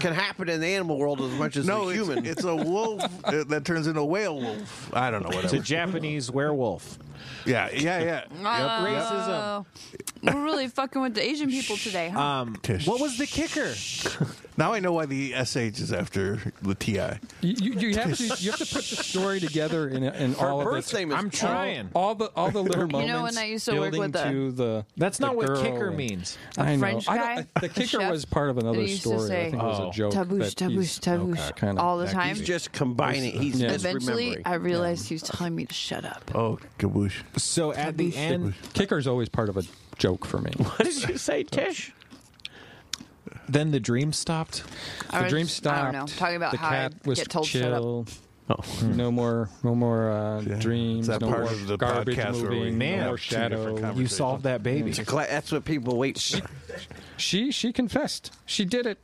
[SPEAKER 6] can happen in the animal world as much as
[SPEAKER 1] No,
[SPEAKER 6] a
[SPEAKER 1] it's,
[SPEAKER 6] human.
[SPEAKER 1] it's a wolf uh, that turns into a whale wolf. I don't know
[SPEAKER 4] It's a
[SPEAKER 1] whatever.
[SPEAKER 4] Japanese werewolf.
[SPEAKER 1] Yeah, yeah, yeah.
[SPEAKER 3] Uh,
[SPEAKER 4] Racism.
[SPEAKER 3] We're really fucking with the Asian people today, huh?
[SPEAKER 2] Uh,
[SPEAKER 4] Um,
[SPEAKER 1] Tish.
[SPEAKER 4] what was the kicker?
[SPEAKER 1] Now I know why the sh is after the ti.
[SPEAKER 2] You, you, you have to you have to put the story together in in
[SPEAKER 6] Her
[SPEAKER 2] all of
[SPEAKER 6] birth
[SPEAKER 2] its
[SPEAKER 6] name is
[SPEAKER 4] I'm trying.
[SPEAKER 2] all the all the little moments.
[SPEAKER 3] know, when I used to work
[SPEAKER 2] building
[SPEAKER 3] with a-
[SPEAKER 2] to the
[SPEAKER 4] That's
[SPEAKER 2] the
[SPEAKER 4] not what
[SPEAKER 2] girl
[SPEAKER 4] kicker
[SPEAKER 2] and-
[SPEAKER 4] means.
[SPEAKER 2] I know.
[SPEAKER 3] French
[SPEAKER 2] I
[SPEAKER 3] guy,
[SPEAKER 2] don't- the
[SPEAKER 3] a
[SPEAKER 2] kicker
[SPEAKER 3] chef,
[SPEAKER 2] was part of
[SPEAKER 3] that
[SPEAKER 2] another
[SPEAKER 3] he used to
[SPEAKER 2] story. I
[SPEAKER 3] say,
[SPEAKER 2] think it was
[SPEAKER 4] Oh.
[SPEAKER 2] a joke.
[SPEAKER 3] Taboosh,
[SPEAKER 2] that
[SPEAKER 3] taboosh,
[SPEAKER 2] he's-
[SPEAKER 3] taboosh,
[SPEAKER 2] okay, kinda-
[SPEAKER 3] all the
[SPEAKER 2] that
[SPEAKER 3] time.
[SPEAKER 6] He's just combining. He's
[SPEAKER 2] Yeah.
[SPEAKER 6] just
[SPEAKER 3] Eventually,
[SPEAKER 6] remembering.
[SPEAKER 3] I
[SPEAKER 2] Um,
[SPEAKER 3] realized he was telling me to shut up.
[SPEAKER 1] Oh, kaboosh.
[SPEAKER 4] So at the end,
[SPEAKER 2] Kicker's always part of a joke for me.
[SPEAKER 6] what did you say, Tish?
[SPEAKER 4] then the dream stopped.
[SPEAKER 2] The dream stopped.
[SPEAKER 3] I don't know. Talking about
[SPEAKER 2] the
[SPEAKER 3] how
[SPEAKER 2] cat
[SPEAKER 3] I
[SPEAKER 2] was
[SPEAKER 3] get told shut up.
[SPEAKER 2] chill.
[SPEAKER 4] Oh.
[SPEAKER 2] No more, no more uh, dreams.
[SPEAKER 1] Is that
[SPEAKER 2] no
[SPEAKER 1] part
[SPEAKER 2] more
[SPEAKER 1] of the
[SPEAKER 2] garbage
[SPEAKER 1] podcast where we-
[SPEAKER 2] moving.
[SPEAKER 1] Man,
[SPEAKER 2] no
[SPEAKER 1] two
[SPEAKER 2] more shadow.
[SPEAKER 1] different
[SPEAKER 4] You solved that baby.
[SPEAKER 6] Cla- That's what people wait for.
[SPEAKER 2] She she confessed. She did it.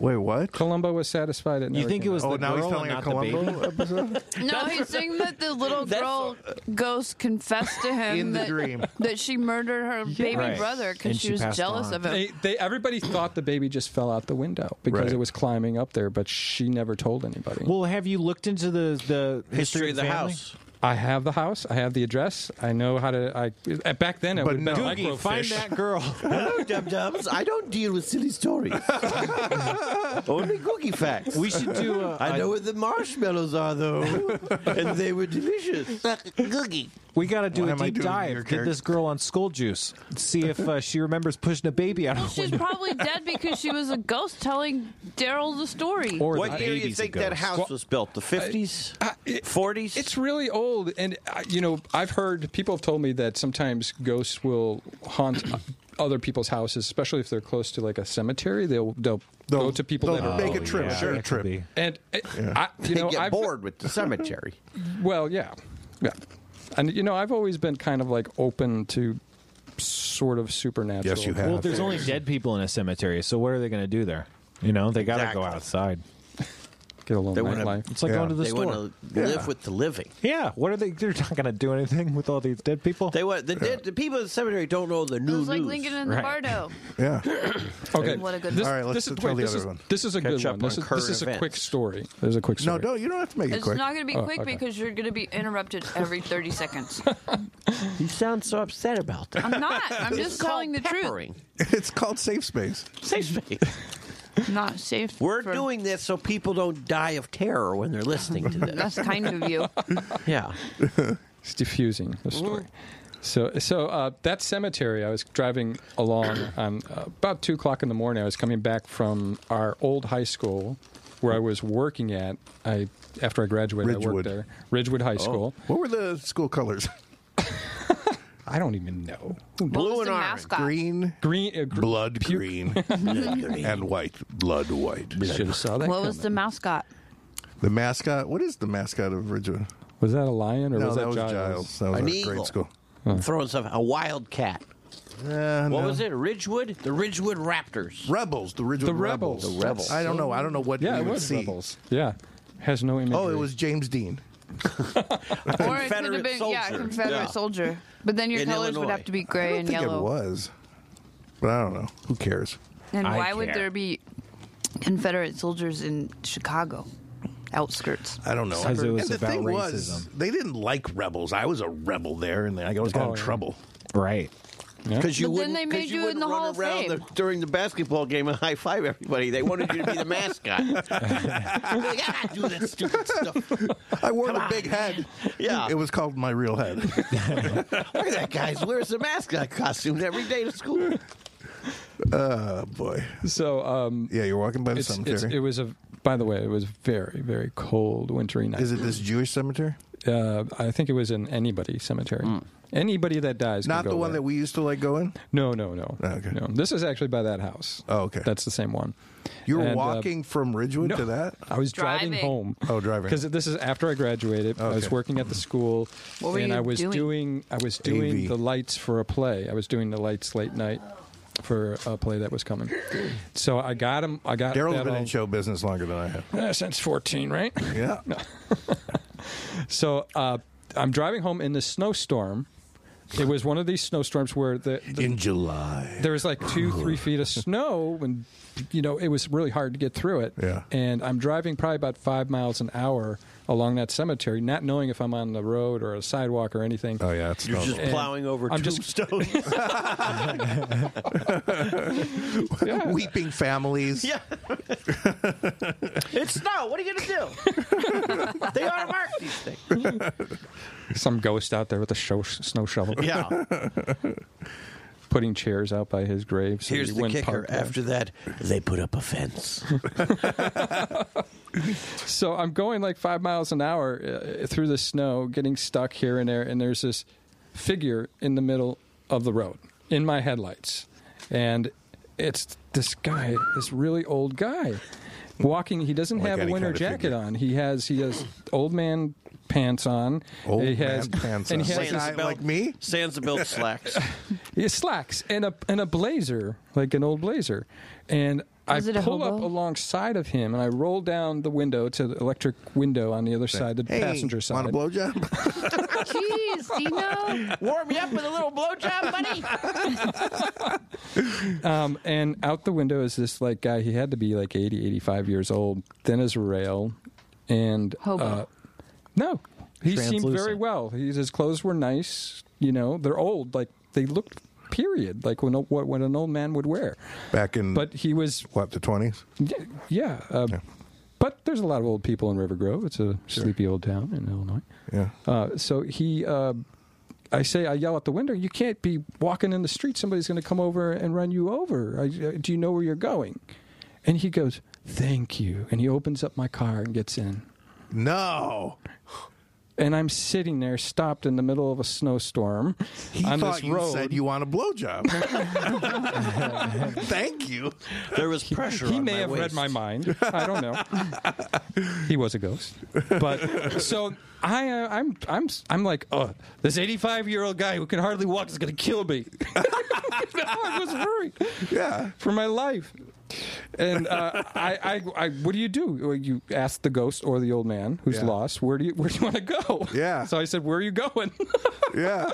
[SPEAKER 1] Wait, what?
[SPEAKER 2] Columbo was satisfied. It
[SPEAKER 4] You think it was
[SPEAKER 1] Oh,
[SPEAKER 4] the
[SPEAKER 1] now
[SPEAKER 4] girl,
[SPEAKER 1] he's telling a
[SPEAKER 4] not the baby?
[SPEAKER 1] Columbo episode.
[SPEAKER 3] No, he's saying that the little girl ghost confessed to him
[SPEAKER 1] In the
[SPEAKER 3] that,
[SPEAKER 1] dream.
[SPEAKER 3] that she murdered her baby
[SPEAKER 4] Right.
[SPEAKER 3] brother
[SPEAKER 4] And
[SPEAKER 3] because she
[SPEAKER 4] she
[SPEAKER 3] was
[SPEAKER 4] passed
[SPEAKER 3] jealous
[SPEAKER 4] on.
[SPEAKER 3] of him.
[SPEAKER 2] They, they, everybody thought the baby just fell out the window because
[SPEAKER 1] Right.
[SPEAKER 2] it was climbing up there, but she never told anybody.
[SPEAKER 4] Well, have you looked into the the
[SPEAKER 6] History of the
[SPEAKER 4] family?
[SPEAKER 6] house.
[SPEAKER 2] I have the house. I have the address. I know how to. I eh, back then I
[SPEAKER 1] But
[SPEAKER 2] would have been
[SPEAKER 1] no.
[SPEAKER 2] a
[SPEAKER 4] Googie,
[SPEAKER 2] microfiche.
[SPEAKER 4] find that girl.
[SPEAKER 6] Hello, dum dums. I don't deal with silly stories. Only cookie facts.
[SPEAKER 4] we should do. A,
[SPEAKER 6] I know where the marshmallows are, though, and they were delicious.
[SPEAKER 4] we got to do
[SPEAKER 1] Why
[SPEAKER 4] a
[SPEAKER 1] am I
[SPEAKER 4] deep
[SPEAKER 1] doing your
[SPEAKER 4] dive. Get
[SPEAKER 1] character?
[SPEAKER 4] this girl on skull juice. See if uh, she remembers pushing a baby out
[SPEAKER 3] Well,
[SPEAKER 4] of a
[SPEAKER 3] she's
[SPEAKER 4] window.
[SPEAKER 3] probably dead because she was a ghost telling Daryl the story.
[SPEAKER 4] Or
[SPEAKER 6] What
[SPEAKER 4] the
[SPEAKER 6] year do you
[SPEAKER 4] 80s
[SPEAKER 6] think
[SPEAKER 4] it
[SPEAKER 6] that
[SPEAKER 4] goes.
[SPEAKER 6] house was built? The 50s?
[SPEAKER 2] it-
[SPEAKER 6] 40s?
[SPEAKER 2] It's really old, and uh, you know, I've heard people have told me that sometimes ghosts will haunt other people's houses, especially if they're close to like a cemetery. They'll they'll, go
[SPEAKER 1] They'll-
[SPEAKER 2] to people
[SPEAKER 1] they'll
[SPEAKER 2] that are
[SPEAKER 1] make a trip,
[SPEAKER 4] yeah,
[SPEAKER 1] sure,
[SPEAKER 4] that could
[SPEAKER 1] trip.
[SPEAKER 4] be.
[SPEAKER 2] and uh, I, you
[SPEAKER 6] they
[SPEAKER 2] know,
[SPEAKER 6] get
[SPEAKER 2] I've,
[SPEAKER 6] bored with the cemetery.
[SPEAKER 2] Well, yeah, yeah, and you know, I've always been kind of like open to sort of supernatural.
[SPEAKER 1] Yes, you have.
[SPEAKER 4] Well, there's only dead people in a cemetery, so what are they going to do there? You know, they got to go
[SPEAKER 6] Exactly.
[SPEAKER 4] outside.
[SPEAKER 2] Get a
[SPEAKER 6] They
[SPEAKER 2] little
[SPEAKER 6] wanna-
[SPEAKER 2] nightlife.
[SPEAKER 4] It's like
[SPEAKER 1] Yeah.
[SPEAKER 4] going to the
[SPEAKER 6] they
[SPEAKER 4] store.
[SPEAKER 6] want to live with the living.
[SPEAKER 4] Yeah, what are they? They're not going to do anything with all these dead people.
[SPEAKER 6] They want the, dead, the people in the cemetery don't know the
[SPEAKER 3] it
[SPEAKER 6] new
[SPEAKER 3] was like
[SPEAKER 6] news.
[SPEAKER 3] Lincoln and
[SPEAKER 4] Right.
[SPEAKER 3] the Bardo.
[SPEAKER 1] Yeah.
[SPEAKER 2] Okay,
[SPEAKER 3] What a good
[SPEAKER 2] This,
[SPEAKER 1] All right, let's
[SPEAKER 2] this is,
[SPEAKER 1] tell
[SPEAKER 2] wait,
[SPEAKER 1] the
[SPEAKER 2] this
[SPEAKER 1] other
[SPEAKER 2] is,
[SPEAKER 1] one.
[SPEAKER 2] This is a
[SPEAKER 6] Catch
[SPEAKER 2] good one.
[SPEAKER 6] up on
[SPEAKER 2] This is,
[SPEAKER 6] current
[SPEAKER 2] this is a quick
[SPEAKER 6] events.
[SPEAKER 2] story. There's a quick story.
[SPEAKER 1] No, don't. You don't have to make it
[SPEAKER 3] It's
[SPEAKER 1] quick.
[SPEAKER 3] not going to be
[SPEAKER 2] Oh,
[SPEAKER 3] quick
[SPEAKER 2] okay.
[SPEAKER 3] because you're going to be interrupted every 30 seconds.
[SPEAKER 6] You sound so upset about that.
[SPEAKER 3] I'm not. I'm just telling the
[SPEAKER 6] peppering.
[SPEAKER 1] It's called safe space.
[SPEAKER 6] Safe space.
[SPEAKER 3] truth. Not safe.
[SPEAKER 6] We're
[SPEAKER 3] for-
[SPEAKER 6] doing this so people don't die of terror when they're listening to this.
[SPEAKER 3] That's kind of you.
[SPEAKER 6] yeah.
[SPEAKER 2] It's diffusing the story. So, so uh, that cemetery, I was driving along on uh, about two o'clock in the morning. I was coming back from our old high school where I was working at. I after I graduated, I
[SPEAKER 1] Ridgewood.
[SPEAKER 2] worked there, Ridgewood
[SPEAKER 6] Oh.
[SPEAKER 2] High School.
[SPEAKER 1] What were the school colors?
[SPEAKER 2] I don't even know.
[SPEAKER 3] What was
[SPEAKER 6] and
[SPEAKER 3] the
[SPEAKER 6] orange.
[SPEAKER 3] mascot?
[SPEAKER 1] Green,
[SPEAKER 2] Green, uh, gr-
[SPEAKER 1] blood green, and white. Blood white.
[SPEAKER 2] should have saw that.
[SPEAKER 3] What was the
[SPEAKER 2] coming.
[SPEAKER 3] mascot?
[SPEAKER 1] The mascot. What is the mascot of Ridgewood?
[SPEAKER 2] Was that a lion or
[SPEAKER 1] No,
[SPEAKER 2] was
[SPEAKER 1] that
[SPEAKER 2] that,
[SPEAKER 1] was Giles. That was
[SPEAKER 6] An
[SPEAKER 1] our
[SPEAKER 6] eagle.
[SPEAKER 1] grade school.
[SPEAKER 6] Throwing stuff. A wild cat.
[SPEAKER 1] Uh,
[SPEAKER 6] What
[SPEAKER 1] no.
[SPEAKER 6] was it? Ridgewood? The Ridgewood Raptors.
[SPEAKER 1] Rebels. The Ridgewood
[SPEAKER 2] The Rebels.
[SPEAKER 1] Rebels.
[SPEAKER 2] The
[SPEAKER 6] Rebels.
[SPEAKER 1] I don't know. I don't know what
[SPEAKER 2] Yeah,
[SPEAKER 1] we
[SPEAKER 2] it
[SPEAKER 1] would
[SPEAKER 2] was
[SPEAKER 1] see.
[SPEAKER 2] rebels. Yeah, has no imagery.
[SPEAKER 1] Oh, it was James Dean.
[SPEAKER 3] Or it could have
[SPEAKER 6] Confederate
[SPEAKER 3] been, yeah,
[SPEAKER 6] soldier.
[SPEAKER 3] Confederate
[SPEAKER 6] Yeah.
[SPEAKER 3] soldier. But then your
[SPEAKER 6] In
[SPEAKER 3] colors would
[SPEAKER 6] Illinois.
[SPEAKER 3] have to be
[SPEAKER 1] I
[SPEAKER 3] gray
[SPEAKER 1] don't
[SPEAKER 3] and
[SPEAKER 1] think
[SPEAKER 3] yellow.
[SPEAKER 1] it was, but I don't know. Who cares?
[SPEAKER 3] And
[SPEAKER 4] I
[SPEAKER 3] why would
[SPEAKER 4] care.
[SPEAKER 3] there be Confederate soldiers in Chicago outskirts?
[SPEAKER 1] I don't know.
[SPEAKER 4] 'Cause it was
[SPEAKER 1] and the
[SPEAKER 4] about
[SPEAKER 1] thing was,
[SPEAKER 4] racism.
[SPEAKER 1] they didn't like rebels. I was a rebel there, and I always got in
[SPEAKER 2] yeah.
[SPEAKER 1] trouble.
[SPEAKER 4] right.
[SPEAKER 6] Because you
[SPEAKER 3] But then
[SPEAKER 6] wouldn't,
[SPEAKER 3] they made
[SPEAKER 6] 'cause
[SPEAKER 3] you in
[SPEAKER 6] wouldn't
[SPEAKER 3] the
[SPEAKER 6] run
[SPEAKER 3] Hall of Fame.
[SPEAKER 6] around The, during the basketball game and high five everybody. They wanted you to be the mascot. You're like, ah, do that stupid stuff. Look
[SPEAKER 1] I wore a big head.
[SPEAKER 6] Yeah.
[SPEAKER 1] it was called my real head.
[SPEAKER 6] at that guy's wears the mascot costume every day to school.
[SPEAKER 1] Oh boy.
[SPEAKER 2] So um,
[SPEAKER 1] Yeah, you're walking by the
[SPEAKER 2] it's, it's,
[SPEAKER 1] cemetery.
[SPEAKER 2] it was a. By the way, it was very very cold wintry night.
[SPEAKER 1] Is it this Jewish cemetery?
[SPEAKER 2] Uh, I think it was in anybody cemetery. Anybody that dies. can
[SPEAKER 1] Hmm. Not
[SPEAKER 2] go
[SPEAKER 1] the one
[SPEAKER 2] there.
[SPEAKER 1] that we used to like go in.
[SPEAKER 2] No, no, no.
[SPEAKER 1] Okay.
[SPEAKER 2] No, this is actually by that house.
[SPEAKER 1] Oh, okay.
[SPEAKER 2] That's the same one.
[SPEAKER 1] You were
[SPEAKER 2] And, uh,
[SPEAKER 1] walking from Ridgewood to that.
[SPEAKER 2] I was driving,
[SPEAKER 3] Driving.
[SPEAKER 2] home.
[SPEAKER 1] Oh, driving.
[SPEAKER 2] Because this is after I graduated. I was
[SPEAKER 1] Okay.
[SPEAKER 2] working at the school,
[SPEAKER 3] What were
[SPEAKER 2] and
[SPEAKER 3] you
[SPEAKER 2] I was
[SPEAKER 3] doing?
[SPEAKER 2] doing? I was doing
[SPEAKER 1] AV.
[SPEAKER 2] the lights for a play. I was doing the lights late night for a play that was coming. So I got him. I got
[SPEAKER 1] Daryl's
[SPEAKER 2] that
[SPEAKER 1] been in
[SPEAKER 2] all-
[SPEAKER 1] show business longer than I have.
[SPEAKER 2] Eh, since fourteen, right?
[SPEAKER 1] Yeah.
[SPEAKER 2] So uh, I'm driving home in this snowstorm. It was one of these snowstorms where the, the
[SPEAKER 1] In July.
[SPEAKER 2] there was like two, three feet of snow, and you know it was really hard to get through it.
[SPEAKER 1] Yeah.
[SPEAKER 2] And I'm driving probably about five miles an hour along that cemetery, not knowing if I'm on the road or a sidewalk or anything.
[SPEAKER 1] Oh yeah, it's
[SPEAKER 9] You're just
[SPEAKER 2] And
[SPEAKER 6] plowing over
[SPEAKER 2] I'm just-
[SPEAKER 9] tombstones.
[SPEAKER 1] weeping families.
[SPEAKER 6] Yeah. it's snow. What are you going to do? they ought to mark these things.
[SPEAKER 2] Some ghost out there with a show, snow shovel,
[SPEAKER 6] Yeah.
[SPEAKER 2] putting chairs out by his grave. So
[SPEAKER 6] Here's
[SPEAKER 2] he
[SPEAKER 6] the
[SPEAKER 2] wouldn't
[SPEAKER 6] kicker.
[SPEAKER 2] park there.
[SPEAKER 6] After that, they put up a fence.
[SPEAKER 2] So I'm going like five miles an hour uh, through the snow, getting stuck here and there, and there's this figure in the middle of the road in my headlights, and it's this guy, this really old guy, walking. He doesn't
[SPEAKER 1] Like
[SPEAKER 2] have a
[SPEAKER 1] any
[SPEAKER 2] winter
[SPEAKER 1] kind of
[SPEAKER 2] jacket
[SPEAKER 1] figure.
[SPEAKER 2] on. He has he has old man pants on.
[SPEAKER 1] Old
[SPEAKER 2] he has,
[SPEAKER 1] man pants
[SPEAKER 2] and
[SPEAKER 1] on.
[SPEAKER 2] he has
[SPEAKER 1] Wait,
[SPEAKER 2] his-
[SPEAKER 1] I- like me?
[SPEAKER 6] Sansa built slacks.
[SPEAKER 2] he has slacks and a and a blazer, like an old blazer. And I
[SPEAKER 3] Is it a
[SPEAKER 2] pull up
[SPEAKER 3] hobo?
[SPEAKER 2] alongside of him, and I roll down the window to the electric window on the other side, the
[SPEAKER 1] Hey,
[SPEAKER 2] passenger side.
[SPEAKER 1] want a blowjob?
[SPEAKER 3] Jeez, Dino.
[SPEAKER 6] Warm you up with a little blowjob, buddy.
[SPEAKER 2] Um, and out the window is this like guy. He had to be like 80, 85 years old, thin as a rail, and
[SPEAKER 3] Hobo.
[SPEAKER 2] uh, no, he seemed very
[SPEAKER 4] Translucent.
[SPEAKER 2] well. He, his clothes were nice. You know, they're old. Like they looked period. Like when what when an old man would wear.
[SPEAKER 1] Back in
[SPEAKER 2] But he was
[SPEAKER 1] what the twenties?
[SPEAKER 2] yeah. yeah, uh, But there's a lot of old people in River Grove. It's a sleepy old town in Illinois.
[SPEAKER 1] Yeah.
[SPEAKER 2] Uh, so he, uh, I say, I yell out the window, you can't be walking in the street. Somebody's going to come over and run you over. I, uh, do you know where you're going? And he goes, thank you. And he opens up my car and gets in.
[SPEAKER 1] No.
[SPEAKER 2] And I'm sitting there, stopped in the middle of a snowstorm
[SPEAKER 1] He
[SPEAKER 2] on
[SPEAKER 1] thought
[SPEAKER 2] this
[SPEAKER 1] you
[SPEAKER 2] road.
[SPEAKER 1] said you want a blowjob. Thank you.
[SPEAKER 6] There was pressure.
[SPEAKER 2] he
[SPEAKER 6] on
[SPEAKER 2] may
[SPEAKER 6] my
[SPEAKER 2] have read
[SPEAKER 6] waist.
[SPEAKER 2] my mind. I don't know. he was a ghost, but so I, uh, I'm, I'm, I'm like, oh, this 85 year old guy who can hardly walk is going to kill me. no, I was worried
[SPEAKER 1] Yeah.
[SPEAKER 2] for my life. And uh, I, I, I, what do you do? Well, You ask the ghost or the old man who's
[SPEAKER 1] Yeah.
[SPEAKER 2] lost. Where do you, where do you want to go?
[SPEAKER 1] Yeah.
[SPEAKER 2] So I said, where are you going?
[SPEAKER 1] Yeah.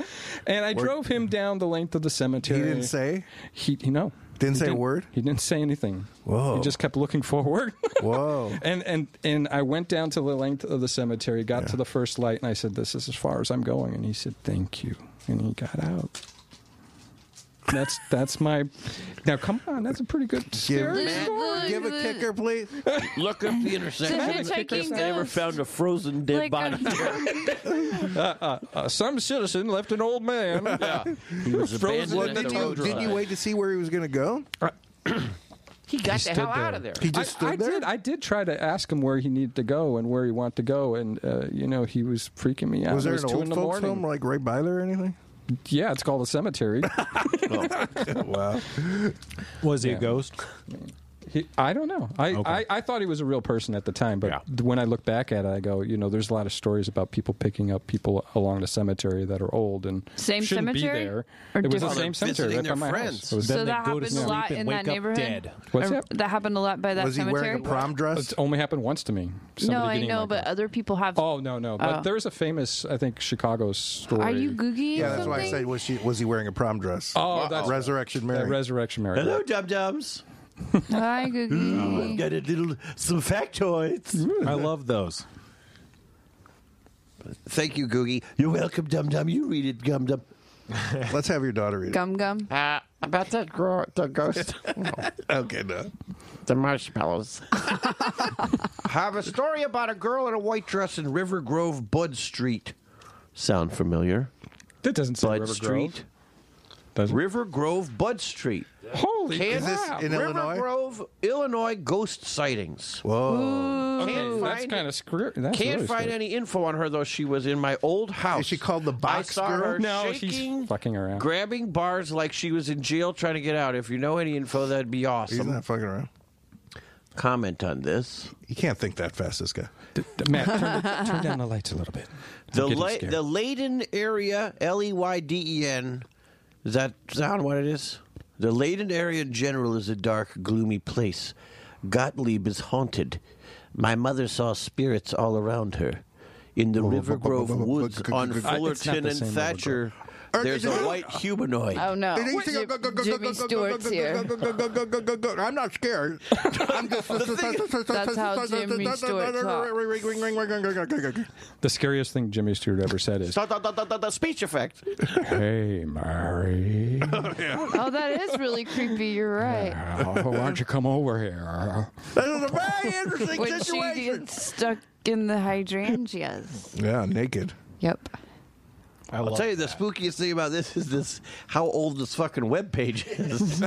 [SPEAKER 2] and I drove him down the length of the
[SPEAKER 1] He
[SPEAKER 2] cemetery.
[SPEAKER 1] didn't say.
[SPEAKER 2] He, he no.
[SPEAKER 1] Didn't
[SPEAKER 2] He
[SPEAKER 1] say a word?
[SPEAKER 2] He didn't say anything.
[SPEAKER 1] Whoa.
[SPEAKER 2] He just kept looking forward.
[SPEAKER 1] Whoa.
[SPEAKER 2] and and and I went down to the length of the cemetery, got
[SPEAKER 1] Yeah.
[SPEAKER 2] to the first light, and I said, "This is as far as I'm going." And he said, "Thank you," and he got out. That's that's my. Now come on, that's a pretty good scary
[SPEAKER 3] This
[SPEAKER 2] story.
[SPEAKER 3] looks
[SPEAKER 1] Give a kicker, please.
[SPEAKER 6] Look up the
[SPEAKER 3] The
[SPEAKER 6] intersection.
[SPEAKER 3] hitchhiking
[SPEAKER 6] If they ever
[SPEAKER 3] ghost.
[SPEAKER 6] found a frozen dead
[SPEAKER 3] like
[SPEAKER 6] body.
[SPEAKER 7] um,
[SPEAKER 3] a,
[SPEAKER 2] Uh, some citizen left an old man.
[SPEAKER 6] He was
[SPEAKER 2] Frozen
[SPEAKER 6] abandoned
[SPEAKER 2] in
[SPEAKER 1] Did
[SPEAKER 6] at
[SPEAKER 2] the
[SPEAKER 6] the
[SPEAKER 1] you,
[SPEAKER 6] roadside.
[SPEAKER 1] did you wait to see where he was going to go?
[SPEAKER 6] He got the hell
[SPEAKER 2] stood
[SPEAKER 6] out of there.
[SPEAKER 1] He just
[SPEAKER 2] I,
[SPEAKER 1] stood
[SPEAKER 2] I
[SPEAKER 1] there.
[SPEAKER 2] did. I did try to ask him where he needed to go and where he wanted to go, and uh, you know he was freaking me out.
[SPEAKER 1] was there
[SPEAKER 2] it was
[SPEAKER 1] an
[SPEAKER 2] two in
[SPEAKER 1] old
[SPEAKER 2] the
[SPEAKER 1] folks
[SPEAKER 2] morning.
[SPEAKER 1] home like right by there or anything?
[SPEAKER 2] Yeah, it's called a cemetery.
[SPEAKER 1] wow.
[SPEAKER 4] Was he
[SPEAKER 2] Yeah.
[SPEAKER 4] a ghost?
[SPEAKER 2] He, I don't know. I,
[SPEAKER 4] Okay.
[SPEAKER 2] I, I thought he was a real person at the time, but
[SPEAKER 4] Yeah.
[SPEAKER 2] th- when I look back at it, I go, you know, there's a lot of stories about people picking up people along the cemetery that are old and
[SPEAKER 3] Same
[SPEAKER 2] shouldn't
[SPEAKER 3] cemetery?
[SPEAKER 2] be there.
[SPEAKER 3] Or
[SPEAKER 2] it was the
[SPEAKER 3] different-
[SPEAKER 2] same cemetery
[SPEAKER 6] Visiting
[SPEAKER 2] right by
[SPEAKER 6] their
[SPEAKER 2] my
[SPEAKER 6] friends.
[SPEAKER 2] house. It was-
[SPEAKER 3] so
[SPEAKER 4] Then
[SPEAKER 3] that
[SPEAKER 4] they go
[SPEAKER 3] happened
[SPEAKER 4] to
[SPEAKER 3] a
[SPEAKER 4] sleep
[SPEAKER 3] lot
[SPEAKER 4] and
[SPEAKER 3] in
[SPEAKER 4] wake
[SPEAKER 3] that
[SPEAKER 4] up
[SPEAKER 3] neighborhood.
[SPEAKER 4] dead.
[SPEAKER 2] What's
[SPEAKER 3] Or-
[SPEAKER 2] that?
[SPEAKER 3] That happened a lot by that
[SPEAKER 1] Was he
[SPEAKER 3] cemetery.
[SPEAKER 1] wearing a prom dress?
[SPEAKER 2] it's only happened once to me.
[SPEAKER 3] no,
[SPEAKER 2] Somebody
[SPEAKER 3] I
[SPEAKER 2] getting
[SPEAKER 3] know,
[SPEAKER 2] like
[SPEAKER 3] but
[SPEAKER 2] that.
[SPEAKER 3] other people have.
[SPEAKER 2] oh no, no. But
[SPEAKER 3] Oh.
[SPEAKER 2] there's a famous, I think, Chicago story.
[SPEAKER 3] Are you googlying
[SPEAKER 1] yeah, that's why I
[SPEAKER 3] something?
[SPEAKER 1] said was she was he wearing a prom dress?
[SPEAKER 2] Oh, that's
[SPEAKER 1] Resurrection
[SPEAKER 2] that
[SPEAKER 1] Mary.
[SPEAKER 2] Resurrection Mary.
[SPEAKER 6] Hello, dum dums.
[SPEAKER 3] Hi,
[SPEAKER 1] Oh,
[SPEAKER 3] Googie.
[SPEAKER 6] Got a little some factoids.
[SPEAKER 4] I love those.
[SPEAKER 6] Thank you, Googie. You're welcome, dum dum. You read it, dum dum.
[SPEAKER 1] Let's have your daughter read it.
[SPEAKER 3] Gum gum.
[SPEAKER 1] Ah.
[SPEAKER 7] Uh, about that gro- the ghost,
[SPEAKER 1] Okay, no.
[SPEAKER 7] the marshmallows.
[SPEAKER 6] Have a story about a girl in a white dress in River Grove, Bud Street. Sound familiar?
[SPEAKER 2] That doesn't say
[SPEAKER 6] Bud
[SPEAKER 2] River Grove.
[SPEAKER 6] Street.
[SPEAKER 2] Does it?
[SPEAKER 6] River Grove, Bud Street.
[SPEAKER 2] Holy
[SPEAKER 6] Kansas,
[SPEAKER 2] crap.
[SPEAKER 1] this in
[SPEAKER 6] River
[SPEAKER 1] Illinois?
[SPEAKER 6] Grove, Illinois ghost sightings.
[SPEAKER 1] Whoa.
[SPEAKER 2] Okay,
[SPEAKER 6] Can't
[SPEAKER 2] that's
[SPEAKER 6] find
[SPEAKER 2] kind of screw. That's
[SPEAKER 6] Can't
[SPEAKER 2] really
[SPEAKER 6] find
[SPEAKER 2] screw-
[SPEAKER 6] any info on her though. She was in my old house.
[SPEAKER 1] Is she called the box
[SPEAKER 6] I saw
[SPEAKER 1] girl?
[SPEAKER 6] her
[SPEAKER 2] No,
[SPEAKER 6] shaking,
[SPEAKER 2] she's fucking around.
[SPEAKER 6] grabbing bars like she was in jail trying to get out. If you know any info, that'd be
[SPEAKER 1] He's
[SPEAKER 6] awesome.
[SPEAKER 1] not fucking around.
[SPEAKER 6] Comment on this.
[SPEAKER 1] You can't think that fast, this guy.
[SPEAKER 2] D- d- Matt, turn, the- turn down the lights a little bit. I'm
[SPEAKER 6] The
[SPEAKER 2] getting
[SPEAKER 6] La-
[SPEAKER 2] scared.
[SPEAKER 6] the Leyden area, L E Y D E N. Does that sound what it is? The Leyden area in general is a dark, gloomy place. Gottlieb is haunted. My mother saw spirits all around her. In
[SPEAKER 2] Oh,
[SPEAKER 6] the River Grove Woods on
[SPEAKER 1] It's
[SPEAKER 2] not the
[SPEAKER 6] Fullerton and
[SPEAKER 2] same River
[SPEAKER 6] Thatcher, there's a white humanoid.
[SPEAKER 3] Oh no, Jim- Jimmy Stewart's here.
[SPEAKER 1] I'm not scared. I'm just. That's
[SPEAKER 3] That's how Jimmy Stewart
[SPEAKER 2] The scariest thing Jimmy Stewart ever said is,
[SPEAKER 6] Da, da, da, da, da, da, Speech effect.
[SPEAKER 2] "Hey, Mary,
[SPEAKER 3] Oh, that is really creepy. You're right.
[SPEAKER 2] why don't you come over here?"
[SPEAKER 1] That is a very interesting
[SPEAKER 3] When she
[SPEAKER 1] situation.
[SPEAKER 3] gets stuck in the hydrangeas.
[SPEAKER 1] Yeah, naked.
[SPEAKER 3] Yep.
[SPEAKER 2] I
[SPEAKER 6] I'll
[SPEAKER 2] love
[SPEAKER 6] tell you the spookiest thing about this is this how old this fucking webpage is.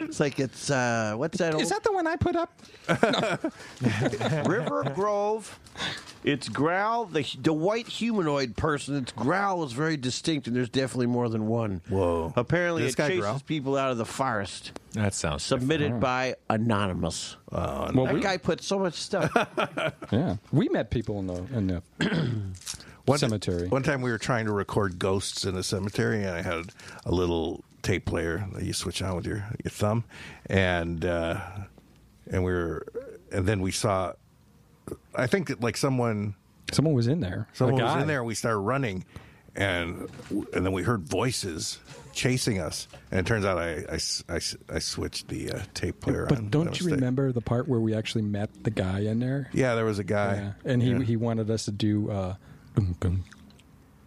[SPEAKER 6] it's like it's uh what's that old
[SPEAKER 2] Is that the one I put up?
[SPEAKER 6] River Grove. It's growl. The the white humanoid person. Its growl is very distinct, and there's definitely more than one.
[SPEAKER 1] Whoa.
[SPEAKER 6] Apparently,
[SPEAKER 1] This
[SPEAKER 6] it
[SPEAKER 1] guy
[SPEAKER 6] chases
[SPEAKER 1] growl? Mm.
[SPEAKER 6] people out of the forest.
[SPEAKER 4] That sounds
[SPEAKER 6] Submitted by anonymous.
[SPEAKER 1] Uh,
[SPEAKER 2] Well,
[SPEAKER 6] that
[SPEAKER 2] we,
[SPEAKER 6] guy put so much stuff.
[SPEAKER 2] yeah, we met people in the in the
[SPEAKER 1] One-
[SPEAKER 2] Cemetery.
[SPEAKER 1] One time we were trying to record ghosts in a cemetery, and I had a little tape player that you switch on with your, your thumb, and uh, and we were, and then we saw, I think that, like someone
[SPEAKER 2] someone was in there.
[SPEAKER 1] someone
[SPEAKER 2] a
[SPEAKER 1] was
[SPEAKER 2] guy.
[SPEAKER 1] in there, and we started running, and and then we heard voices chasing us, and it turns out I I s- I s- I switched the uh, tape player on.
[SPEAKER 2] But
[SPEAKER 1] by
[SPEAKER 2] don't you
[SPEAKER 1] mistake.
[SPEAKER 2] remember the part where we actually met the guy in there?
[SPEAKER 1] Yeah, there was a guy,
[SPEAKER 2] Yeah. And he, he wanted us to do. Uh, gung, gung,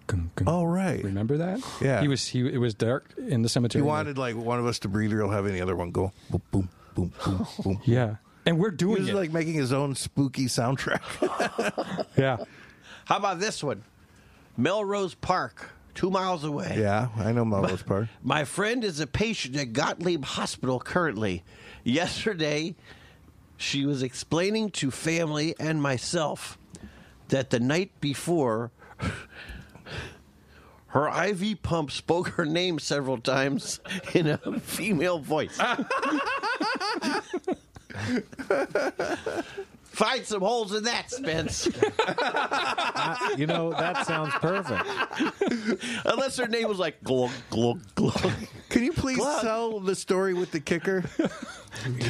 [SPEAKER 2] gung, gung.
[SPEAKER 1] Oh, right.
[SPEAKER 2] Remember that?
[SPEAKER 1] Yeah.
[SPEAKER 2] He was. He it was dark in the
[SPEAKER 1] He
[SPEAKER 2] cemetery.
[SPEAKER 1] wanted like one of us to breathe real heavy, and the other one go boom boom boom boom boom.
[SPEAKER 2] Yeah. And we're
[SPEAKER 1] He
[SPEAKER 2] doing
[SPEAKER 1] was
[SPEAKER 2] it.
[SPEAKER 1] like making his own spooky soundtrack.
[SPEAKER 2] yeah.
[SPEAKER 6] How about this one? Melrose Park, two miles away.
[SPEAKER 1] yeah, I know Melrose Park.
[SPEAKER 6] My friend is a patient at Gottlieb Hospital currently. Yesterday, she was explaining to family and myself that the night before, her IV pump spoke her name several times in a female voice. Find some holes in that, Spence.
[SPEAKER 4] perfect. You know, that sounds perfect.
[SPEAKER 6] Unless her name was like glug, glug, glug.
[SPEAKER 1] Can you please
[SPEAKER 6] Glug.
[SPEAKER 1] tell the story with the kicker?
[SPEAKER 2] The,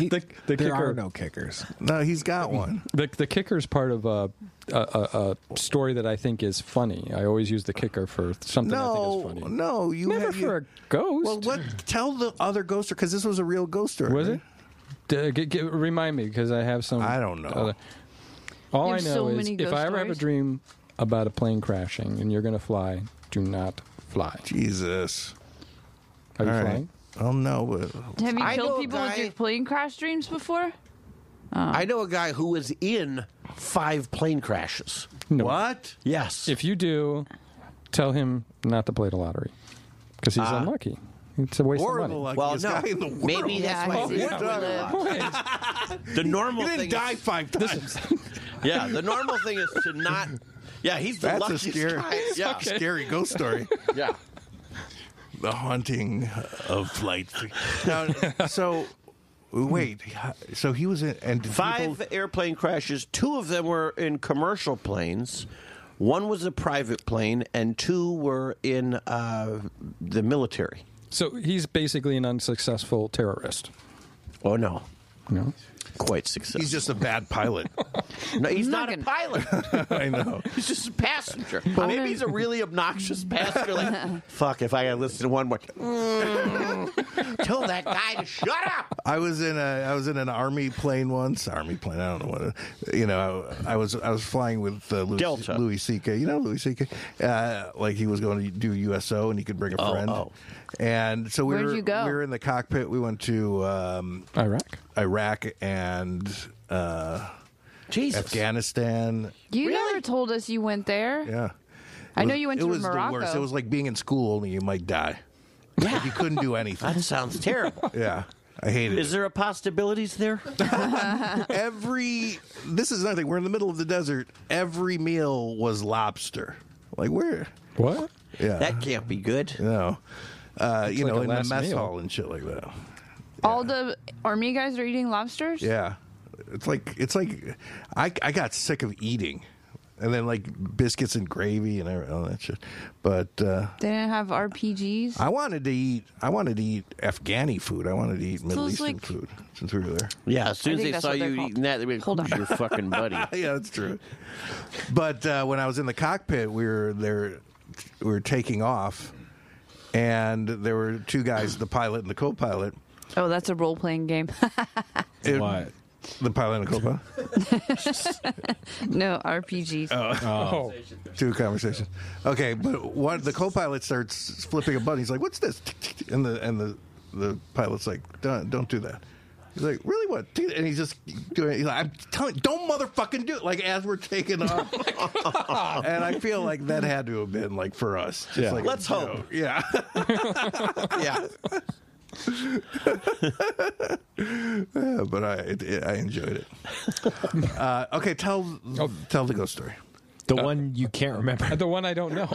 [SPEAKER 2] the
[SPEAKER 8] There
[SPEAKER 2] kicker.
[SPEAKER 8] are no kickers.
[SPEAKER 1] No, he's got one.
[SPEAKER 2] The, the kicker's part of a, a, a, a story that I think is funny. I always use the kicker for something I
[SPEAKER 1] No,
[SPEAKER 2] think is funny.
[SPEAKER 1] no, you
[SPEAKER 2] Never
[SPEAKER 1] have, you-
[SPEAKER 2] for a ghost.
[SPEAKER 1] Well, what? Tell the other ghost story because this was a real ghost story.
[SPEAKER 2] Was
[SPEAKER 1] right?
[SPEAKER 2] it? D- g- g- remind me because I have some.
[SPEAKER 1] I don't know.
[SPEAKER 2] all
[SPEAKER 3] You
[SPEAKER 2] I
[SPEAKER 3] have
[SPEAKER 2] know
[SPEAKER 3] so
[SPEAKER 2] is
[SPEAKER 3] many
[SPEAKER 2] if
[SPEAKER 3] ghost
[SPEAKER 2] I ever have a
[SPEAKER 3] stories.
[SPEAKER 2] dream about a plane crashing and you're going to fly, do not fly.
[SPEAKER 1] Jesus.
[SPEAKER 2] Are you
[SPEAKER 1] All right.
[SPEAKER 2] flying?
[SPEAKER 1] Oh no, but
[SPEAKER 3] Have you
[SPEAKER 6] I know
[SPEAKER 3] killed
[SPEAKER 6] a
[SPEAKER 3] people with
[SPEAKER 6] guy-
[SPEAKER 3] your plane crash dreams before?
[SPEAKER 6] I know a guy who was in five plane crashes.
[SPEAKER 2] No.
[SPEAKER 1] what?
[SPEAKER 6] Yes.
[SPEAKER 2] If you do, tell him not to play the lottery because he's
[SPEAKER 1] Ah.
[SPEAKER 2] unlucky. It's a waste
[SPEAKER 1] Horrible,
[SPEAKER 2] of money.
[SPEAKER 1] luckiest
[SPEAKER 6] well, no.
[SPEAKER 1] guy in the world.
[SPEAKER 6] Maybe that's
[SPEAKER 3] Yeah, I
[SPEAKER 6] why
[SPEAKER 3] see.
[SPEAKER 6] yeah. the normal
[SPEAKER 1] he
[SPEAKER 6] thing.
[SPEAKER 1] didn't die five times.
[SPEAKER 6] Is, yeah, the normal thing is to not. Yeah, he's the
[SPEAKER 1] That's a
[SPEAKER 6] luckiest
[SPEAKER 1] scary-
[SPEAKER 6] guy. Yeah,
[SPEAKER 1] Scary ghost story.
[SPEAKER 6] yeah.
[SPEAKER 1] the haunting of flight. three. Now, so wait, so he was in and did
[SPEAKER 6] Five
[SPEAKER 1] people-
[SPEAKER 6] airplane crashes. Two of them were in commercial planes. One was a private plane, and two were in uh, the military.
[SPEAKER 2] So he's basically an unsuccessful terrorist.
[SPEAKER 6] Oh no,
[SPEAKER 2] No.
[SPEAKER 6] quite successful.
[SPEAKER 1] he's just a bad pilot.
[SPEAKER 6] no, he's
[SPEAKER 3] not
[SPEAKER 6] not,
[SPEAKER 3] gonna-
[SPEAKER 6] a pilot.
[SPEAKER 1] I know.
[SPEAKER 6] He's just a passenger. Maybe he's a really obnoxious passenger. Like, "Mm." fuck, if I had listened to one more. Mm. Tell that guy to shut up.
[SPEAKER 1] I was in a I was in an army plane once. Army plane. I don't know what. it- You know, I, I was I was flying with uh, Louis,
[SPEAKER 6] Delta.
[SPEAKER 1] Louis C.K. You know Louis C.K. Uh, like he was going to do USO and he could bring a friend.
[SPEAKER 6] oh.
[SPEAKER 1] And so we
[SPEAKER 3] Where'd
[SPEAKER 1] were
[SPEAKER 3] you go?
[SPEAKER 1] we were in the cockpit. We went to um,
[SPEAKER 2] Iraq?
[SPEAKER 1] Iraq and uh,
[SPEAKER 6] Jesus.
[SPEAKER 1] Afghanistan.
[SPEAKER 3] You
[SPEAKER 6] Really?
[SPEAKER 3] never told us you went there.
[SPEAKER 1] Yeah.
[SPEAKER 3] I
[SPEAKER 1] It
[SPEAKER 3] know
[SPEAKER 1] was-
[SPEAKER 3] you went
[SPEAKER 1] it
[SPEAKER 3] to
[SPEAKER 1] was
[SPEAKER 3] Morocco.
[SPEAKER 1] The worst. It was like being in school only you might die. Like, you couldn't do anything.
[SPEAKER 6] That sounds terrible.
[SPEAKER 1] yeah. I hate it.
[SPEAKER 6] Is there a possibilities there?
[SPEAKER 1] every this is nothing. We're in the middle of the desert. Every meal was lobster. Like where?
[SPEAKER 2] What?
[SPEAKER 1] Yeah.
[SPEAKER 6] That can't be good.
[SPEAKER 1] no. Uh, you
[SPEAKER 2] like
[SPEAKER 1] know,
[SPEAKER 2] a
[SPEAKER 1] in the
[SPEAKER 2] last
[SPEAKER 1] mess
[SPEAKER 2] meal.
[SPEAKER 1] hall and shit like that.
[SPEAKER 3] All the army guys are eating lobsters.
[SPEAKER 1] Yeah. It's like it's like I I got sick of eating. And then like biscuits and gravy and every- all that shit. But uh
[SPEAKER 3] They didn't have RPGs.
[SPEAKER 1] I wanted to eat I wanted to eat Afghani food. I wanted to eat Middle
[SPEAKER 3] it's
[SPEAKER 1] Eastern
[SPEAKER 3] like-
[SPEAKER 1] food since we were there.
[SPEAKER 6] Yeah, as
[SPEAKER 3] I
[SPEAKER 6] soon as
[SPEAKER 3] think
[SPEAKER 6] they
[SPEAKER 3] that's
[SPEAKER 6] saw
[SPEAKER 3] what they're
[SPEAKER 6] you
[SPEAKER 3] called.
[SPEAKER 6] eating that, they were
[SPEAKER 3] Hold on.
[SPEAKER 6] your fucking buddy.
[SPEAKER 1] yeah, that's true. But uh, when I was in the cockpit, we were there, we were taking off, and there were two guys, the pilot and the co-pilot.
[SPEAKER 3] Oh, that's a role playing game.
[SPEAKER 1] It-
[SPEAKER 2] What?
[SPEAKER 1] The pilot and the co-pilot.
[SPEAKER 3] no RPGs.
[SPEAKER 2] Oh,
[SPEAKER 1] Two conversations. Okay, but one, the co-pilot starts flipping a button. He's like, "What's this?" Tick, tick, tick. And the and the the pilot's like, "Don't don't do that." He's like, "Really? What?" Tick, And he's just doing. He's like, "I'm telling, don't motherfucking do it." Like as we're taking off,
[SPEAKER 6] Oh
[SPEAKER 1] and I feel like that had to have been like for us. Just
[SPEAKER 2] Yeah.
[SPEAKER 1] like a
[SPEAKER 6] Let's hope.
[SPEAKER 1] joke. Yeah.
[SPEAKER 6] yeah.
[SPEAKER 1] Yeah, but I it, it, I enjoyed it. uh, okay, tell
[SPEAKER 6] Oh.
[SPEAKER 1] tell the ghost story.
[SPEAKER 4] The one you can't remember.
[SPEAKER 2] the one I don't know.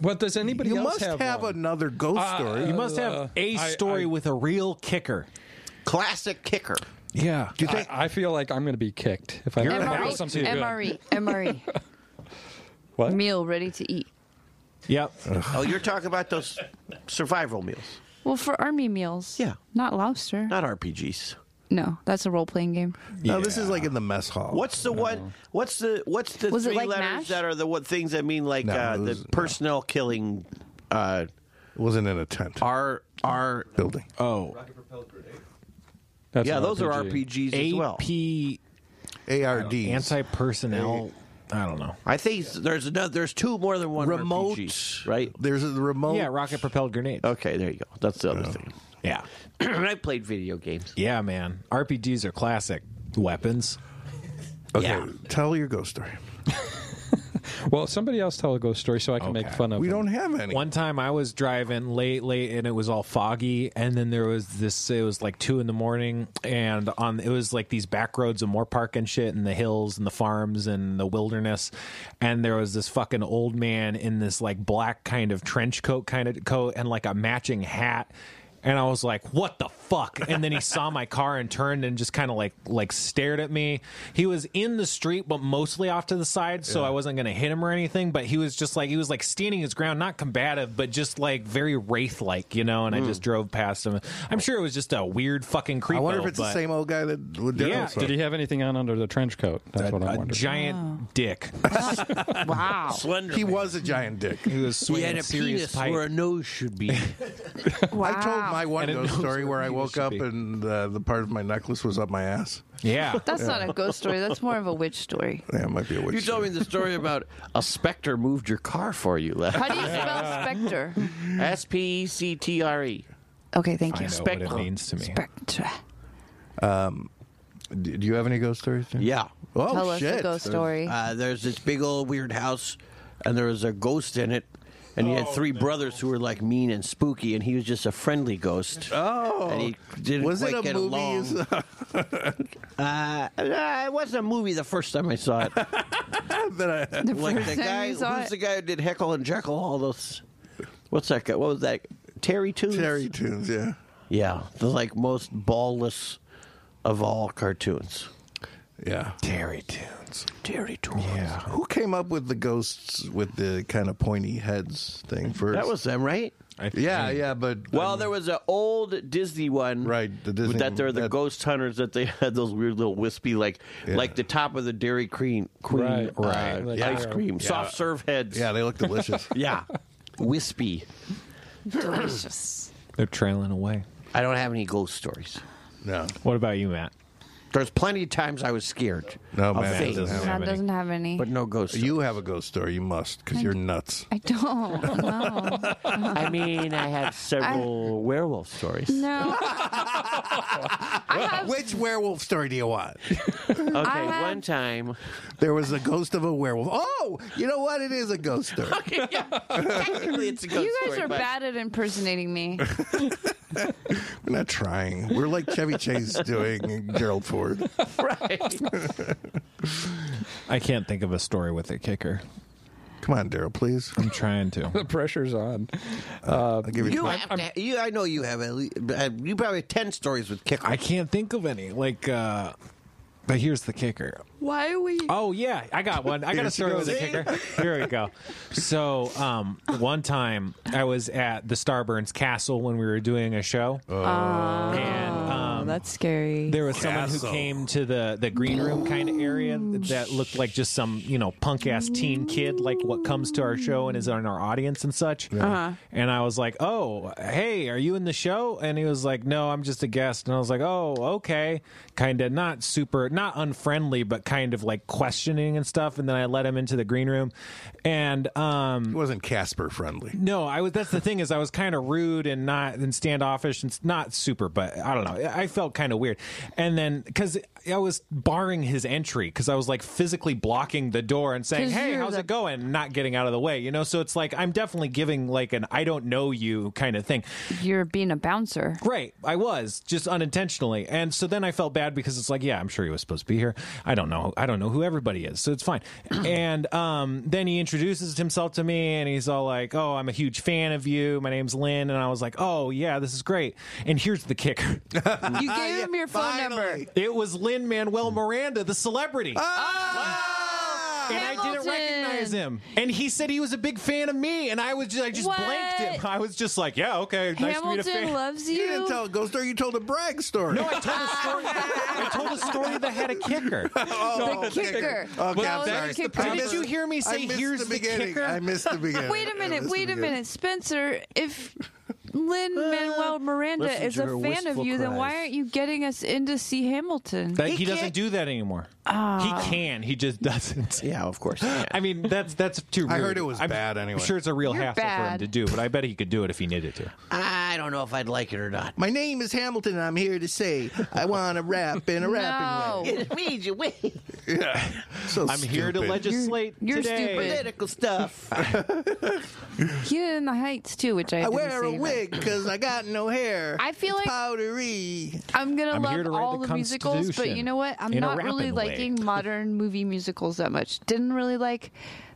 [SPEAKER 2] What does anybody
[SPEAKER 1] You
[SPEAKER 2] else
[SPEAKER 1] must have,
[SPEAKER 2] one?
[SPEAKER 1] another ghost story.
[SPEAKER 4] You must
[SPEAKER 2] Uh,
[SPEAKER 4] have a
[SPEAKER 2] I-
[SPEAKER 4] story
[SPEAKER 2] I-
[SPEAKER 4] with a real kicker.
[SPEAKER 6] Classic kicker.
[SPEAKER 4] Yeah.
[SPEAKER 1] Do you think?
[SPEAKER 2] I, I feel like I'm going to be kicked if I don't have
[SPEAKER 3] MRE,
[SPEAKER 2] something good.
[SPEAKER 3] MRE, MRE.
[SPEAKER 2] What?
[SPEAKER 3] E. Meal ready to eat.
[SPEAKER 4] Yep.
[SPEAKER 6] Oh, you're talking about those survival meals,
[SPEAKER 3] Well, for army meals.
[SPEAKER 6] Yeah.
[SPEAKER 3] Not lobster.
[SPEAKER 6] not RPGs.
[SPEAKER 3] no, that's a role playing game.
[SPEAKER 1] no, this is like in the mess hall.
[SPEAKER 6] What's the one? What's the what's the
[SPEAKER 3] Was it
[SPEAKER 6] three
[SPEAKER 3] like
[SPEAKER 6] letters
[SPEAKER 3] MASH?
[SPEAKER 6] that are the what things that mean like
[SPEAKER 1] No,
[SPEAKER 6] uh,
[SPEAKER 1] it was-
[SPEAKER 6] the
[SPEAKER 1] no.
[SPEAKER 6] personnel killing? Uh,
[SPEAKER 1] It wasn't in a tent
[SPEAKER 6] R R.
[SPEAKER 1] building.
[SPEAKER 4] Oh.
[SPEAKER 2] That's
[SPEAKER 6] Yeah,
[SPEAKER 2] an
[SPEAKER 6] those are
[SPEAKER 2] RPG.
[SPEAKER 6] RPGs as well.
[SPEAKER 4] AP
[SPEAKER 1] ARD
[SPEAKER 4] anti personnel. I don't know.
[SPEAKER 6] I think there's another. There's two more than one
[SPEAKER 1] remote
[SPEAKER 6] RPGs, right?
[SPEAKER 1] There's a remote.
[SPEAKER 4] Yeah, rocket propelled grenades.
[SPEAKER 6] Okay, there you go. That's the other thing.
[SPEAKER 4] Yeah.
[SPEAKER 6] and I played video games.
[SPEAKER 4] Yeah, man. RPGs are classic weapons.
[SPEAKER 1] Okay,
[SPEAKER 6] Yeah.
[SPEAKER 1] tell your ghost story.
[SPEAKER 2] Well, somebody else tell a ghost story so I can make
[SPEAKER 4] Okay.
[SPEAKER 2] fun of.
[SPEAKER 1] We
[SPEAKER 2] them.
[SPEAKER 1] don't have any.
[SPEAKER 4] One time I was driving late, late, and it was all foggy. And then there was this. It was like two in the morning, and on it was like these back roads of more park and shit, and the hills and the farms and the wilderness. And there was this fucking old man in this like black kind of trench coat, kind of coat, and like a matching hat. And I was like, "What the fuck?" And then he saw my car and turned and just kind of like like stared at me. He was in the street, but mostly off to the side, so I wasn't gonna hit him or anything. But he was just like he was like standing his ground, not combative, but just like very wraith like, you know. And I just drove past him. I'm sure it was just a weird fucking creep.
[SPEAKER 1] Hmm. I wonder if it's the same old guy that would do
[SPEAKER 4] Yeah,
[SPEAKER 2] Did he have anything on under the trench coat? That's what I
[SPEAKER 4] A
[SPEAKER 2] wondered.
[SPEAKER 4] giant
[SPEAKER 6] Oh.
[SPEAKER 4] dick.
[SPEAKER 3] Wow.
[SPEAKER 6] Slender.
[SPEAKER 1] He was a giant dick.
[SPEAKER 4] He was
[SPEAKER 6] He
[SPEAKER 4] swinging
[SPEAKER 6] had a
[SPEAKER 4] serious
[SPEAKER 6] penis
[SPEAKER 4] pipe.
[SPEAKER 6] where a nose should be.
[SPEAKER 3] wow.
[SPEAKER 1] I told my one
[SPEAKER 4] And it
[SPEAKER 1] ghost
[SPEAKER 4] knows
[SPEAKER 1] story
[SPEAKER 4] where
[SPEAKER 1] where I
[SPEAKER 4] penis
[SPEAKER 1] woke
[SPEAKER 4] should
[SPEAKER 1] up
[SPEAKER 4] be.
[SPEAKER 1] and uh, the part of my necklace was up my ass.
[SPEAKER 4] yeah,
[SPEAKER 3] That's not a ghost story. That's more of a witch story.
[SPEAKER 1] Yeah, it might be a witch.
[SPEAKER 6] you told me
[SPEAKER 1] story.
[SPEAKER 6] the story about a specter moved your car for you.
[SPEAKER 3] How do you spell specter?
[SPEAKER 6] S P E C T R E.
[SPEAKER 3] Okay, thank
[SPEAKER 4] I know
[SPEAKER 3] you.
[SPEAKER 4] what it means to me.
[SPEAKER 3] Spectre.
[SPEAKER 1] D- Do you have any ghost stories? Jim?
[SPEAKER 6] Yeah.
[SPEAKER 1] Oh
[SPEAKER 3] Tell us
[SPEAKER 1] shit!
[SPEAKER 3] a ghost
[SPEAKER 1] There's-
[SPEAKER 3] story.
[SPEAKER 6] Uh, there's this big old weird house, and there was a ghost in it. And
[SPEAKER 1] Oh,
[SPEAKER 6] he had three brothers who were like mean and spooky, and he was just a friendly ghost.
[SPEAKER 1] Oh,
[SPEAKER 6] and he didn't
[SPEAKER 1] was
[SPEAKER 6] quite
[SPEAKER 1] it a
[SPEAKER 6] get
[SPEAKER 1] movie?
[SPEAKER 6] along. Uh, it wasn't a movie the first time I saw it.
[SPEAKER 1] that I-
[SPEAKER 3] the
[SPEAKER 6] like
[SPEAKER 3] first
[SPEAKER 6] the
[SPEAKER 3] time
[SPEAKER 6] guy,
[SPEAKER 3] you
[SPEAKER 6] who's
[SPEAKER 3] saw
[SPEAKER 6] the
[SPEAKER 3] it.
[SPEAKER 6] guy who did Heckle and Jekyll? All those. What's that guy? What was that? Terry Toons.
[SPEAKER 1] Terry Tunes, yeah.
[SPEAKER 6] Yeah, the like most ballless of all cartoons.
[SPEAKER 1] Yeah.
[SPEAKER 4] Terry tunes.
[SPEAKER 6] Terry Toons. Yeah,
[SPEAKER 1] Who came up with the ghosts with the kind of pointy heads thing first?
[SPEAKER 6] that was them, right?
[SPEAKER 1] Yeah, yeah, but um,
[SPEAKER 6] Well, there was an old Disney one,
[SPEAKER 1] Right, the Disney-
[SPEAKER 6] that they're the
[SPEAKER 1] that-
[SPEAKER 6] ghost hunters that they had those weird little wispy, like
[SPEAKER 1] Yeah.
[SPEAKER 6] like the top of the Dairy Queen, queen
[SPEAKER 2] Right,
[SPEAKER 6] uh,
[SPEAKER 2] right. Like
[SPEAKER 6] ice
[SPEAKER 2] our-
[SPEAKER 6] cream, soft serve heads.
[SPEAKER 1] Yeah, they look delicious.
[SPEAKER 6] yeah, wispy.
[SPEAKER 3] Delicious.
[SPEAKER 4] They're trailing away.
[SPEAKER 6] I don't have any ghost stories.
[SPEAKER 1] no.
[SPEAKER 4] What about you, Matt?
[SPEAKER 6] There's plenty of times I was scared.
[SPEAKER 1] No,
[SPEAKER 6] of
[SPEAKER 1] man, it
[SPEAKER 6] things,
[SPEAKER 1] doesn't
[SPEAKER 3] Matt
[SPEAKER 1] have
[SPEAKER 3] doesn't have any.
[SPEAKER 6] but no ghost.
[SPEAKER 1] You have a ghost story, you must, because you're nuts.
[SPEAKER 3] I don't. No.
[SPEAKER 6] I mean, I have several werewolf stories.
[SPEAKER 3] No.
[SPEAKER 1] Which werewolf story do you want?
[SPEAKER 6] Okay,
[SPEAKER 3] I have-
[SPEAKER 6] one time.
[SPEAKER 1] There was a ghost of a werewolf. Oh, you know what? It is a ghost story.
[SPEAKER 6] Technically, it's a ghost
[SPEAKER 3] You guys
[SPEAKER 6] story,
[SPEAKER 3] are
[SPEAKER 6] but-
[SPEAKER 3] bad at impersonating me.
[SPEAKER 1] We're not trying. We're like Chevy Chase doing Gerald Ford.
[SPEAKER 6] right.
[SPEAKER 4] I can't think of a story with a kicker.
[SPEAKER 1] Come on, Daryl, please.
[SPEAKER 4] I'm trying to.
[SPEAKER 2] The pressure's on.
[SPEAKER 1] I'll give you.
[SPEAKER 6] You have to, you, I know you have at least, you probably have ten stories with kickers.
[SPEAKER 4] I can't think of any. Like, uh, but here's the kicker.
[SPEAKER 3] Why are we?
[SPEAKER 4] Oh yeah, I got one. I got a story with a kicker. Here we go. So um, one time I was at the Starburns Castle when we were doing a show, and
[SPEAKER 3] Oh,
[SPEAKER 4] um,
[SPEAKER 3] that's scary.
[SPEAKER 4] there was
[SPEAKER 1] Castle.
[SPEAKER 4] someone who came to the the green room kind of area that looked like just some you know punk ass teen kid like what comes to our show and is on our audience and such and i was like oh hey are you in the show and he was like no i'm just a guest and i was like oh okay kind of not super not unfriendly but kind of like questioning and stuff and then i let him into the green room and um
[SPEAKER 1] It wasn't Casper friendly.
[SPEAKER 4] no, I was. That's the thing is, I was kind of rude and not and standoffish and s- not super, but I don't know. I I felt kind of weird, and then because I was barring his entry because I was like physically blocking the door and saying,
[SPEAKER 3] 'Cause
[SPEAKER 4] "Hey,
[SPEAKER 3] you're
[SPEAKER 4] how's
[SPEAKER 3] the-
[SPEAKER 4] it going?" Not getting out of the way, you know. So it's like I'm definitely giving like an I don't know you kind of thing.
[SPEAKER 3] You're being a bouncer.
[SPEAKER 4] Right, I was just unintentionally, and so then I felt bad because it's like, yeah, I'm sure he was supposed to be here. I don't know, I don't know who everybody is, so it's fine. and um, then he introduces himself to me, and he's all like, "Oh, I'm a huge fan of you. My name's Lynn," and I was like, "Oh yeah, this is great." And here's the kicker:
[SPEAKER 3] You gave him your phone number.
[SPEAKER 1] finally.
[SPEAKER 4] it was Lynn Manuel Miranda, the celebrity.
[SPEAKER 1] Ah!
[SPEAKER 4] and I didn't
[SPEAKER 3] Hamilton.
[SPEAKER 4] recognize him, and he said he was a big fan of me, and I was just, I just
[SPEAKER 3] What?
[SPEAKER 4] blanked him. I was just like, "Yeah, okay, nice to meet a fan."
[SPEAKER 3] Hamilton loves you.
[SPEAKER 1] You didn't tell a ghost story. You told a brag story.
[SPEAKER 4] No, I told a story. I told a story that had a kicker.
[SPEAKER 1] oh,
[SPEAKER 3] kicker.
[SPEAKER 1] Okay,
[SPEAKER 3] Well,
[SPEAKER 1] I'm sorry.
[SPEAKER 3] there's the
[SPEAKER 1] I
[SPEAKER 3] kicker.
[SPEAKER 1] missed-
[SPEAKER 4] Did you hear me
[SPEAKER 1] I
[SPEAKER 4] say
[SPEAKER 1] missed
[SPEAKER 4] here's
[SPEAKER 1] the
[SPEAKER 4] the,
[SPEAKER 1] beginning.
[SPEAKER 4] kicker?
[SPEAKER 1] I missed the beginning.
[SPEAKER 3] Wait a
[SPEAKER 1] I
[SPEAKER 3] minute,
[SPEAKER 1] missed the
[SPEAKER 3] wait a
[SPEAKER 1] beginning.
[SPEAKER 3] minute, Spencer. If
[SPEAKER 4] Ah,
[SPEAKER 3] Lynn Manuel Miranda
[SPEAKER 9] listen
[SPEAKER 3] is
[SPEAKER 9] to
[SPEAKER 3] a
[SPEAKER 9] her
[SPEAKER 3] fan of
[SPEAKER 9] wistful
[SPEAKER 3] you, then why
[SPEAKER 9] cries.
[SPEAKER 3] aren't you getting us in to see Hamilton?
[SPEAKER 4] That- he,
[SPEAKER 6] He
[SPEAKER 4] doesn't
[SPEAKER 6] can't-
[SPEAKER 4] do that anymore.
[SPEAKER 1] Ah.
[SPEAKER 4] he can. He just doesn't.
[SPEAKER 6] yeah, of course. yeah.
[SPEAKER 4] I mean, that's that's too. Rude.
[SPEAKER 1] I heard it was
[SPEAKER 4] I'm,
[SPEAKER 1] bad anyway.
[SPEAKER 4] I'm sure it's a real
[SPEAKER 3] You're
[SPEAKER 4] hassle for him
[SPEAKER 3] bad.
[SPEAKER 4] to do, but I bet he could do it if he needed to.
[SPEAKER 6] I don't know if I'd like it or not.
[SPEAKER 1] My name is Hamilton, and I'm here to say I want to rap in a
[SPEAKER 3] no.
[SPEAKER 1] rapping way. So
[SPEAKER 4] I'm here to legislate
[SPEAKER 3] You're- you're
[SPEAKER 4] today.
[SPEAKER 3] stupid.
[SPEAKER 6] Political stuff.
[SPEAKER 3] He did in the Heights too, which I,
[SPEAKER 1] I
[SPEAKER 3] didn't
[SPEAKER 1] wear a
[SPEAKER 3] see, but-
[SPEAKER 1] wig because I got no hair.
[SPEAKER 3] I feel
[SPEAKER 1] it's
[SPEAKER 3] like-
[SPEAKER 1] powdery.
[SPEAKER 3] I'm gonna
[SPEAKER 4] I'm
[SPEAKER 3] love
[SPEAKER 4] here to write
[SPEAKER 3] all
[SPEAKER 4] the
[SPEAKER 3] the, musicals, but you
[SPEAKER 4] Constitution
[SPEAKER 3] know what? I'm
[SPEAKER 4] in a
[SPEAKER 3] not really
[SPEAKER 4] rapping way.
[SPEAKER 3] liking modern movie musicals that much. Didn't really like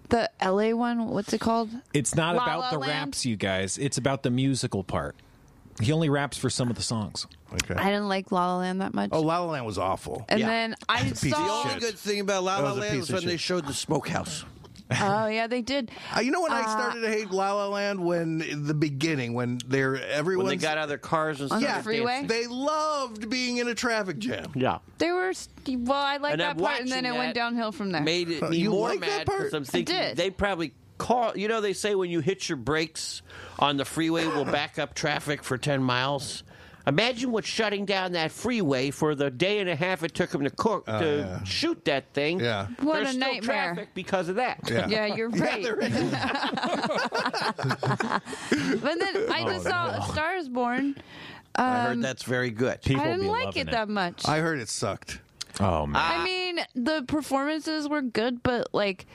[SPEAKER 3] the LA one. What's it called?
[SPEAKER 4] It's not
[SPEAKER 3] La
[SPEAKER 4] about
[SPEAKER 3] La
[SPEAKER 4] the
[SPEAKER 3] Land?
[SPEAKER 4] raps, you guys. It's about the musical part. He only raps for some of the songs.
[SPEAKER 1] Okay.
[SPEAKER 3] I didn't like La La Land that much.
[SPEAKER 1] oh, La La Land was awful.
[SPEAKER 3] and
[SPEAKER 6] yeah.
[SPEAKER 3] then I
[SPEAKER 1] of
[SPEAKER 6] The
[SPEAKER 3] saw.
[SPEAKER 6] only
[SPEAKER 1] Shit.
[SPEAKER 6] good thing about La
[SPEAKER 1] That
[SPEAKER 6] La
[SPEAKER 1] was a
[SPEAKER 6] Land
[SPEAKER 1] piece
[SPEAKER 6] was
[SPEAKER 1] of
[SPEAKER 6] when they
[SPEAKER 1] shit.
[SPEAKER 6] showed the smokehouse.
[SPEAKER 3] Oh yeah, they did.
[SPEAKER 1] Uh, you know when
[SPEAKER 3] Ah.
[SPEAKER 1] I started to hate La La Land when in the beginning when they're everyone
[SPEAKER 6] When they got out of their cars and stuff.
[SPEAKER 1] yeah,
[SPEAKER 3] the freeway?
[SPEAKER 1] They loved being in a traffic jam.
[SPEAKER 9] Yeah.
[SPEAKER 3] They were well. I liked
[SPEAKER 6] And I'm
[SPEAKER 3] that part, and then
[SPEAKER 6] watching
[SPEAKER 3] it went
[SPEAKER 6] that
[SPEAKER 3] downhill from there.
[SPEAKER 6] Made it
[SPEAKER 1] Uh,
[SPEAKER 6] me
[SPEAKER 1] you
[SPEAKER 6] more
[SPEAKER 1] like that
[SPEAKER 6] mad
[SPEAKER 1] part?
[SPEAKER 6] because I'm
[SPEAKER 1] I
[SPEAKER 6] thinking
[SPEAKER 3] did.
[SPEAKER 6] they probably call. You know, they say when you hit your brakes on the freeway, will back up traffic for 10 miles. Imagine what shutting down that freeway for the day and a half it took them to cook to
[SPEAKER 1] Oh, yeah.
[SPEAKER 6] shoot that thing.
[SPEAKER 1] Yeah.
[SPEAKER 3] What
[SPEAKER 6] There's
[SPEAKER 3] a
[SPEAKER 6] still
[SPEAKER 3] nightmare.
[SPEAKER 6] traffic because of that.
[SPEAKER 3] yeah, you're right.
[SPEAKER 1] they're in-
[SPEAKER 3] But then
[SPEAKER 1] Oh,
[SPEAKER 3] I just saw A Star Is Born.
[SPEAKER 6] I
[SPEAKER 3] Um,
[SPEAKER 6] heard that's very good.
[SPEAKER 4] People
[SPEAKER 3] I
[SPEAKER 4] be
[SPEAKER 3] didn't like
[SPEAKER 4] loving
[SPEAKER 3] it, that much.
[SPEAKER 1] I Ah. heard it sucked.
[SPEAKER 4] Oh man.
[SPEAKER 3] I mean, the performances were good, but like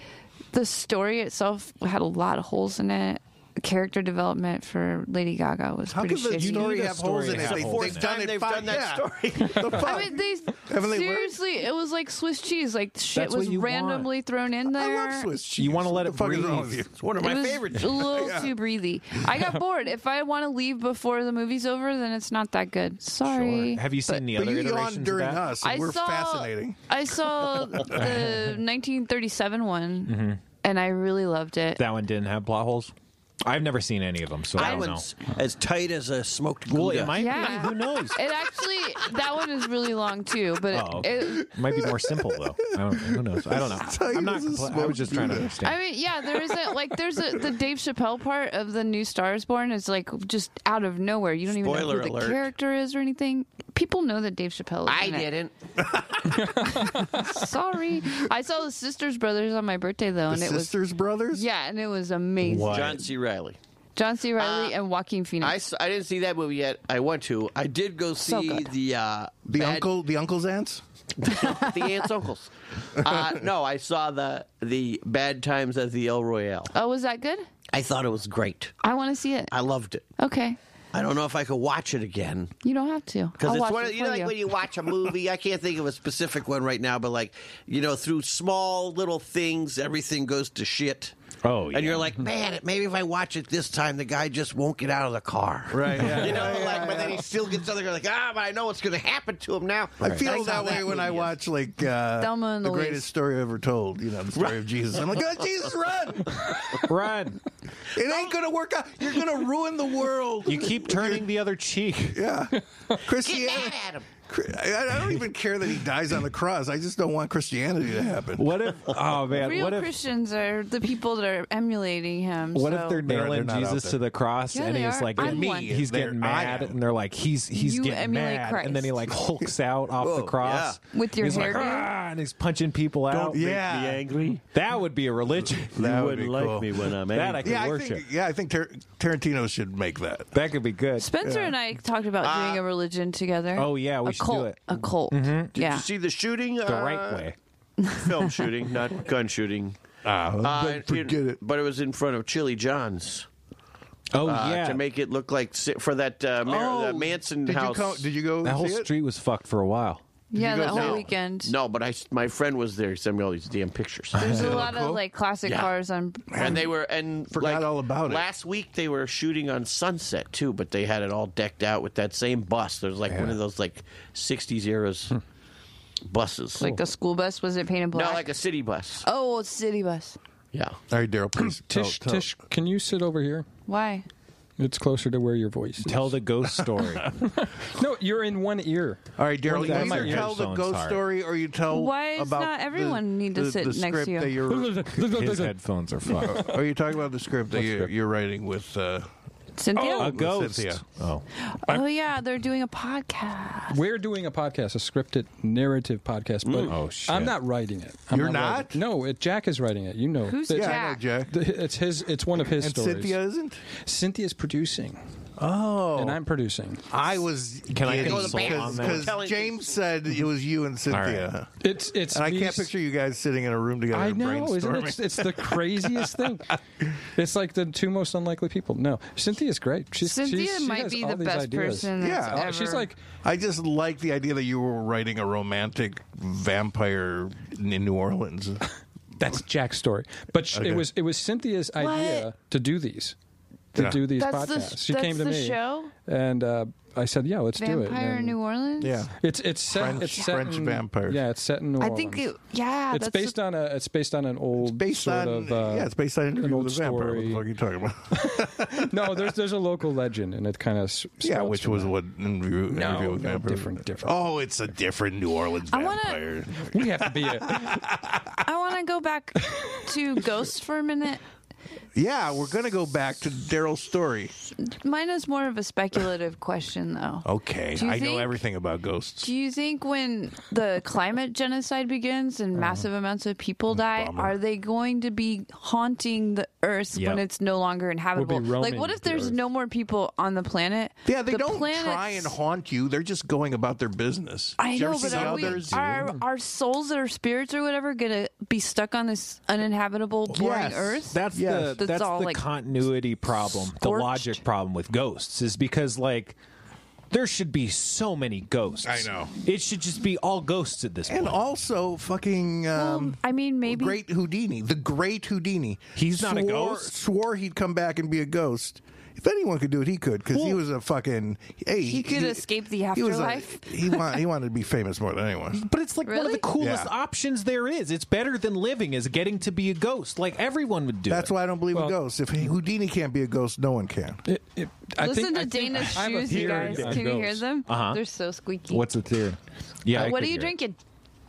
[SPEAKER 3] the story itself had a lot of holes in it. Character development for Lady Gaga was
[SPEAKER 1] How
[SPEAKER 3] pretty
[SPEAKER 1] could the
[SPEAKER 3] shitty.
[SPEAKER 1] story have holes in
[SPEAKER 4] to
[SPEAKER 1] it?
[SPEAKER 4] have
[SPEAKER 1] They-
[SPEAKER 4] holes
[SPEAKER 1] They've
[SPEAKER 4] in it.
[SPEAKER 1] done it
[SPEAKER 6] They've
[SPEAKER 1] five-
[SPEAKER 6] done that
[SPEAKER 1] yeah. The fuck?
[SPEAKER 3] I mean, they
[SPEAKER 1] Haven't they learned?
[SPEAKER 3] seriously, it was like Swiss cheese. Like shit
[SPEAKER 4] That's what
[SPEAKER 3] was
[SPEAKER 4] you want.
[SPEAKER 3] randomly thrown in
[SPEAKER 1] I
[SPEAKER 3] there.
[SPEAKER 1] love Swiss cheese.
[SPEAKER 4] You wanna let
[SPEAKER 1] What
[SPEAKER 4] it
[SPEAKER 1] the fuck is wrong
[SPEAKER 4] breathe.
[SPEAKER 1] with you? It's one of
[SPEAKER 3] it
[SPEAKER 1] my
[SPEAKER 3] was
[SPEAKER 1] favorite.
[SPEAKER 3] A little too breathy. I got bored. If I want to leave before the movie's over, then it's not that good. Sorry.
[SPEAKER 4] Have you seen the
[SPEAKER 1] But
[SPEAKER 4] other
[SPEAKER 1] you
[SPEAKER 4] iterations
[SPEAKER 1] yawned
[SPEAKER 4] of
[SPEAKER 1] during
[SPEAKER 4] that?
[SPEAKER 1] us, and
[SPEAKER 3] I
[SPEAKER 1] we're
[SPEAKER 3] saw,
[SPEAKER 1] fascinating.
[SPEAKER 3] I saw the 1937 one, and I really loved it.
[SPEAKER 4] That one didn't have plot holes. I've never seen any of them, so I
[SPEAKER 6] That
[SPEAKER 4] don't know.
[SPEAKER 6] one's as tight as a smoked
[SPEAKER 4] Well,
[SPEAKER 6] Gouda.
[SPEAKER 4] it might
[SPEAKER 3] Yeah.
[SPEAKER 4] be. Who knows?
[SPEAKER 3] It actually that one is really long too, but
[SPEAKER 4] Oh, okay.
[SPEAKER 3] it,
[SPEAKER 4] Might be more simple though. I don't. Who knows? I don't know.
[SPEAKER 1] you
[SPEAKER 4] I'm not.
[SPEAKER 1] this is
[SPEAKER 4] Compl- I was just trying to understand.
[SPEAKER 3] I mean, yeah, there isn't like there's a, the Dave Chappelle part of the new Stars Born is like just out of nowhere. You don't even
[SPEAKER 6] Spoiler
[SPEAKER 3] know who
[SPEAKER 6] alert.
[SPEAKER 3] the character is or anything. People know that Dave Chappelle. Is
[SPEAKER 6] I
[SPEAKER 3] in it.
[SPEAKER 6] didn't.
[SPEAKER 3] Sorry, I saw the Sisters Brothers on my birthday though,
[SPEAKER 1] The
[SPEAKER 3] and it was
[SPEAKER 1] Sisters Brothers?
[SPEAKER 3] yeah, and it was amazing.
[SPEAKER 6] John C. Riley.
[SPEAKER 3] John C. Riley and Joaquin
[SPEAKER 6] I,
[SPEAKER 3] Phoenix.
[SPEAKER 6] s- I didn't see that movie yet. I want to. I did go
[SPEAKER 3] So
[SPEAKER 6] see
[SPEAKER 3] good.
[SPEAKER 6] the uh,
[SPEAKER 1] The
[SPEAKER 6] Bad-
[SPEAKER 1] uncle, the uncle's aunts?
[SPEAKER 6] the aunts uncles. Uh, no, I saw the the Bad Times at the El Royale.
[SPEAKER 3] oh, was that good?
[SPEAKER 6] I thought it was great.
[SPEAKER 3] I want to see it.
[SPEAKER 6] I loved it.
[SPEAKER 3] Okay.
[SPEAKER 6] I don't know if I could watch it again.
[SPEAKER 3] You don't have to.
[SPEAKER 6] Because
[SPEAKER 3] I'll
[SPEAKER 6] it's
[SPEAKER 3] watch
[SPEAKER 6] one
[SPEAKER 3] it
[SPEAKER 6] of, you
[SPEAKER 3] for
[SPEAKER 6] know, like
[SPEAKER 3] you.
[SPEAKER 6] when you watch a movie, I can't think of a specific one right now, but like, you know, through small little things, everything goes to shit.
[SPEAKER 4] Oh,
[SPEAKER 6] And you're like, man, maybe if I watch it this time, the guy just won't get out of the car. Right. you know, like, but then he still gets out of the car, like, ah, but I know what's going to happen to him now.
[SPEAKER 1] I feel
[SPEAKER 6] That's how
[SPEAKER 1] that way when I
[SPEAKER 6] movie is.
[SPEAKER 1] watch like uh,
[SPEAKER 3] Thelma and
[SPEAKER 1] the
[SPEAKER 3] Louise.
[SPEAKER 1] greatest story ever told. You know, the story of Jesus. I'm like, oh, Jesus, run!
[SPEAKER 4] Run.
[SPEAKER 1] It ain't gonna work out. You're gonna ruin the world.
[SPEAKER 4] You keep turning the other cheek.
[SPEAKER 1] yeah,
[SPEAKER 6] Get
[SPEAKER 1] Christianity.
[SPEAKER 6] mad at him.
[SPEAKER 1] I I don't even care that he dies on the cross. I just don't want Christianity to happen.
[SPEAKER 4] What if? Oh man.
[SPEAKER 3] Real
[SPEAKER 4] what if?
[SPEAKER 3] Christians are the people that are emulating him.
[SPEAKER 4] What
[SPEAKER 3] so
[SPEAKER 4] if they're
[SPEAKER 1] They're- they're
[SPEAKER 4] nailing
[SPEAKER 1] not out
[SPEAKER 4] Jesus
[SPEAKER 1] there.
[SPEAKER 4] to the cross
[SPEAKER 3] Yeah,
[SPEAKER 4] and
[SPEAKER 3] they
[SPEAKER 4] he's
[SPEAKER 3] are.
[SPEAKER 4] like,
[SPEAKER 3] I'm one.
[SPEAKER 4] he's
[SPEAKER 1] They're-
[SPEAKER 4] getting
[SPEAKER 1] I
[SPEAKER 4] mad,
[SPEAKER 1] am.
[SPEAKER 4] and they're like, he's he's
[SPEAKER 3] You
[SPEAKER 4] getting
[SPEAKER 3] emulate
[SPEAKER 4] mad,
[SPEAKER 3] Christ.
[SPEAKER 4] and then he like hulks out off
[SPEAKER 6] Whoa,
[SPEAKER 4] the cross
[SPEAKER 6] yeah.
[SPEAKER 3] With your
[SPEAKER 4] he's
[SPEAKER 3] hair
[SPEAKER 4] like,
[SPEAKER 3] down?
[SPEAKER 4] "Ah," and he's punching people out.
[SPEAKER 9] Don't
[SPEAKER 1] Yeah.
[SPEAKER 9] make me angry.
[SPEAKER 4] That would be a religion.
[SPEAKER 1] That
[SPEAKER 9] you
[SPEAKER 1] would
[SPEAKER 9] wouldn't
[SPEAKER 1] be
[SPEAKER 9] like
[SPEAKER 1] cool.
[SPEAKER 9] me when I'm
[SPEAKER 4] That I
[SPEAKER 9] angry.
[SPEAKER 4] could
[SPEAKER 1] Yeah, I
[SPEAKER 4] worship.
[SPEAKER 1] think, yeah, I think Tar- Tarantino should make that.
[SPEAKER 4] that could be good.
[SPEAKER 3] Spencer and I talked about doing a religion together.
[SPEAKER 4] oh, yeah, we
[SPEAKER 3] a
[SPEAKER 4] should do
[SPEAKER 3] cult,
[SPEAKER 4] it.
[SPEAKER 3] A cult.
[SPEAKER 9] Did
[SPEAKER 3] Yeah.
[SPEAKER 9] you see the shooting?
[SPEAKER 4] The right way.
[SPEAKER 9] Film shooting, not gun shooting.
[SPEAKER 1] Uh,
[SPEAKER 6] Uh,
[SPEAKER 1] don't forget
[SPEAKER 6] in-
[SPEAKER 1] it.
[SPEAKER 6] But it was in front of Chili John's
[SPEAKER 4] Oh
[SPEAKER 6] uh,
[SPEAKER 4] yeah.
[SPEAKER 6] to make it look like si- for that uh, Mar-
[SPEAKER 4] Oh,
[SPEAKER 6] the Manson
[SPEAKER 1] Did you,
[SPEAKER 6] house.
[SPEAKER 1] co- did you go?
[SPEAKER 4] that whole
[SPEAKER 1] see it?
[SPEAKER 4] street was fucked for a while.
[SPEAKER 3] yeah, that whole
[SPEAKER 6] No.
[SPEAKER 3] weekend.
[SPEAKER 6] No, but I, s- my friend was there. He sent me all these damn pictures.
[SPEAKER 3] There's a lot of like classic
[SPEAKER 6] Yeah.
[SPEAKER 3] cars on.
[SPEAKER 6] and they were and
[SPEAKER 1] Forgot
[SPEAKER 6] like,
[SPEAKER 1] all about it.
[SPEAKER 6] Last week they were shooting on Sunset too, but they had it all decked out with that same bus. There's like one of those like '60s eras buses,
[SPEAKER 3] Like a school bus was it painted black?
[SPEAKER 6] not like a city bus.
[SPEAKER 3] oh, it's city bus.
[SPEAKER 6] Yeah,
[SPEAKER 1] All right, Daryl, please. tell-
[SPEAKER 2] Tish,
[SPEAKER 1] tell-
[SPEAKER 2] Tish, can you sit over here?
[SPEAKER 3] Why?
[SPEAKER 2] It's closer to where your voice is.
[SPEAKER 4] Tell the ghost story.
[SPEAKER 2] no, you're in one ear.
[SPEAKER 1] All right, Daryl,
[SPEAKER 4] One
[SPEAKER 1] you
[SPEAKER 4] guy might
[SPEAKER 1] either
[SPEAKER 4] hear
[SPEAKER 1] tell the
[SPEAKER 4] someone's
[SPEAKER 1] ghost
[SPEAKER 4] heart.
[SPEAKER 1] story or you tell
[SPEAKER 3] Why does
[SPEAKER 1] about
[SPEAKER 3] not everyone
[SPEAKER 1] the,
[SPEAKER 3] need to
[SPEAKER 1] the,
[SPEAKER 3] sit next
[SPEAKER 1] the
[SPEAKER 3] to
[SPEAKER 1] script
[SPEAKER 3] you?
[SPEAKER 1] That you're,
[SPEAKER 4] His headphones are fucked.
[SPEAKER 1] are you talking about the script that you're, you're writing with? Uh,
[SPEAKER 3] Cynthia?
[SPEAKER 4] a
[SPEAKER 3] Oh,
[SPEAKER 4] ghost.
[SPEAKER 1] Cynthia.
[SPEAKER 4] Oh.
[SPEAKER 3] yeah, they're doing a podcast.
[SPEAKER 2] We're doing a podcast, a scripted narrative podcast, but
[SPEAKER 4] Oh, shit.
[SPEAKER 2] I'm not writing it. I'm
[SPEAKER 1] You're
[SPEAKER 2] writing it.
[SPEAKER 1] not?
[SPEAKER 2] No, it, Jack is writing it. You know,
[SPEAKER 3] Who's
[SPEAKER 2] That-
[SPEAKER 1] yeah, I know,
[SPEAKER 3] Jack.
[SPEAKER 1] Jack.
[SPEAKER 2] th- It's his. It's one of his
[SPEAKER 1] And
[SPEAKER 2] stories.
[SPEAKER 1] Cynthia isn't.
[SPEAKER 2] Cynthia's producing,
[SPEAKER 1] Oh,
[SPEAKER 2] and I'm producing.
[SPEAKER 1] I was.
[SPEAKER 4] Can I
[SPEAKER 1] giddy
[SPEAKER 4] consult on
[SPEAKER 1] because,
[SPEAKER 4] that?
[SPEAKER 1] because James said it was you and Cynthia,
[SPEAKER 2] It's it's.
[SPEAKER 1] and I can't
[SPEAKER 2] these-
[SPEAKER 1] picture you guys sitting in a room together.
[SPEAKER 2] I know,
[SPEAKER 1] brainstorming.
[SPEAKER 2] isn't it? It's, it's the craziest thing. It's like the two most unlikely people. No, Cynthia's great. She's,
[SPEAKER 3] Cynthia
[SPEAKER 2] she's, she
[SPEAKER 3] might
[SPEAKER 2] has
[SPEAKER 3] be
[SPEAKER 2] all
[SPEAKER 3] the
[SPEAKER 2] these
[SPEAKER 3] best
[SPEAKER 2] ideas.
[SPEAKER 3] person.
[SPEAKER 1] Yeah.
[SPEAKER 3] That's
[SPEAKER 2] Uh,
[SPEAKER 3] ever.
[SPEAKER 2] She's like,
[SPEAKER 1] I just like the idea that you were writing a romantic vampire in New Orleans.
[SPEAKER 2] that's Jack's story. But sh
[SPEAKER 1] Okay.
[SPEAKER 2] it was it was Cynthia's idea to do these, to
[SPEAKER 1] Yeah.
[SPEAKER 2] do these
[SPEAKER 3] That's the-
[SPEAKER 2] podcasts. she
[SPEAKER 3] that's
[SPEAKER 2] came to
[SPEAKER 3] the
[SPEAKER 2] me,
[SPEAKER 3] show?
[SPEAKER 2] and uh, I said, "Yeah, let's do it."
[SPEAKER 3] Vampire in
[SPEAKER 2] And
[SPEAKER 3] New Orleans.
[SPEAKER 1] yeah,
[SPEAKER 2] It's it's set.
[SPEAKER 1] French-
[SPEAKER 2] it's set
[SPEAKER 1] French
[SPEAKER 2] in,
[SPEAKER 1] vampires.
[SPEAKER 2] Yeah, it's set in New
[SPEAKER 3] I
[SPEAKER 2] Orleans.
[SPEAKER 3] think it, yeah,
[SPEAKER 2] it's
[SPEAKER 3] that's
[SPEAKER 2] based on a. It's based on an old.
[SPEAKER 1] based
[SPEAKER 2] sort of,
[SPEAKER 1] on
[SPEAKER 2] uh,
[SPEAKER 1] yeah, it's based on interview
[SPEAKER 2] old
[SPEAKER 1] with a vampire. What
[SPEAKER 2] story.
[SPEAKER 1] the fuck are you talking about?
[SPEAKER 2] no, there's there's a local legend, and it kind of
[SPEAKER 1] yeah, which was what interview, interview
[SPEAKER 2] no,
[SPEAKER 1] with
[SPEAKER 2] no,
[SPEAKER 1] vampire.
[SPEAKER 2] different different.
[SPEAKER 1] Oh, it's a different New Orleans
[SPEAKER 3] I wanna-
[SPEAKER 1] vampire.
[SPEAKER 2] We have to be a,
[SPEAKER 3] I want to go back to ghosts for a minute.
[SPEAKER 1] Yeah, we're gonna go back to Daryl's story.
[SPEAKER 3] Mine is more of a speculative question, though.
[SPEAKER 2] Oh.
[SPEAKER 1] Okay,
[SPEAKER 3] Do you
[SPEAKER 1] I know
[SPEAKER 3] think-
[SPEAKER 1] everything about ghosts.
[SPEAKER 3] Do you think when the climate genocide begins
[SPEAKER 2] Uh-huh.
[SPEAKER 3] and massive amounts of
[SPEAKER 2] Mm,
[SPEAKER 3] people die,
[SPEAKER 1] Bummer.
[SPEAKER 3] are they going to be haunting the Earth
[SPEAKER 4] Yep.
[SPEAKER 3] when it's no longer inhabitable? like,
[SPEAKER 2] roaming
[SPEAKER 3] what if
[SPEAKER 2] the
[SPEAKER 3] there's
[SPEAKER 2] Earth.
[SPEAKER 3] no more people on the planet?
[SPEAKER 1] yeah, they
[SPEAKER 3] The
[SPEAKER 1] don't try
[SPEAKER 3] planet's-
[SPEAKER 1] and haunt you. They're just going about their business.
[SPEAKER 3] I
[SPEAKER 1] Did you
[SPEAKER 3] know,
[SPEAKER 1] ever see
[SPEAKER 3] but
[SPEAKER 1] the
[SPEAKER 3] are, we,
[SPEAKER 1] others?
[SPEAKER 3] are our souls or spirits or whatever going to be stuck on this uninhabitable, boring
[SPEAKER 1] Yes.
[SPEAKER 3] Earth?
[SPEAKER 4] That's
[SPEAKER 1] Yes.
[SPEAKER 4] the
[SPEAKER 3] That's
[SPEAKER 4] that's,
[SPEAKER 3] all,
[SPEAKER 4] the
[SPEAKER 3] like,
[SPEAKER 4] continuity problem, the
[SPEAKER 3] scorched.
[SPEAKER 4] logic problem with ghosts is because like there should be so many ghosts.
[SPEAKER 1] I know.
[SPEAKER 4] It should just be all ghosts at this
[SPEAKER 1] and
[SPEAKER 4] point.
[SPEAKER 1] also fucking. Um,
[SPEAKER 3] I mean, maybe
[SPEAKER 1] Great Houdini, the great Houdini.
[SPEAKER 4] He's not a
[SPEAKER 1] swore,
[SPEAKER 4] ghost?
[SPEAKER 1] Swore he'd come back and be a ghost. If anyone could do it, he could because he was a fucking. Hey,
[SPEAKER 3] He could escape the
[SPEAKER 1] He, was
[SPEAKER 3] afterlife?
[SPEAKER 1] a, he, wa- he wanted to be famous more than anyone.
[SPEAKER 4] but it's like one of
[SPEAKER 3] Really?
[SPEAKER 4] the coolest
[SPEAKER 1] Yeah.
[SPEAKER 4] options there is. It's better than living is getting to be a ghost. Like everyone would do.
[SPEAKER 1] That's
[SPEAKER 4] it.
[SPEAKER 1] why I don't believe in
[SPEAKER 2] Well-
[SPEAKER 1] ghosts. If Houdini can't be a ghost, no one can.
[SPEAKER 2] it, it, I
[SPEAKER 3] Listen
[SPEAKER 2] think,
[SPEAKER 3] to
[SPEAKER 2] I think
[SPEAKER 3] Dana's
[SPEAKER 2] I have a
[SPEAKER 3] shoes, you
[SPEAKER 2] theory
[SPEAKER 3] guys.
[SPEAKER 2] on
[SPEAKER 3] Can you hear
[SPEAKER 2] ghosts.
[SPEAKER 3] them? They're so squeaky.
[SPEAKER 4] What's the theory? Yeah. I
[SPEAKER 3] what
[SPEAKER 4] could
[SPEAKER 3] are you
[SPEAKER 4] hear it.
[SPEAKER 3] drinking?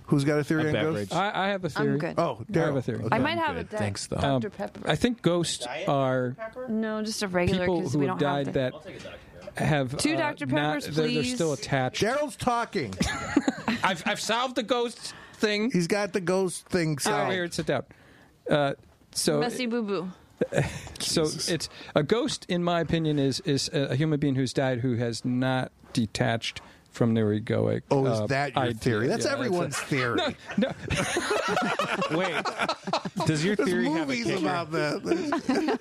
[SPEAKER 1] Who's got a
[SPEAKER 4] A
[SPEAKER 1] theory on
[SPEAKER 4] beverage. Uh,
[SPEAKER 1] ghosts?
[SPEAKER 2] I, I have a theory.
[SPEAKER 3] good.
[SPEAKER 1] Oh,
[SPEAKER 2] I have
[SPEAKER 1] Daryl.
[SPEAKER 2] a theory.
[SPEAKER 1] Okay.
[SPEAKER 3] I might have
[SPEAKER 4] good.
[SPEAKER 3] a
[SPEAKER 4] Thanks, though.
[SPEAKER 3] Dr. Pepper.
[SPEAKER 2] I think ghosts are
[SPEAKER 3] no, just a regular
[SPEAKER 2] people
[SPEAKER 3] because we
[SPEAKER 2] who
[SPEAKER 3] don't
[SPEAKER 2] have
[SPEAKER 3] have
[SPEAKER 2] died
[SPEAKER 3] the-
[SPEAKER 2] that have
[SPEAKER 3] Two
[SPEAKER 2] uh,
[SPEAKER 3] Dr.
[SPEAKER 2] not-
[SPEAKER 3] Peppers,
[SPEAKER 2] they're, they're
[SPEAKER 3] please.
[SPEAKER 2] still attached.
[SPEAKER 1] Daryl's talking.
[SPEAKER 2] I've I've solved the ghost thing.
[SPEAKER 1] He's got the ghost
[SPEAKER 6] Oh,
[SPEAKER 1] thing.
[SPEAKER 2] All right,
[SPEAKER 1] solved.
[SPEAKER 2] here, sit down. Uh, so
[SPEAKER 3] messy boo boo.
[SPEAKER 2] so it's a ghost in my opinion is is a a human being who's died who has not detached from their egoic
[SPEAKER 1] Oh,
[SPEAKER 2] uh,
[SPEAKER 1] is that your
[SPEAKER 2] idea.
[SPEAKER 1] theory? That's
[SPEAKER 2] Yeah,
[SPEAKER 1] everyone's theory.
[SPEAKER 4] Wait. Does your
[SPEAKER 1] There's
[SPEAKER 4] theory have a
[SPEAKER 1] movies
[SPEAKER 4] kicker?
[SPEAKER 1] about that. There's-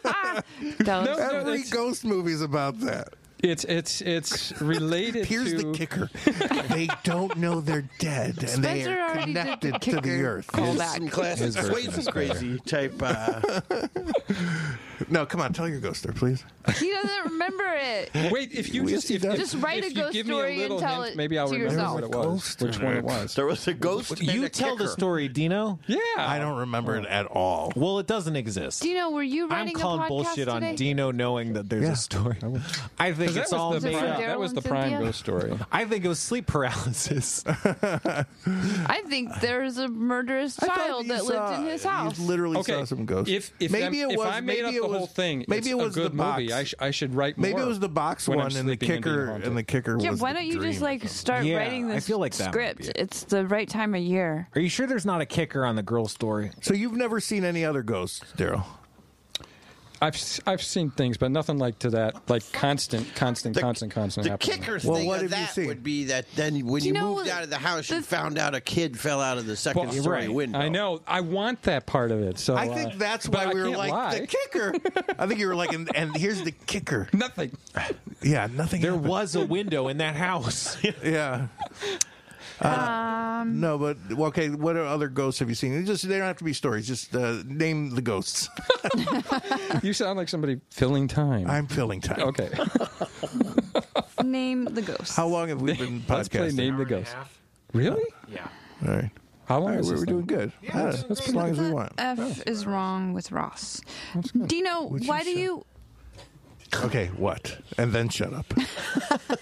[SPEAKER 3] That was
[SPEAKER 2] No,
[SPEAKER 1] Every
[SPEAKER 2] it's-
[SPEAKER 1] ghost movie's about that.
[SPEAKER 2] It's it's it's related
[SPEAKER 1] Here's
[SPEAKER 2] to
[SPEAKER 1] the kicker: they don't know they're dead, and they
[SPEAKER 3] Spencer
[SPEAKER 1] are
[SPEAKER 3] already did the
[SPEAKER 1] connected to the
[SPEAKER 3] kicker
[SPEAKER 1] earth.
[SPEAKER 3] callback.
[SPEAKER 6] classic
[SPEAKER 2] His version
[SPEAKER 6] Swayze
[SPEAKER 2] is better.
[SPEAKER 6] crazy type. Uh,
[SPEAKER 1] No, come on, tell your ghost story, please.
[SPEAKER 3] He doesn't remember it.
[SPEAKER 2] Wait, if you
[SPEAKER 1] Yes,
[SPEAKER 2] just
[SPEAKER 1] he
[SPEAKER 2] if,
[SPEAKER 1] does.
[SPEAKER 2] if-
[SPEAKER 3] Just write
[SPEAKER 2] if
[SPEAKER 3] a
[SPEAKER 2] you
[SPEAKER 3] ghost
[SPEAKER 2] give me a
[SPEAKER 3] story and
[SPEAKER 2] little
[SPEAKER 3] tell
[SPEAKER 2] hint,
[SPEAKER 3] it
[SPEAKER 2] maybe I'll
[SPEAKER 3] to
[SPEAKER 2] remember
[SPEAKER 3] yourself.
[SPEAKER 2] what it
[SPEAKER 1] There was a
[SPEAKER 2] was,
[SPEAKER 1] ghost
[SPEAKER 2] which
[SPEAKER 1] in
[SPEAKER 2] one
[SPEAKER 1] it.
[SPEAKER 2] it was.
[SPEAKER 9] There was a ghost.
[SPEAKER 4] You tell the story, Dino.
[SPEAKER 2] Yeah,
[SPEAKER 1] I don't remember it at all.
[SPEAKER 4] Well, it doesn't exist.
[SPEAKER 3] Dino, were you
[SPEAKER 4] I'm
[SPEAKER 3] writing a
[SPEAKER 4] calling
[SPEAKER 3] podcast
[SPEAKER 4] bullshit
[SPEAKER 3] today?
[SPEAKER 4] on Dino knowing that there's
[SPEAKER 1] Yeah.
[SPEAKER 4] a story. I think
[SPEAKER 2] That
[SPEAKER 4] it's
[SPEAKER 2] was
[SPEAKER 4] all
[SPEAKER 2] the
[SPEAKER 3] made
[SPEAKER 2] prime-
[SPEAKER 3] up.
[SPEAKER 2] that was the
[SPEAKER 3] Daryl and
[SPEAKER 2] prime
[SPEAKER 3] Cynthia?
[SPEAKER 2] ghost story.
[SPEAKER 4] I think it was sleep paralysis.
[SPEAKER 3] I think there's a murderous
[SPEAKER 1] I thought
[SPEAKER 3] child
[SPEAKER 1] you
[SPEAKER 3] that
[SPEAKER 1] saw-
[SPEAKER 3] lived in his house.
[SPEAKER 1] You literally
[SPEAKER 2] Okay,
[SPEAKER 1] saw some ghosts.
[SPEAKER 2] if if,
[SPEAKER 1] maybe
[SPEAKER 2] I'm-
[SPEAKER 1] it
[SPEAKER 2] if
[SPEAKER 1] was
[SPEAKER 2] I made
[SPEAKER 1] maybe
[SPEAKER 2] up
[SPEAKER 1] it
[SPEAKER 2] the
[SPEAKER 1] was,
[SPEAKER 2] whole thing,
[SPEAKER 1] Maybe
[SPEAKER 2] it's
[SPEAKER 1] it was
[SPEAKER 2] a good
[SPEAKER 1] the box.
[SPEAKER 2] movie. I, sh- I should write more.
[SPEAKER 1] maybe it was the box
[SPEAKER 2] when I'm
[SPEAKER 1] one and the
[SPEAKER 2] sleeping and being
[SPEAKER 1] kicker
[SPEAKER 2] haunted.
[SPEAKER 1] and the kicker.
[SPEAKER 3] Yeah,
[SPEAKER 1] was
[SPEAKER 3] why
[SPEAKER 1] the
[SPEAKER 3] don't you just
[SPEAKER 1] dream or
[SPEAKER 3] like
[SPEAKER 1] something.
[SPEAKER 3] start
[SPEAKER 4] Yeah,
[SPEAKER 3] writing
[SPEAKER 4] I
[SPEAKER 3] this
[SPEAKER 4] feel like that might be
[SPEAKER 3] script?
[SPEAKER 4] it.
[SPEAKER 3] It's the right time of year.
[SPEAKER 4] Are you sure there's not a kicker on the girl story?
[SPEAKER 1] So you've never seen any other ghosts, Daryl?
[SPEAKER 2] Oh, I've s- I've seen things, but nothing like to that like constant, constant, constant, constant.
[SPEAKER 6] the
[SPEAKER 2] happening.
[SPEAKER 6] kickers
[SPEAKER 1] Well,
[SPEAKER 6] thing
[SPEAKER 1] what
[SPEAKER 6] of
[SPEAKER 1] have you
[SPEAKER 6] that
[SPEAKER 1] seen?
[SPEAKER 6] would be that then when
[SPEAKER 3] Do
[SPEAKER 6] you,
[SPEAKER 3] you know
[SPEAKER 6] moved out of the house,
[SPEAKER 3] the-
[SPEAKER 6] you found out a kid fell out of the second
[SPEAKER 2] Well,
[SPEAKER 6] story
[SPEAKER 2] right.
[SPEAKER 6] window.
[SPEAKER 2] I know. I want that part of it. So
[SPEAKER 1] I
[SPEAKER 2] uh,
[SPEAKER 1] think that's
[SPEAKER 2] but
[SPEAKER 1] why
[SPEAKER 2] I
[SPEAKER 1] we were
[SPEAKER 2] can't
[SPEAKER 1] like
[SPEAKER 2] lie.
[SPEAKER 1] the kicker. I think you were like, and, and here's the kicker.
[SPEAKER 2] nothing.
[SPEAKER 1] Yeah, nothing.
[SPEAKER 4] There
[SPEAKER 1] happened.
[SPEAKER 4] was a window in that house.
[SPEAKER 1] Yeah. um, no, but well, okay. What other ghosts have you seen? They just they don't have to be stories. Just uh, name the ghosts.
[SPEAKER 2] You sound like somebody filling time.
[SPEAKER 1] I'm filling time.
[SPEAKER 2] okay.
[SPEAKER 3] Name the ghost.
[SPEAKER 1] How long have we been podcasting?
[SPEAKER 2] Let's play name the ghost. Really?
[SPEAKER 6] Yeah.
[SPEAKER 1] All right.
[SPEAKER 2] How
[SPEAKER 1] All
[SPEAKER 2] long
[SPEAKER 1] right,
[SPEAKER 2] is
[SPEAKER 1] we're,
[SPEAKER 2] this?
[SPEAKER 1] we're
[SPEAKER 2] thing?
[SPEAKER 1] doing good. Yeah, as long as we want.
[SPEAKER 2] Uh,
[SPEAKER 3] F is wrong with Ross. Dino,
[SPEAKER 1] Would you
[SPEAKER 3] why do
[SPEAKER 1] shut-
[SPEAKER 3] you?
[SPEAKER 1] Okay, what? And then shut up.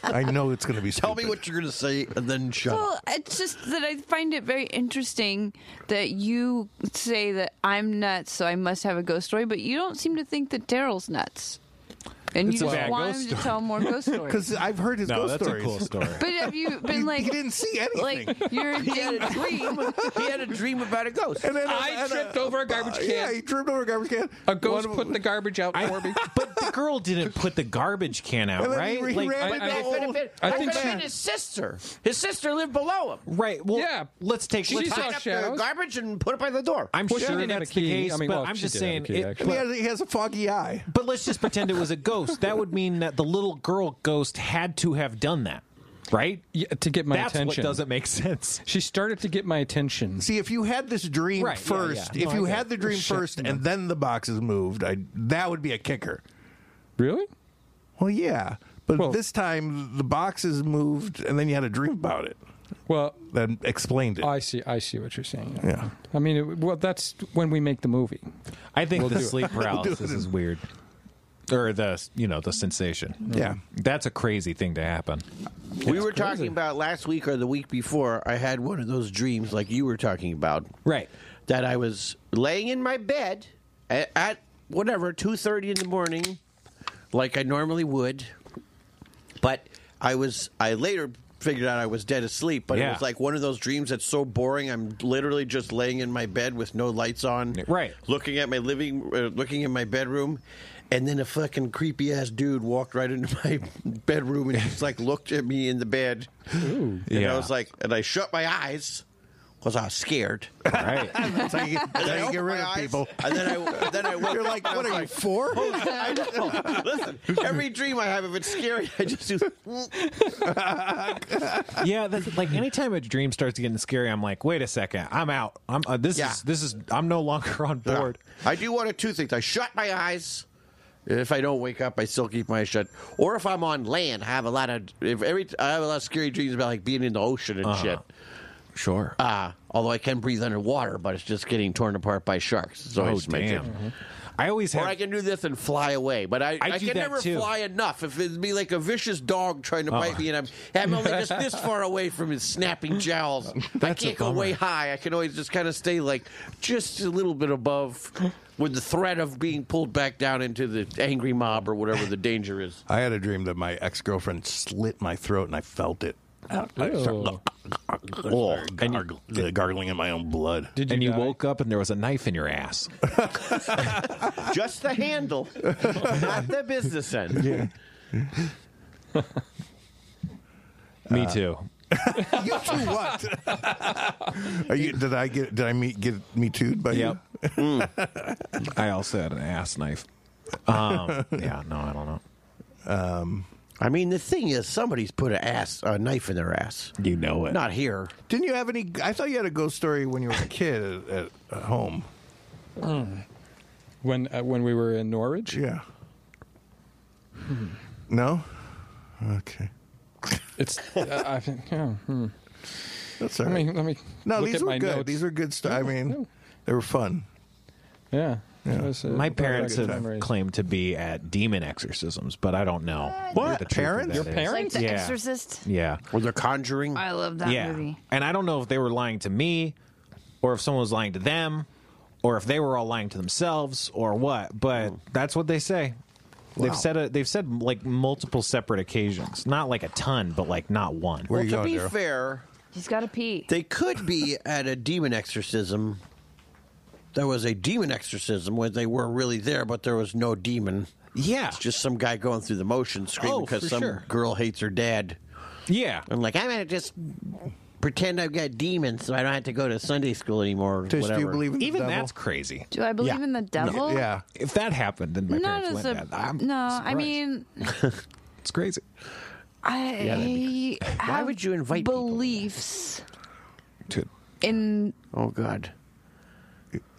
[SPEAKER 1] I know it's going to be.
[SPEAKER 6] Tell me
[SPEAKER 1] stupid.
[SPEAKER 6] what you're going to say and then shut up.
[SPEAKER 3] Well, it's just that I find it very interesting that you say that I'm nuts, so I must have a ghost story, but you don't seem to think that Daryl's nuts, and
[SPEAKER 4] It's a
[SPEAKER 3] you just
[SPEAKER 4] bad
[SPEAKER 3] want
[SPEAKER 4] ghost
[SPEAKER 3] him to
[SPEAKER 4] story.
[SPEAKER 3] tell more ghost stories.
[SPEAKER 1] Because I've heard his
[SPEAKER 4] No,
[SPEAKER 1] ghost
[SPEAKER 4] that's
[SPEAKER 1] stories.
[SPEAKER 4] a cool story.
[SPEAKER 3] But have you
[SPEAKER 1] He-
[SPEAKER 3] been like,
[SPEAKER 1] he didn't see anything.
[SPEAKER 3] like you're a
[SPEAKER 6] He had a dream. he had a dream about a ghost.
[SPEAKER 1] And then-
[SPEAKER 2] I
[SPEAKER 1] and, uh,
[SPEAKER 2] tripped over a garbage can.
[SPEAKER 1] Yeah, he tripped over a garbage can.
[SPEAKER 2] A ghost
[SPEAKER 1] One-
[SPEAKER 2] put the garbage out for me.
[SPEAKER 4] but the girl didn't put the garbage can out,
[SPEAKER 1] And then
[SPEAKER 4] right?
[SPEAKER 1] he, he ran
[SPEAKER 2] I-
[SPEAKER 1] into
[SPEAKER 2] I-
[SPEAKER 1] a
[SPEAKER 2] I
[SPEAKER 1] hole.
[SPEAKER 2] could've I think
[SPEAKER 6] could've
[SPEAKER 2] she-
[SPEAKER 6] his sister. His sister lived below him.
[SPEAKER 4] right. Well,
[SPEAKER 2] Yeah.
[SPEAKER 4] Let's take.
[SPEAKER 2] She
[SPEAKER 4] let's
[SPEAKER 2] saw
[SPEAKER 4] take-
[SPEAKER 6] Picked up the
[SPEAKER 2] shadows?
[SPEAKER 6] garbage and put it by the door.
[SPEAKER 4] I'm
[SPEAKER 2] Well, she
[SPEAKER 4] sure
[SPEAKER 2] didn't have
[SPEAKER 4] that's
[SPEAKER 2] a
[SPEAKER 4] the
[SPEAKER 2] key.
[SPEAKER 4] case,
[SPEAKER 2] I mean,
[SPEAKER 4] but
[SPEAKER 2] well,
[SPEAKER 4] I'm
[SPEAKER 2] she
[SPEAKER 4] just
[SPEAKER 2] did have a
[SPEAKER 4] saying.
[SPEAKER 2] key,
[SPEAKER 4] it-
[SPEAKER 2] actually.
[SPEAKER 1] he,
[SPEAKER 4] but,
[SPEAKER 1] has, he has a foggy eye.
[SPEAKER 4] but let's just pretend it was a ghost. That would mean that the little girl ghost had to have done that, right?
[SPEAKER 2] Yeah, to get my
[SPEAKER 4] that's
[SPEAKER 2] attention.
[SPEAKER 4] what doesn't make sense.
[SPEAKER 2] She started to get my attention.
[SPEAKER 1] See, if you had this dream
[SPEAKER 4] Right, yeah,
[SPEAKER 1] first,
[SPEAKER 4] yeah.
[SPEAKER 1] if
[SPEAKER 4] No,
[SPEAKER 1] you
[SPEAKER 4] I get
[SPEAKER 1] had
[SPEAKER 4] it.
[SPEAKER 1] the dream
[SPEAKER 4] Shit,
[SPEAKER 1] first and then the boxes moved, I that would be a kicker.
[SPEAKER 2] Really?
[SPEAKER 1] Well, yeah, but
[SPEAKER 2] Well-
[SPEAKER 1] this time the boxes moved and then you had a dream about it
[SPEAKER 2] Well,
[SPEAKER 1] that explained it.
[SPEAKER 2] I see. I see what you're saying.
[SPEAKER 1] Yeah.
[SPEAKER 2] I mean, it, well, that's when we make the movie.
[SPEAKER 4] I think the
[SPEAKER 2] do it.
[SPEAKER 4] sleep paralysis is weird, or the you know the sensation.
[SPEAKER 1] Yeah.
[SPEAKER 4] that's a crazy thing to happen.
[SPEAKER 6] we were talking about last week or the week before. I had one of those dreams, like you were talking about,
[SPEAKER 4] Right.
[SPEAKER 6] that I was laying in my bed at, at whatever two thirty in the morning, like I normally would. But I was. I later figured out I was dead asleep. But it
[SPEAKER 4] Yeah.
[SPEAKER 6] was like one of those dreams that's so boring. I'm literally just laying in my bed with no lights on,
[SPEAKER 4] Right.
[SPEAKER 6] Looking at my living, uh, looking in my bedroom. And then a fucking creepy ass dude walked right into my bedroom and just like looked at me in the bed. And
[SPEAKER 4] Yeah.
[SPEAKER 6] I was like, and I shut my eyes because I was scared.
[SPEAKER 4] Right.
[SPEAKER 1] That's how you get, that's
[SPEAKER 6] And
[SPEAKER 1] how you
[SPEAKER 6] I opened
[SPEAKER 1] get rid
[SPEAKER 6] my
[SPEAKER 1] of
[SPEAKER 6] eyes,
[SPEAKER 1] people.
[SPEAKER 6] And then I, then I woke
[SPEAKER 1] You're
[SPEAKER 6] up
[SPEAKER 1] like,
[SPEAKER 6] and I
[SPEAKER 1] what
[SPEAKER 6] was
[SPEAKER 1] are you
[SPEAKER 6] like,
[SPEAKER 1] for?
[SPEAKER 6] I know. Listen, every dream I have, if it's scary, I just do.
[SPEAKER 4] yeah. That's, like anytime a dream starts getting scary, I'm like, wait a second, I'm out. I'm uh, this
[SPEAKER 6] Yeah.
[SPEAKER 4] is this is I'm no longer on board.
[SPEAKER 6] I do one of two things. I shut my eyes. and If I don't wake up, I still keep my eyes shut. Or if I'm on land, I have a lot of if every I have a lot of scary dreams about like being in the ocean and
[SPEAKER 1] Uh-huh.
[SPEAKER 6] shit.
[SPEAKER 4] Sure.
[SPEAKER 6] Uh, although I can breathe underwater, but it's just getting torn apart by sharks. It's
[SPEAKER 4] oh
[SPEAKER 6] always my
[SPEAKER 4] damn.
[SPEAKER 6] dream.
[SPEAKER 4] I always
[SPEAKER 6] Or
[SPEAKER 4] have.
[SPEAKER 6] I can do this and fly away, but I,
[SPEAKER 4] I
[SPEAKER 6] I,
[SPEAKER 4] do
[SPEAKER 6] can
[SPEAKER 4] that
[SPEAKER 6] never
[SPEAKER 4] too. Oh.
[SPEAKER 6] fly enough. If it'd be like a vicious dog trying to bite me, and I'm, I'm only just this far away from his snapping jowls, I
[SPEAKER 4] That's a
[SPEAKER 6] can't go
[SPEAKER 4] bummer.
[SPEAKER 6] way high. I can always just kind of stay like just a little bit above, with the threat of being pulled back down into the angry mob or whatever the danger is.
[SPEAKER 1] I had a dream that my ex girlfriend slit my throat and I felt it.
[SPEAKER 2] Ew.
[SPEAKER 1] Oh, gargle, gargling in my own blood.
[SPEAKER 2] Did you?
[SPEAKER 4] and you
[SPEAKER 2] die?
[SPEAKER 4] woke up and there was a knife in your ass.
[SPEAKER 6] Just the handle, not the business end.
[SPEAKER 4] Me too.
[SPEAKER 1] you two what? Are you, did I get? Did I meet get me too by you?
[SPEAKER 4] Yep. I also had an ass knife. Um, yeah. No, I don't know.
[SPEAKER 6] I mean, the thing is, somebody's put a ass a knife in their ass.
[SPEAKER 4] You know it.
[SPEAKER 6] Not here.
[SPEAKER 1] Didn't you have any? I thought you had a ghost story when you were a kid at, at, at home.
[SPEAKER 2] When uh, when we were in Norwich,
[SPEAKER 1] Yeah.
[SPEAKER 2] Hmm.
[SPEAKER 1] No. Okay.
[SPEAKER 2] it's uh, I think yeah. hmm.
[SPEAKER 1] That's all
[SPEAKER 2] Let
[SPEAKER 1] right.
[SPEAKER 2] me let me
[SPEAKER 1] no,
[SPEAKER 2] look
[SPEAKER 1] these
[SPEAKER 2] at
[SPEAKER 1] were
[SPEAKER 2] my
[SPEAKER 1] good.
[SPEAKER 2] notes.
[SPEAKER 1] These were good stuff. I mean,
[SPEAKER 2] no.
[SPEAKER 1] they were fun.
[SPEAKER 2] yeah.
[SPEAKER 1] Yeah.
[SPEAKER 2] Those, uh,
[SPEAKER 4] My
[SPEAKER 2] those are
[SPEAKER 4] parents
[SPEAKER 2] good
[SPEAKER 4] have
[SPEAKER 2] memories.
[SPEAKER 4] claimed to be at demon exorcisms, but I don't know.
[SPEAKER 1] What?
[SPEAKER 4] the truth of
[SPEAKER 1] Parents?
[SPEAKER 4] that
[SPEAKER 1] Your
[SPEAKER 4] is.
[SPEAKER 2] parents?
[SPEAKER 3] Like The
[SPEAKER 4] Yeah.
[SPEAKER 3] Exorcist.
[SPEAKER 4] Yeah.
[SPEAKER 6] Or they're conjuring.
[SPEAKER 3] I love that
[SPEAKER 4] yeah.
[SPEAKER 3] movie.
[SPEAKER 4] And I don't know if they were lying to me or if someone was lying to them or if they were all lying to themselves or what, but
[SPEAKER 6] Mm.
[SPEAKER 4] that's what they say. They've said a, they've said like multiple separate occasions, not like a ton, but like not one.
[SPEAKER 1] Where
[SPEAKER 6] well,
[SPEAKER 1] you
[SPEAKER 6] to
[SPEAKER 1] going,
[SPEAKER 6] be
[SPEAKER 1] Daryl?
[SPEAKER 6] fair,
[SPEAKER 3] He's got to pee.
[SPEAKER 6] they could be at a demon exorcism. There was a demon exorcism where they were really there, but there was no demon.
[SPEAKER 4] Yeah,
[SPEAKER 6] It's just some guy going through the motions screaming
[SPEAKER 4] Oh,
[SPEAKER 6] because
[SPEAKER 4] for
[SPEAKER 6] some
[SPEAKER 4] sure.
[SPEAKER 6] girl hates her dad.
[SPEAKER 4] yeah.
[SPEAKER 6] I'm like, I'm gonna just pretend I've got demons so I don't have to go to Sunday school anymore. or
[SPEAKER 1] Tish,
[SPEAKER 6] whatever.
[SPEAKER 1] do you believe in the
[SPEAKER 4] Even
[SPEAKER 1] devil?
[SPEAKER 4] that's crazy.
[SPEAKER 3] Do I believe
[SPEAKER 6] Yeah.
[SPEAKER 3] in the devil?
[SPEAKER 1] yeah.
[SPEAKER 4] If that happened, then my
[SPEAKER 3] Not
[SPEAKER 4] parents
[SPEAKER 3] as
[SPEAKER 4] went.
[SPEAKER 3] a
[SPEAKER 4] that. I'm
[SPEAKER 3] no. I
[SPEAKER 4] surprised.
[SPEAKER 3] mean,
[SPEAKER 4] it's crazy.
[SPEAKER 3] I have
[SPEAKER 6] Why would you invite people to that?
[SPEAKER 3] beliefs
[SPEAKER 4] To-
[SPEAKER 3] in?
[SPEAKER 6] Oh God.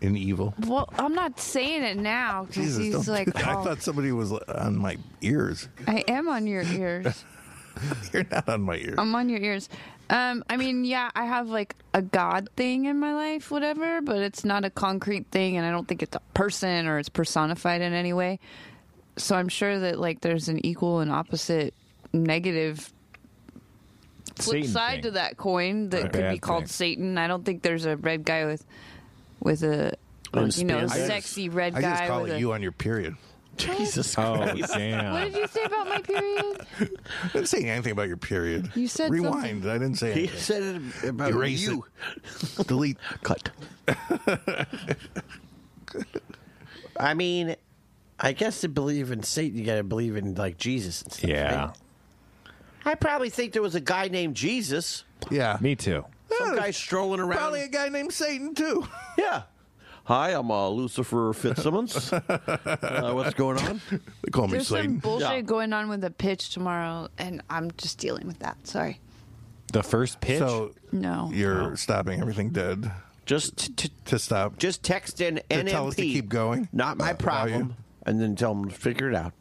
[SPEAKER 1] in evil.
[SPEAKER 3] Well, I'm not saying it now because
[SPEAKER 1] Jesus, don't
[SPEAKER 3] he's
[SPEAKER 1] do
[SPEAKER 3] like,
[SPEAKER 1] that. I
[SPEAKER 3] oh,
[SPEAKER 1] thought somebody was on my ears.
[SPEAKER 3] I am on your ears.
[SPEAKER 1] You're not on my ears.
[SPEAKER 3] I'm on your ears. Um, I mean, yeah, I have like a God thing in my life, whatever, but it's not a concrete thing, and I don't think it's a person or it's personified in any way. So I'm sure that like there's an equal and opposite negative flip
[SPEAKER 4] Satan
[SPEAKER 3] side
[SPEAKER 4] thing.
[SPEAKER 3] to that coin that
[SPEAKER 4] Right.
[SPEAKER 3] could be
[SPEAKER 4] Bad
[SPEAKER 3] called
[SPEAKER 4] thing.
[SPEAKER 3] Satan. I don't think there's a red guy with with a you know
[SPEAKER 6] spandex.
[SPEAKER 3] sexy red
[SPEAKER 1] I
[SPEAKER 3] guy.
[SPEAKER 1] just call
[SPEAKER 3] with
[SPEAKER 1] it
[SPEAKER 3] a,
[SPEAKER 1] you on your period.
[SPEAKER 6] Jesus
[SPEAKER 4] Oh
[SPEAKER 3] What
[SPEAKER 4] damn!
[SPEAKER 3] did you say about my period?
[SPEAKER 1] I didn't say anything about your period.
[SPEAKER 3] You said
[SPEAKER 1] rewind. I didn't say
[SPEAKER 6] He
[SPEAKER 1] anything.
[SPEAKER 6] said it about
[SPEAKER 1] Erase
[SPEAKER 6] you.
[SPEAKER 1] it. Delete.
[SPEAKER 6] Cut. I mean, I guess to believe in Satan, you got to believe in like Jesus and stuff.
[SPEAKER 4] yeah,
[SPEAKER 6] right? I probably think there was a guy named Jesus.
[SPEAKER 1] Yeah.
[SPEAKER 4] me too.
[SPEAKER 6] Some guy strolling around.
[SPEAKER 1] Probably a guy named Satan too.
[SPEAKER 6] yeah. Hi, I'm uh, Lucifer Fitzsimmons. uh, what's going on?
[SPEAKER 1] They call me
[SPEAKER 3] There's some
[SPEAKER 1] Satan.
[SPEAKER 3] bullshit
[SPEAKER 6] Yeah.
[SPEAKER 3] going on with the pitch tomorrow, and I'm just dealing with that. Sorry.
[SPEAKER 4] The first pitch.
[SPEAKER 1] so
[SPEAKER 3] No.
[SPEAKER 1] you're stopping everything dead
[SPEAKER 6] Just t-
[SPEAKER 1] to stop.
[SPEAKER 6] just text in
[SPEAKER 1] To
[SPEAKER 6] NMP.
[SPEAKER 1] tell us to keep going?
[SPEAKER 6] Not my
[SPEAKER 1] Uh, how you-
[SPEAKER 6] problem. And then tell them to figure it out.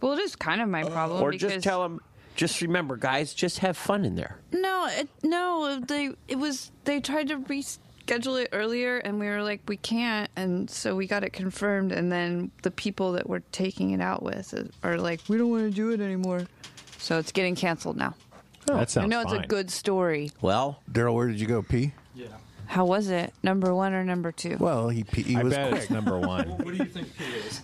[SPEAKER 3] Well, it is kind of my problem.
[SPEAKER 6] Uh, Or
[SPEAKER 3] because
[SPEAKER 6] just tell them, just remember, guys, just have fun in there.
[SPEAKER 3] No, it, no. They it was they tried to reschedule it earlier, and we were like, we can't, and so we got it confirmed. And then the people that we're taking it out with are like, we don't want to do it anymore, so it's getting canceled now.
[SPEAKER 4] that sounds.
[SPEAKER 3] I know it's
[SPEAKER 4] fine.
[SPEAKER 3] a good story.
[SPEAKER 6] Well,
[SPEAKER 1] Daryl, where did you go pee?
[SPEAKER 3] How was it? Number one or number two?
[SPEAKER 1] Well, he pee, he
[SPEAKER 4] I
[SPEAKER 1] was
[SPEAKER 4] bet
[SPEAKER 1] quick.
[SPEAKER 4] it's number one.
[SPEAKER 2] What do you think pee is?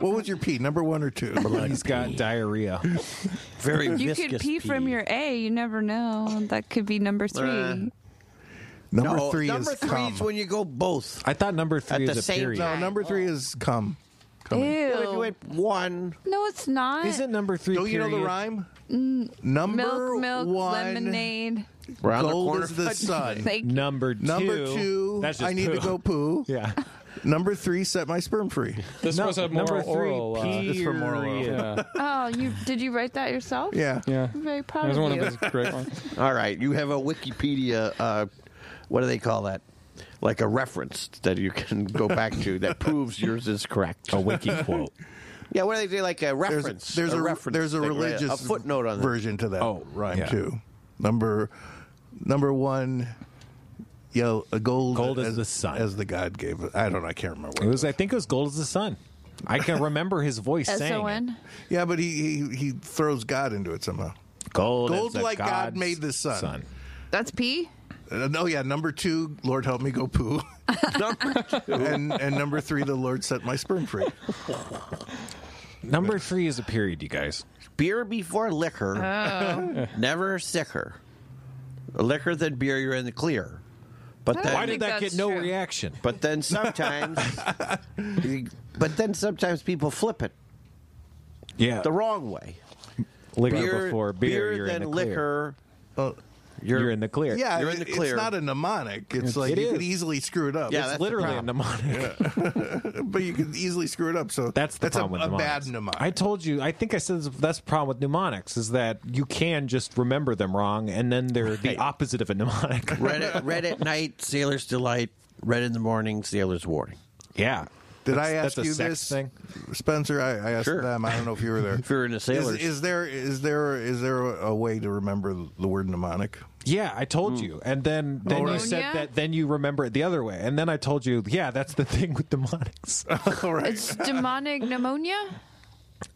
[SPEAKER 1] what was your pee? Number one or two?
[SPEAKER 4] He's got diarrhea.
[SPEAKER 6] very
[SPEAKER 3] you
[SPEAKER 6] viscous
[SPEAKER 3] could pee, from your A. You never know. That could be number three.
[SPEAKER 1] number
[SPEAKER 6] No,
[SPEAKER 1] three
[SPEAKER 6] Oh, number
[SPEAKER 1] is
[SPEAKER 6] three
[SPEAKER 1] cum.
[SPEAKER 6] is when you go both.
[SPEAKER 4] I thought number three is
[SPEAKER 6] At the
[SPEAKER 4] a
[SPEAKER 6] same
[SPEAKER 4] period.
[SPEAKER 1] no, number three is cum. Coming.
[SPEAKER 6] Well, if you
[SPEAKER 3] Oh. Ew.
[SPEAKER 6] went one,
[SPEAKER 3] No, it's not.
[SPEAKER 4] Isn't number three?
[SPEAKER 1] Don't you know the
[SPEAKER 4] period?
[SPEAKER 1] rhyme? Number
[SPEAKER 3] Mm, milk, milk,
[SPEAKER 1] one,
[SPEAKER 3] lemonade?
[SPEAKER 6] round
[SPEAKER 1] gold is the sun.
[SPEAKER 3] Like
[SPEAKER 4] Number two.
[SPEAKER 1] Number two,
[SPEAKER 4] That's just
[SPEAKER 1] I need
[SPEAKER 4] poo.
[SPEAKER 1] to go poo.
[SPEAKER 4] Yeah.
[SPEAKER 1] Number three, set my sperm free.
[SPEAKER 2] This
[SPEAKER 4] No,
[SPEAKER 2] was a
[SPEAKER 4] number
[SPEAKER 2] moral
[SPEAKER 4] three,
[SPEAKER 2] oral. uh,
[SPEAKER 4] period.
[SPEAKER 1] It's from moral oral.
[SPEAKER 2] yeah,
[SPEAKER 3] Oh, you did you write that yourself?
[SPEAKER 1] Yeah.
[SPEAKER 2] yeah.
[SPEAKER 3] I'm very
[SPEAKER 2] That
[SPEAKER 3] proud
[SPEAKER 2] was
[SPEAKER 3] of
[SPEAKER 2] one
[SPEAKER 3] you.
[SPEAKER 2] of his great ones.
[SPEAKER 6] All right, you have a Wikipedia. Uh, what do they call that? Like a reference that you can go back to that proves yours is correct.
[SPEAKER 4] A wiki quote.
[SPEAKER 6] Yeah, what do they do? Like a reference.
[SPEAKER 1] There's, there's a,
[SPEAKER 6] reference.
[SPEAKER 1] there's a
[SPEAKER 6] Like,
[SPEAKER 1] religious
[SPEAKER 6] a footnote on that.
[SPEAKER 1] version to that
[SPEAKER 4] Oh,
[SPEAKER 1] rhyme
[SPEAKER 4] yeah.
[SPEAKER 1] too. Number number one, yo, a gold
[SPEAKER 4] Gold is
[SPEAKER 1] as
[SPEAKER 4] the sun.
[SPEAKER 1] as the God gave. it. I don't know. I can't remember. What
[SPEAKER 4] It was. I think it was gold as the sun. I can remember his voice
[SPEAKER 3] S O
[SPEAKER 4] saying. it.
[SPEAKER 3] N.
[SPEAKER 1] Yeah, but he, he he throws God into it somehow.
[SPEAKER 4] Gold.
[SPEAKER 1] Gold
[SPEAKER 4] as the
[SPEAKER 1] like God
[SPEAKER 4] God's
[SPEAKER 1] made the sun.
[SPEAKER 3] That's P.
[SPEAKER 1] Uh, oh yeah, number two, Lord help me go poo, and and number three, the Lord set my sperm free.
[SPEAKER 4] Number three is a period, you guys.
[SPEAKER 6] beer before liquor, never sicker. Liquor than beer, you're in the clear. But
[SPEAKER 3] I
[SPEAKER 6] then,
[SPEAKER 4] Why
[SPEAKER 3] think
[SPEAKER 4] did that
[SPEAKER 3] that's
[SPEAKER 4] get no
[SPEAKER 3] true.
[SPEAKER 4] reaction?
[SPEAKER 6] but then sometimes, you- but then sometimes people flip it
[SPEAKER 4] Yeah.
[SPEAKER 6] the wrong way.
[SPEAKER 4] liquor before beer, you're in
[SPEAKER 6] than
[SPEAKER 4] the clear.
[SPEAKER 6] liquor.
[SPEAKER 1] Uh,
[SPEAKER 4] You're, in the clear.
[SPEAKER 1] Yeah,
[SPEAKER 6] You're in the
[SPEAKER 1] it's
[SPEAKER 6] clear.
[SPEAKER 1] not a mnemonic. It's, like
[SPEAKER 4] it
[SPEAKER 1] you could
[SPEAKER 4] is.
[SPEAKER 1] easily screw it up.
[SPEAKER 6] Yeah,
[SPEAKER 4] it's
[SPEAKER 6] that's the
[SPEAKER 4] literally a
[SPEAKER 6] problem.
[SPEAKER 4] mnemonic.
[SPEAKER 1] but you could easily screw it up. So
[SPEAKER 4] That's the
[SPEAKER 1] that's
[SPEAKER 4] problem
[SPEAKER 1] a,
[SPEAKER 4] with
[SPEAKER 1] a bad
[SPEAKER 4] mnemonics.
[SPEAKER 1] mnemonic.
[SPEAKER 4] I told you. I think I said this, that's the problem with mnemonics is that you can just remember them wrong, and then they're the opposite of a mnemonic.
[SPEAKER 6] Red at, red at night, sailor's delight. Red in the morning, sailor's warning.
[SPEAKER 4] Yeah.
[SPEAKER 1] Did I
[SPEAKER 4] That's-
[SPEAKER 1] ask
[SPEAKER 4] that's a
[SPEAKER 1] you
[SPEAKER 4] sex
[SPEAKER 1] this,
[SPEAKER 4] thing.
[SPEAKER 1] Spencer? I, I asked
[SPEAKER 6] Sure.
[SPEAKER 1] them. I don't know if you were there.
[SPEAKER 6] If you're in a
[SPEAKER 1] is,
[SPEAKER 6] sailor's,
[SPEAKER 1] is there is there is there a way to remember the word mnemonic?
[SPEAKER 4] Yeah, I told
[SPEAKER 3] Mm.
[SPEAKER 4] you, and then then you
[SPEAKER 3] Alright.
[SPEAKER 4] said
[SPEAKER 3] Yeah.
[SPEAKER 4] that. Then you remember it the other way, and then I told you, yeah, that's the thing with mnemonics.
[SPEAKER 1] All right.
[SPEAKER 3] It's demonic pneumonia.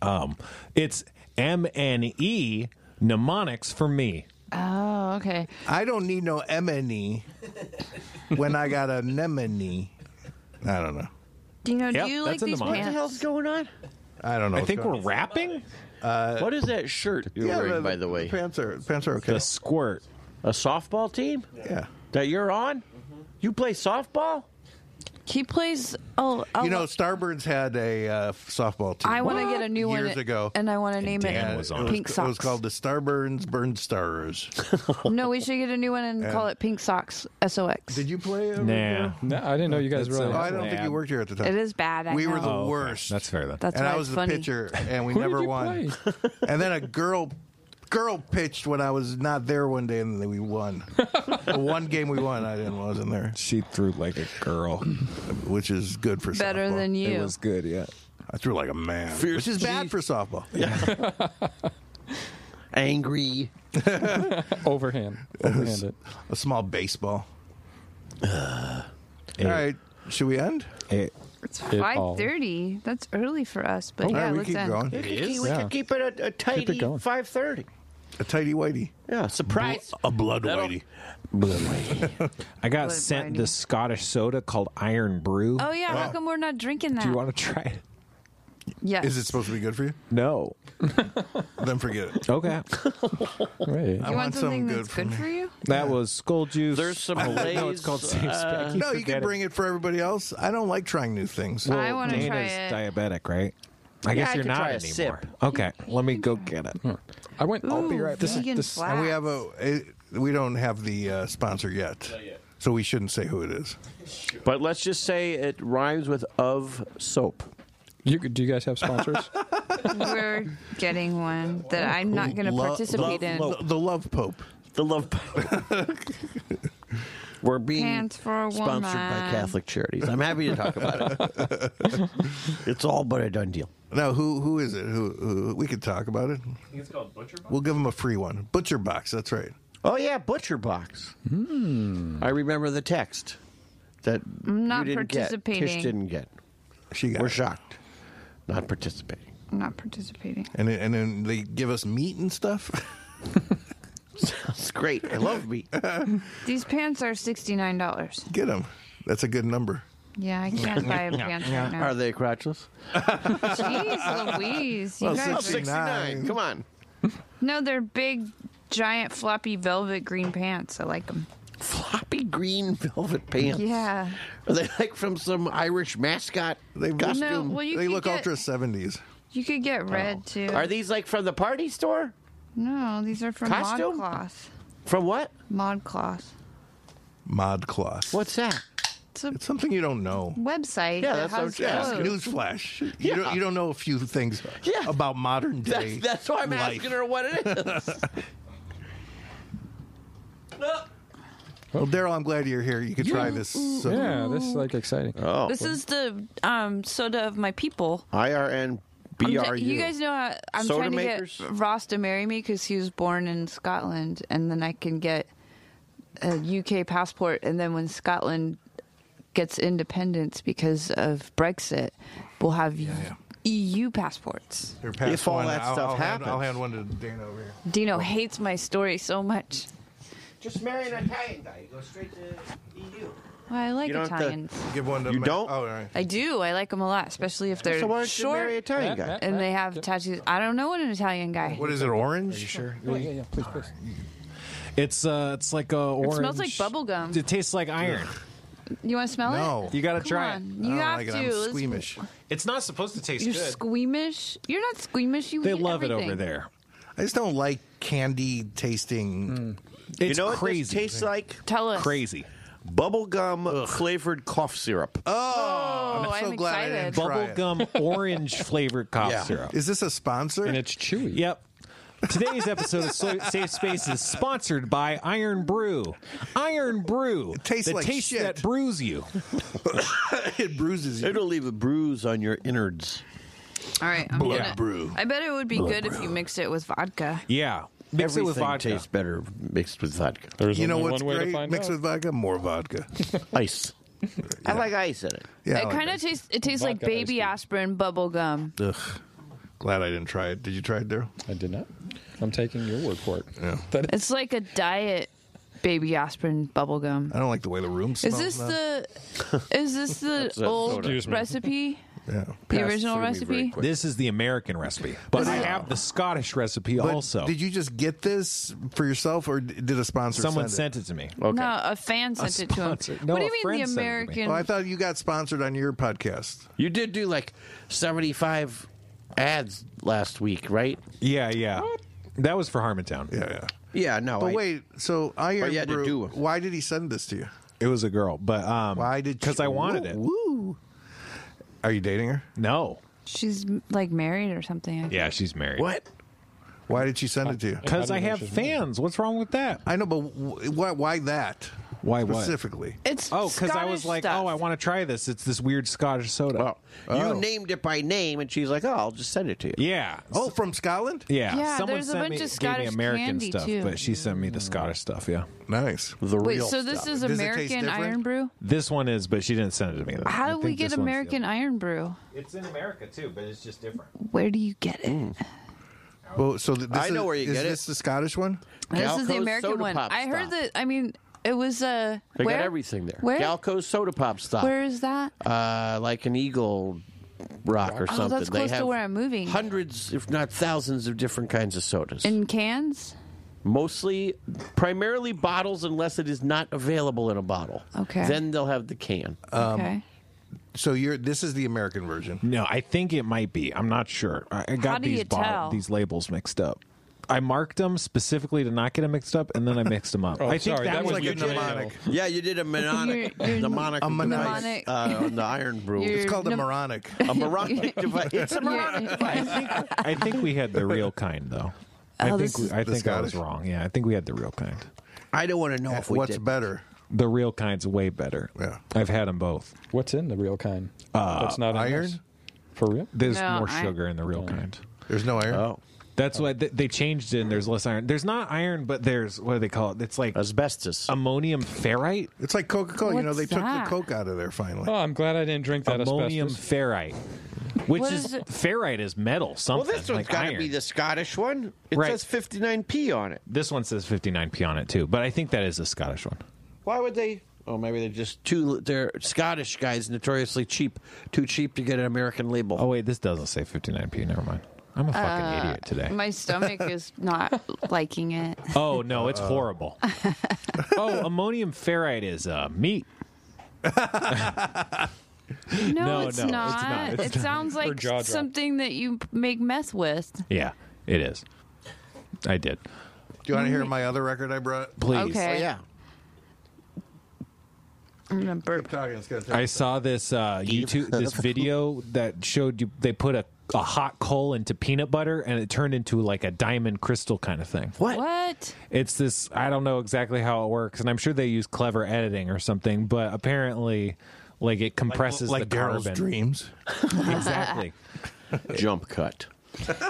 [SPEAKER 4] um, it's M N E mnemonics for me.
[SPEAKER 3] Oh, okay.
[SPEAKER 1] I don't need no emony when I got a nemony. I don't know.
[SPEAKER 3] Do you know?
[SPEAKER 4] Yep,
[SPEAKER 3] do you like
[SPEAKER 4] that's in the
[SPEAKER 3] these
[SPEAKER 4] mind.
[SPEAKER 3] pants?
[SPEAKER 6] what the hell's going on?
[SPEAKER 1] I don't know.
[SPEAKER 4] I think we're rapping
[SPEAKER 6] what is that shirt you're
[SPEAKER 1] Yeah,
[SPEAKER 6] wearing, by the way?
[SPEAKER 1] pants are pants are okay.
[SPEAKER 4] the squirt.
[SPEAKER 6] A softball team
[SPEAKER 1] yeah.
[SPEAKER 6] that you're on? You play softball?
[SPEAKER 3] He plays. Oh, oh,
[SPEAKER 1] You know, Starburns had a uh, softball team.
[SPEAKER 3] I want to get a new one
[SPEAKER 1] Years ago.
[SPEAKER 3] and I want to name
[SPEAKER 4] Dan
[SPEAKER 1] Yeah,
[SPEAKER 3] it
[SPEAKER 4] was on
[SPEAKER 3] Pink
[SPEAKER 1] It was
[SPEAKER 3] Socks.
[SPEAKER 1] called the Starburns Burn Starers.
[SPEAKER 3] no, we should get a new one and call it Pink Socks. S O X.
[SPEAKER 1] Did you play? over
[SPEAKER 4] Nah,
[SPEAKER 1] there?
[SPEAKER 2] No, I didn't know you guys
[SPEAKER 4] That's
[SPEAKER 2] really.
[SPEAKER 1] Oh, I don't
[SPEAKER 4] Nah.
[SPEAKER 1] think you worked here at the time. Oh,
[SPEAKER 3] It is bad. I
[SPEAKER 1] We were the
[SPEAKER 4] Oh.
[SPEAKER 3] know.
[SPEAKER 1] worst.
[SPEAKER 4] that's fair then.
[SPEAKER 3] That's
[SPEAKER 1] and
[SPEAKER 3] why
[SPEAKER 1] I
[SPEAKER 3] it's
[SPEAKER 1] was the
[SPEAKER 3] funny.
[SPEAKER 1] pitcher, and we
[SPEAKER 2] Who did
[SPEAKER 1] never
[SPEAKER 2] you
[SPEAKER 1] won. and then a girl, girl pitched when I was not there one day, and then we won. The one game we won, I didn't wasn't there,
[SPEAKER 4] she threw like a girl.
[SPEAKER 1] which is good for
[SPEAKER 3] Better
[SPEAKER 1] softball.
[SPEAKER 3] than you.
[SPEAKER 4] good, yeah.
[SPEAKER 1] I threw like a man, which is bad for softball.
[SPEAKER 6] Angry.
[SPEAKER 2] Overhand. Overhand it.
[SPEAKER 1] A small baseball. Uh, All right, should we end?
[SPEAKER 3] It's
[SPEAKER 2] It all-
[SPEAKER 3] five thirty. That's early for us, but
[SPEAKER 1] All
[SPEAKER 3] yeah,
[SPEAKER 1] right, we
[SPEAKER 3] let's
[SPEAKER 1] keep
[SPEAKER 3] end.
[SPEAKER 1] going.
[SPEAKER 6] We could keep- we
[SPEAKER 2] Yeah.
[SPEAKER 6] could keep it a, a tidy
[SPEAKER 2] going.
[SPEAKER 6] 5.30.
[SPEAKER 1] A tidy whitey,
[SPEAKER 6] Yeah, surprise.
[SPEAKER 1] a blood whitey.
[SPEAKER 4] I got
[SPEAKER 3] Blood
[SPEAKER 4] sent
[SPEAKER 3] binding.
[SPEAKER 4] this Scottish soda called Iron Brew.
[SPEAKER 3] Oh yeah, how come we're not drinking that?
[SPEAKER 4] Do you want to try it?
[SPEAKER 3] yes.
[SPEAKER 1] Is it supposed to be good for you?
[SPEAKER 4] No.
[SPEAKER 1] Then forget it.
[SPEAKER 4] Okay.
[SPEAKER 2] Great.
[SPEAKER 1] I
[SPEAKER 3] you
[SPEAKER 1] want
[SPEAKER 3] want something
[SPEAKER 1] something
[SPEAKER 3] that's
[SPEAKER 1] good for
[SPEAKER 3] good
[SPEAKER 1] me.
[SPEAKER 3] for you?
[SPEAKER 4] That was skull juice.
[SPEAKER 6] There's some
[SPEAKER 4] Oh, no,
[SPEAKER 6] Lay's,
[SPEAKER 4] it's called six
[SPEAKER 6] uh,
[SPEAKER 4] pack.
[SPEAKER 1] No, you can bring it for everybody else. I don't like trying new things.
[SPEAKER 3] I want to try
[SPEAKER 4] Dana's
[SPEAKER 3] it.
[SPEAKER 4] diabetic, right? I guess
[SPEAKER 6] I
[SPEAKER 4] you're
[SPEAKER 6] could
[SPEAKER 4] not
[SPEAKER 6] try a
[SPEAKER 4] anymore.
[SPEAKER 6] sip.
[SPEAKER 4] Okay, let me go get it.
[SPEAKER 2] I went.
[SPEAKER 3] Ooh,
[SPEAKER 2] I'll be right back.
[SPEAKER 3] vegan
[SPEAKER 2] This-
[SPEAKER 1] And we
[SPEAKER 3] flaps.
[SPEAKER 1] have a, eh, we don't have the uh, sponsor yet, so we shouldn't say who it is.
[SPEAKER 6] But let's just say it rhymes with of soap.
[SPEAKER 2] you, do you guys have sponsors?
[SPEAKER 3] We're getting one that I'm not going to
[SPEAKER 1] Lo-
[SPEAKER 3] participate in.
[SPEAKER 1] Lo- the Love Pope.
[SPEAKER 6] The love. We're being
[SPEAKER 3] Pants for a
[SPEAKER 6] sponsored by
[SPEAKER 3] woman.
[SPEAKER 6] Catholic Charities. I'm happy to talk about it. it's all but a done deal.
[SPEAKER 1] No, who who is it? Who, who we could talk about it.
[SPEAKER 8] think it's called Butcher Box.
[SPEAKER 1] We'll give them a free one. Butcher Box. That's right.
[SPEAKER 6] Oh yeah, Butcher Box. I remember the text that
[SPEAKER 3] not
[SPEAKER 6] you didn't get. Tish
[SPEAKER 3] participating.
[SPEAKER 6] didn't get.
[SPEAKER 1] She got.
[SPEAKER 6] We're
[SPEAKER 1] it.
[SPEAKER 6] shocked. Not participating.
[SPEAKER 3] I'm not participating.
[SPEAKER 1] And then- and then they give us meat and stuff.
[SPEAKER 6] That's great. I love meat.
[SPEAKER 3] These pants are $69.
[SPEAKER 1] Get them. That's a good number.
[SPEAKER 3] Yeah, I can't buy a pants right
[SPEAKER 6] Are
[SPEAKER 3] now.
[SPEAKER 6] they crotchless?
[SPEAKER 3] Jeez Louise. You
[SPEAKER 6] Oh,
[SPEAKER 1] Well,
[SPEAKER 3] guys-
[SPEAKER 1] 69.
[SPEAKER 6] Come on.
[SPEAKER 3] no, they're big, giant, floppy velvet green pants. I like them.
[SPEAKER 6] Floppy green velvet pants.
[SPEAKER 3] Yeah.
[SPEAKER 6] Are they like from some Irish mascot
[SPEAKER 1] They
[SPEAKER 6] costume?
[SPEAKER 3] well, you
[SPEAKER 1] they
[SPEAKER 3] could
[SPEAKER 1] look
[SPEAKER 3] get-
[SPEAKER 1] ultra Oh. seventies.
[SPEAKER 3] You could get red, too.
[SPEAKER 6] Are these like from the party store?
[SPEAKER 3] no, these are from
[SPEAKER 6] Costume?
[SPEAKER 3] Modcloth.
[SPEAKER 6] From what?
[SPEAKER 3] Modcloth.
[SPEAKER 1] Mod cloth.
[SPEAKER 6] What's that?
[SPEAKER 3] It's a
[SPEAKER 1] It's something you don't know.
[SPEAKER 3] website
[SPEAKER 6] Yeah,
[SPEAKER 3] that
[SPEAKER 6] that's what I'm
[SPEAKER 3] has
[SPEAKER 6] asking.
[SPEAKER 3] clothes.
[SPEAKER 1] Newsflash. You, don't, you don't know a few things
[SPEAKER 6] Yeah.
[SPEAKER 1] about modern day.
[SPEAKER 6] That's, that's why I'm
[SPEAKER 1] life.
[SPEAKER 6] asking her what it is.
[SPEAKER 1] Well, Daryl, I'm glad you're here. You could try this. uh, So
[SPEAKER 2] yeah, this is like exciting.
[SPEAKER 3] This is the um, soda of my people.
[SPEAKER 6] I R N
[SPEAKER 3] I'm
[SPEAKER 6] B
[SPEAKER 3] try-
[SPEAKER 6] R U.
[SPEAKER 3] You guys know how I'm
[SPEAKER 6] Soda
[SPEAKER 3] trying to
[SPEAKER 6] makers?
[SPEAKER 3] get Ross to marry me because he was born in Scotland, and then I can get a UK passport. And then when Scotland gets independence because of Brexit, we'll have
[SPEAKER 1] yeah.
[SPEAKER 3] EU passports.
[SPEAKER 1] Here, pass
[SPEAKER 6] If all
[SPEAKER 1] one.
[SPEAKER 6] that
[SPEAKER 1] I'll-
[SPEAKER 6] stuff
[SPEAKER 1] I'll hand- I'll
[SPEAKER 6] happens.
[SPEAKER 1] hand one to Dana over here.
[SPEAKER 3] Dino hates my story so much.
[SPEAKER 6] Just marry an Italian guy. You go straight to E EU.
[SPEAKER 3] Well, I like
[SPEAKER 6] You don't have to-
[SPEAKER 3] Italians.
[SPEAKER 1] Give one to
[SPEAKER 6] You
[SPEAKER 1] Ma-
[SPEAKER 6] don't?
[SPEAKER 1] Oh, all right.
[SPEAKER 3] I do. I like them a lot, especially if they're
[SPEAKER 6] So why don't
[SPEAKER 3] short
[SPEAKER 6] you marry an Italian guy?
[SPEAKER 2] Matt,
[SPEAKER 3] and
[SPEAKER 2] Matt,
[SPEAKER 3] they have tattoos. I don't know what an Italian guy.
[SPEAKER 1] What is it? Orange? sure?
[SPEAKER 2] Yeah, yeah, yeah. Please, please.
[SPEAKER 4] It's uh, it's like a orange.
[SPEAKER 3] It smells like bubble gum.
[SPEAKER 4] It tastes like iron.
[SPEAKER 3] You want to smell
[SPEAKER 1] No.
[SPEAKER 3] it?
[SPEAKER 4] You gotta
[SPEAKER 3] Come
[SPEAKER 4] try
[SPEAKER 3] on.
[SPEAKER 4] it.
[SPEAKER 1] I
[SPEAKER 3] You
[SPEAKER 1] don't
[SPEAKER 3] have
[SPEAKER 1] like
[SPEAKER 3] to.
[SPEAKER 1] It. I'm
[SPEAKER 3] Let's-
[SPEAKER 1] squeamish.
[SPEAKER 4] It's not supposed to taste
[SPEAKER 3] You're
[SPEAKER 4] good.
[SPEAKER 3] squeamish. You're not squeamish. You
[SPEAKER 4] they
[SPEAKER 3] eat
[SPEAKER 4] love it
[SPEAKER 3] everything.
[SPEAKER 4] over there.
[SPEAKER 1] I just don't like candy tasting
[SPEAKER 4] It's
[SPEAKER 9] you know
[SPEAKER 4] crazy.
[SPEAKER 9] what this tastes like?
[SPEAKER 3] Tell us.
[SPEAKER 4] Crazy.
[SPEAKER 9] Bubblegum flavored cough syrup.
[SPEAKER 3] Oh,
[SPEAKER 1] I'm so
[SPEAKER 3] I'm
[SPEAKER 1] glad I didn't
[SPEAKER 3] excited.
[SPEAKER 1] try it.
[SPEAKER 4] Bubblegum orange flavored cough
[SPEAKER 1] Yeah.
[SPEAKER 4] syrup.
[SPEAKER 1] Is this a sponsor?
[SPEAKER 2] and it's chewy.
[SPEAKER 4] Yep. Today's episode of Slo- Safe Space is sponsored by Iron Brew. Iron Brew. It
[SPEAKER 1] tastes
[SPEAKER 4] the
[SPEAKER 1] like
[SPEAKER 4] taste
[SPEAKER 1] shit.
[SPEAKER 4] that brews you.
[SPEAKER 1] it bruises you.
[SPEAKER 9] It'll leave a bruise on your innards.
[SPEAKER 3] All right, I'm
[SPEAKER 1] Blood
[SPEAKER 3] gonna.
[SPEAKER 1] brew.
[SPEAKER 3] I bet it would be good if you mixed it with vodka.
[SPEAKER 4] Yeah. Mix
[SPEAKER 9] Everything
[SPEAKER 4] it with vodka.
[SPEAKER 9] tastes better mixed with vodka.
[SPEAKER 2] There's
[SPEAKER 1] You know
[SPEAKER 2] only
[SPEAKER 1] what's
[SPEAKER 2] one way to
[SPEAKER 1] great?
[SPEAKER 2] find
[SPEAKER 1] Mix
[SPEAKER 2] out.
[SPEAKER 1] with vodka, more vodka.
[SPEAKER 9] Ice.
[SPEAKER 6] I like ice in it.
[SPEAKER 1] Yeah, I
[SPEAKER 3] it
[SPEAKER 1] like
[SPEAKER 3] kind of tastes. It tastes like
[SPEAKER 2] Vodka ice
[SPEAKER 3] baby
[SPEAKER 2] cream.
[SPEAKER 3] aspirin bubble gum.
[SPEAKER 1] that. Ugh. Glad I didn't try it. Did you try it, Daryl?
[SPEAKER 2] I did not. I'm taking your word for it.
[SPEAKER 3] It's like a diet baby aspirin bubble gum.
[SPEAKER 1] I don't like the way the room
[SPEAKER 3] Is
[SPEAKER 1] smells.
[SPEAKER 3] this
[SPEAKER 1] now.
[SPEAKER 3] the? Is this the
[SPEAKER 9] a
[SPEAKER 3] old
[SPEAKER 9] soda.
[SPEAKER 2] Excuse me.
[SPEAKER 3] recipe?
[SPEAKER 1] Yeah.
[SPEAKER 3] The
[SPEAKER 9] Passed
[SPEAKER 3] original
[SPEAKER 9] through me very
[SPEAKER 3] recipe?
[SPEAKER 9] quick.
[SPEAKER 4] This is the American recipe, but I have the Scottish recipe
[SPEAKER 1] But
[SPEAKER 4] also.
[SPEAKER 1] did you just get this for yourself, or d- did a sponsor?
[SPEAKER 4] Someone
[SPEAKER 1] send
[SPEAKER 4] sent it to me.
[SPEAKER 3] No, a fan sent it to him.
[SPEAKER 4] sponsor. No,
[SPEAKER 3] what do
[SPEAKER 4] a
[SPEAKER 3] you mean
[SPEAKER 4] friend
[SPEAKER 3] the
[SPEAKER 4] sent it to me.
[SPEAKER 1] It?
[SPEAKER 3] American?
[SPEAKER 1] Oh, I thought you got sponsored on your podcast.
[SPEAKER 6] You did do like 75 ads last week, right?
[SPEAKER 4] Yeah, yeah. That was for Harmontown.
[SPEAKER 1] Yeah, yeah.
[SPEAKER 6] Yeah, no.
[SPEAKER 7] Oh,
[SPEAKER 1] But
[SPEAKER 6] I-
[SPEAKER 1] wait, so Iron
[SPEAKER 6] you had to
[SPEAKER 1] Brew.
[SPEAKER 6] do it.
[SPEAKER 1] Why did he send this to you?
[SPEAKER 4] It was a girl, but um,
[SPEAKER 1] Why did?
[SPEAKER 4] Because
[SPEAKER 1] she-
[SPEAKER 4] I wanted it.
[SPEAKER 1] Woo. Are you dating her?
[SPEAKER 4] No.
[SPEAKER 3] She's like married or something.
[SPEAKER 4] Yeah, she's married.
[SPEAKER 6] What?
[SPEAKER 1] Why did she send it to you?
[SPEAKER 4] Because
[SPEAKER 2] How
[SPEAKER 4] I
[SPEAKER 2] do you know
[SPEAKER 4] have
[SPEAKER 2] she's married?
[SPEAKER 4] fans. What's wrong with that?
[SPEAKER 1] I know, but wh- why? Why that?
[SPEAKER 4] Why what?
[SPEAKER 1] specifically?
[SPEAKER 3] It's
[SPEAKER 4] Oh, because I was
[SPEAKER 3] Scottish
[SPEAKER 4] like,
[SPEAKER 3] stuff.
[SPEAKER 4] oh, I want to try this. It's this weird Scottish soda.
[SPEAKER 6] Well,
[SPEAKER 1] Oh.
[SPEAKER 6] you named it by name, and she's like, "Oh, I'll just send it to you."
[SPEAKER 4] Yeah.
[SPEAKER 1] Oh, from Scotland.
[SPEAKER 4] Yeah.
[SPEAKER 3] Yeah,
[SPEAKER 4] Someone
[SPEAKER 3] there's a
[SPEAKER 4] sent
[SPEAKER 3] bunch
[SPEAKER 4] me,
[SPEAKER 3] of
[SPEAKER 4] gave me
[SPEAKER 3] Scottish
[SPEAKER 4] American
[SPEAKER 3] candy,
[SPEAKER 4] stuff,
[SPEAKER 3] too.
[SPEAKER 4] but she sent me
[SPEAKER 1] Mm.
[SPEAKER 4] the Scottish stuff. Yeah.
[SPEAKER 1] Nice.
[SPEAKER 9] The
[SPEAKER 3] Wait,
[SPEAKER 9] real
[SPEAKER 3] so this
[SPEAKER 9] stuff.
[SPEAKER 3] is
[SPEAKER 1] Does it taste
[SPEAKER 3] American
[SPEAKER 1] different?
[SPEAKER 3] Iron Brew?
[SPEAKER 4] This one is, but she didn't send it to me. though. I
[SPEAKER 3] How do we
[SPEAKER 4] think
[SPEAKER 3] get
[SPEAKER 4] this one's the
[SPEAKER 3] American Iron Brew?
[SPEAKER 4] other- It's in America too, but it's just different.
[SPEAKER 3] Where do you get it?
[SPEAKER 1] Well, so th- this
[SPEAKER 6] I know
[SPEAKER 1] is-
[SPEAKER 6] where you
[SPEAKER 1] is
[SPEAKER 6] get it.
[SPEAKER 1] this the Scottish one?
[SPEAKER 3] This is the
[SPEAKER 6] Galco's
[SPEAKER 3] American
[SPEAKER 6] soda
[SPEAKER 3] one.
[SPEAKER 6] pop
[SPEAKER 3] I heard
[SPEAKER 6] style.
[SPEAKER 3] that. I mean, it was uh,
[SPEAKER 6] They
[SPEAKER 3] where?
[SPEAKER 6] got everything there.
[SPEAKER 3] Where?
[SPEAKER 6] Galco's soda pop stop,
[SPEAKER 3] Where is that?
[SPEAKER 6] uh, like an Eagle Rock or
[SPEAKER 3] oh,
[SPEAKER 6] something.
[SPEAKER 3] that's close
[SPEAKER 6] they have
[SPEAKER 3] to where I'm moving.
[SPEAKER 6] hundreds, if not thousands, of different kinds of sodas.
[SPEAKER 3] In cans?
[SPEAKER 6] Mostly, primarily bottles, unless it is not available in a bottle.
[SPEAKER 3] Okay.
[SPEAKER 6] Then they'll have the can.
[SPEAKER 1] Um,
[SPEAKER 3] okay.
[SPEAKER 1] So you're this is the American version.
[SPEAKER 4] No, I think it might be. I'm not sure. I I got
[SPEAKER 3] do
[SPEAKER 4] these
[SPEAKER 3] you tell?
[SPEAKER 4] these labels mixed up. I marked them specifically to not get them mixed up, and then I mixed them up.
[SPEAKER 2] Oh,
[SPEAKER 4] I think
[SPEAKER 2] sorry, that was
[SPEAKER 4] was
[SPEAKER 1] Like
[SPEAKER 2] You
[SPEAKER 1] a
[SPEAKER 2] did it.
[SPEAKER 1] mnemonic.
[SPEAKER 6] yeah, you did a mnemonic,
[SPEAKER 3] You're- you're-
[SPEAKER 6] mnemonic,
[SPEAKER 1] A mnemonic.
[SPEAKER 6] device, uh, on the Iron Brew.
[SPEAKER 3] You're- Um,
[SPEAKER 6] It's
[SPEAKER 1] It's called a
[SPEAKER 3] Mnem-
[SPEAKER 1] moronic.
[SPEAKER 6] a mnemonic device. It's a mnemonic.
[SPEAKER 4] I think I think we had the real kind though.
[SPEAKER 3] Oh,
[SPEAKER 4] I
[SPEAKER 3] this
[SPEAKER 4] think we,
[SPEAKER 3] is-
[SPEAKER 4] I
[SPEAKER 1] The
[SPEAKER 4] think I was
[SPEAKER 1] Scottish?
[SPEAKER 4] wrong. Yeah, I think we had the real kind.
[SPEAKER 6] I don't want to know if we
[SPEAKER 1] What's
[SPEAKER 6] did.
[SPEAKER 1] better?
[SPEAKER 4] The real kind's way better.
[SPEAKER 1] Yeah.
[SPEAKER 4] I've had them both.
[SPEAKER 2] What's in the real kind? Uh, That's not in
[SPEAKER 1] iron?
[SPEAKER 2] this. For real?
[SPEAKER 4] There's
[SPEAKER 3] No,
[SPEAKER 4] more
[SPEAKER 3] I-
[SPEAKER 4] sugar in the real kind.
[SPEAKER 1] There's no iron.
[SPEAKER 6] Oh,
[SPEAKER 4] That's why they, they changed it. and There's less iron. There's not iron, but there's what do they call it? It's like
[SPEAKER 6] asbestos.
[SPEAKER 4] ammonium ferrite.
[SPEAKER 1] It's like Coca Cola. You know,
[SPEAKER 3] What's
[SPEAKER 1] they
[SPEAKER 3] that?
[SPEAKER 1] took the Coke out of there
[SPEAKER 2] Oh,
[SPEAKER 1] finally.
[SPEAKER 2] I'm glad I didn't drink that
[SPEAKER 4] ammonium
[SPEAKER 2] asbestos.
[SPEAKER 4] ferrite, which
[SPEAKER 3] What
[SPEAKER 4] is
[SPEAKER 3] is it?
[SPEAKER 4] ferrite is metal.
[SPEAKER 6] well,
[SPEAKER 4] Something
[SPEAKER 6] this one's
[SPEAKER 4] like
[SPEAKER 6] got to
[SPEAKER 4] iron.
[SPEAKER 6] be the Scottish one. It
[SPEAKER 4] Right.
[SPEAKER 6] says 59p on it.
[SPEAKER 4] This one says 59p on it too, but I think that is a Scottish one.
[SPEAKER 6] Why would they? Oh, maybe they're just too. They're Scottish guys, notoriously cheap. Too cheap to get an American label.
[SPEAKER 4] Oh wait, this doesn't say 59p. Never mind. I'm a fucking idiot today.
[SPEAKER 3] Uh, My stomach is not liking it.
[SPEAKER 4] Oh no, it's horrible. oh, ammonium ferrite is uh, meat.
[SPEAKER 3] No,
[SPEAKER 4] No,
[SPEAKER 3] it's,
[SPEAKER 4] no, it's
[SPEAKER 3] not.
[SPEAKER 4] not. It's
[SPEAKER 3] It sounds
[SPEAKER 2] Her
[SPEAKER 3] like
[SPEAKER 2] jaw dropped.
[SPEAKER 3] something that you make meth with.
[SPEAKER 4] Yeah, it is. I did.
[SPEAKER 1] Do you want to hear my other record I brought?
[SPEAKER 4] Please.
[SPEAKER 3] Okay.
[SPEAKER 7] Oh,
[SPEAKER 6] yeah.
[SPEAKER 3] I'm gonna burp.
[SPEAKER 1] Keep talking. It's gonna take-
[SPEAKER 4] I saw this uh, YouTube this video that showed you they put a, a hot coal into peanut butter and it turned into like a diamond crystal kind of thing.
[SPEAKER 6] What?
[SPEAKER 3] What?
[SPEAKER 4] It's this I don't know exactly how it works and I'm sure they use clever editing or something, but apparently like it compresses
[SPEAKER 1] like
[SPEAKER 4] the
[SPEAKER 1] Daryl's
[SPEAKER 4] carbon.
[SPEAKER 1] dreams.
[SPEAKER 4] Exactly.
[SPEAKER 6] Jump cut.
[SPEAKER 1] Jump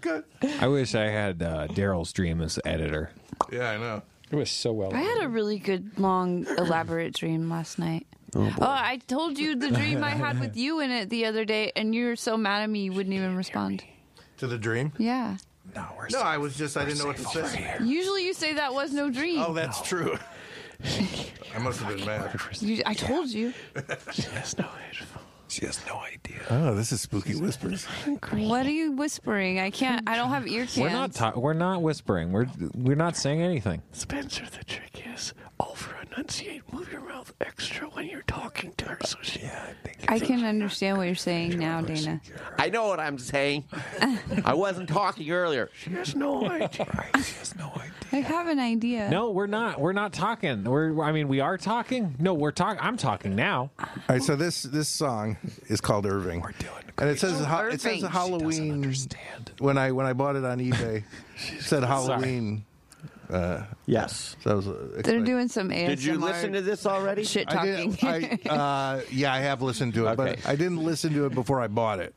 [SPEAKER 1] cut.
[SPEAKER 4] I wish I had uh, Daryl's dream as editor.
[SPEAKER 1] Yeah, I know.
[SPEAKER 2] It was so well.
[SPEAKER 3] I had a really good, long, elaborate dream last night. Oh, I told you the dream I had with you in it the other day, and you were so mad at me you wouldn't even respond.
[SPEAKER 1] To the dream.
[SPEAKER 3] Yeah.
[SPEAKER 4] No, we're
[SPEAKER 1] No, I was just I didn't know what to say.
[SPEAKER 3] Usually you say that was no dream.
[SPEAKER 1] Oh, that's true. I must have been mad.
[SPEAKER 3] You- I told you.
[SPEAKER 4] she has no idea.
[SPEAKER 1] Oh, this is spooky whispers.
[SPEAKER 3] What are you whispering? I can't. I don't have ear cans.
[SPEAKER 4] We're not ta- we're not whispering. We're we're not saying anything.
[SPEAKER 9] Spencer, the trick is over and enunciate. Move your mouth extra when you're talking to her. So she, yeah, I think.
[SPEAKER 3] I can understand what you're saying now, Dana.
[SPEAKER 6] I know what I'm saying. I wasn't talking earlier.
[SPEAKER 9] She has no idea. She has no idea.
[SPEAKER 3] I have an idea.
[SPEAKER 4] No, we're not. We're not talking. We're. I mean, we are talking. No, we're talking. I'm talking now.
[SPEAKER 1] All right, so this this song is called Irving, and it says ho- it says
[SPEAKER 3] Irving. She doesn't
[SPEAKER 1] Halloween. When I when I bought it on eBay, it said Halloween. uh,
[SPEAKER 6] Yes.
[SPEAKER 1] So I was, uh,
[SPEAKER 3] They're
[SPEAKER 1] excited.
[SPEAKER 3] doing some ASMR
[SPEAKER 6] Did you listen to this already?
[SPEAKER 3] shit
[SPEAKER 1] I
[SPEAKER 3] talking.
[SPEAKER 1] did. I, uh, yeah, I have listened to it, but I didn't listen to it before I bought it.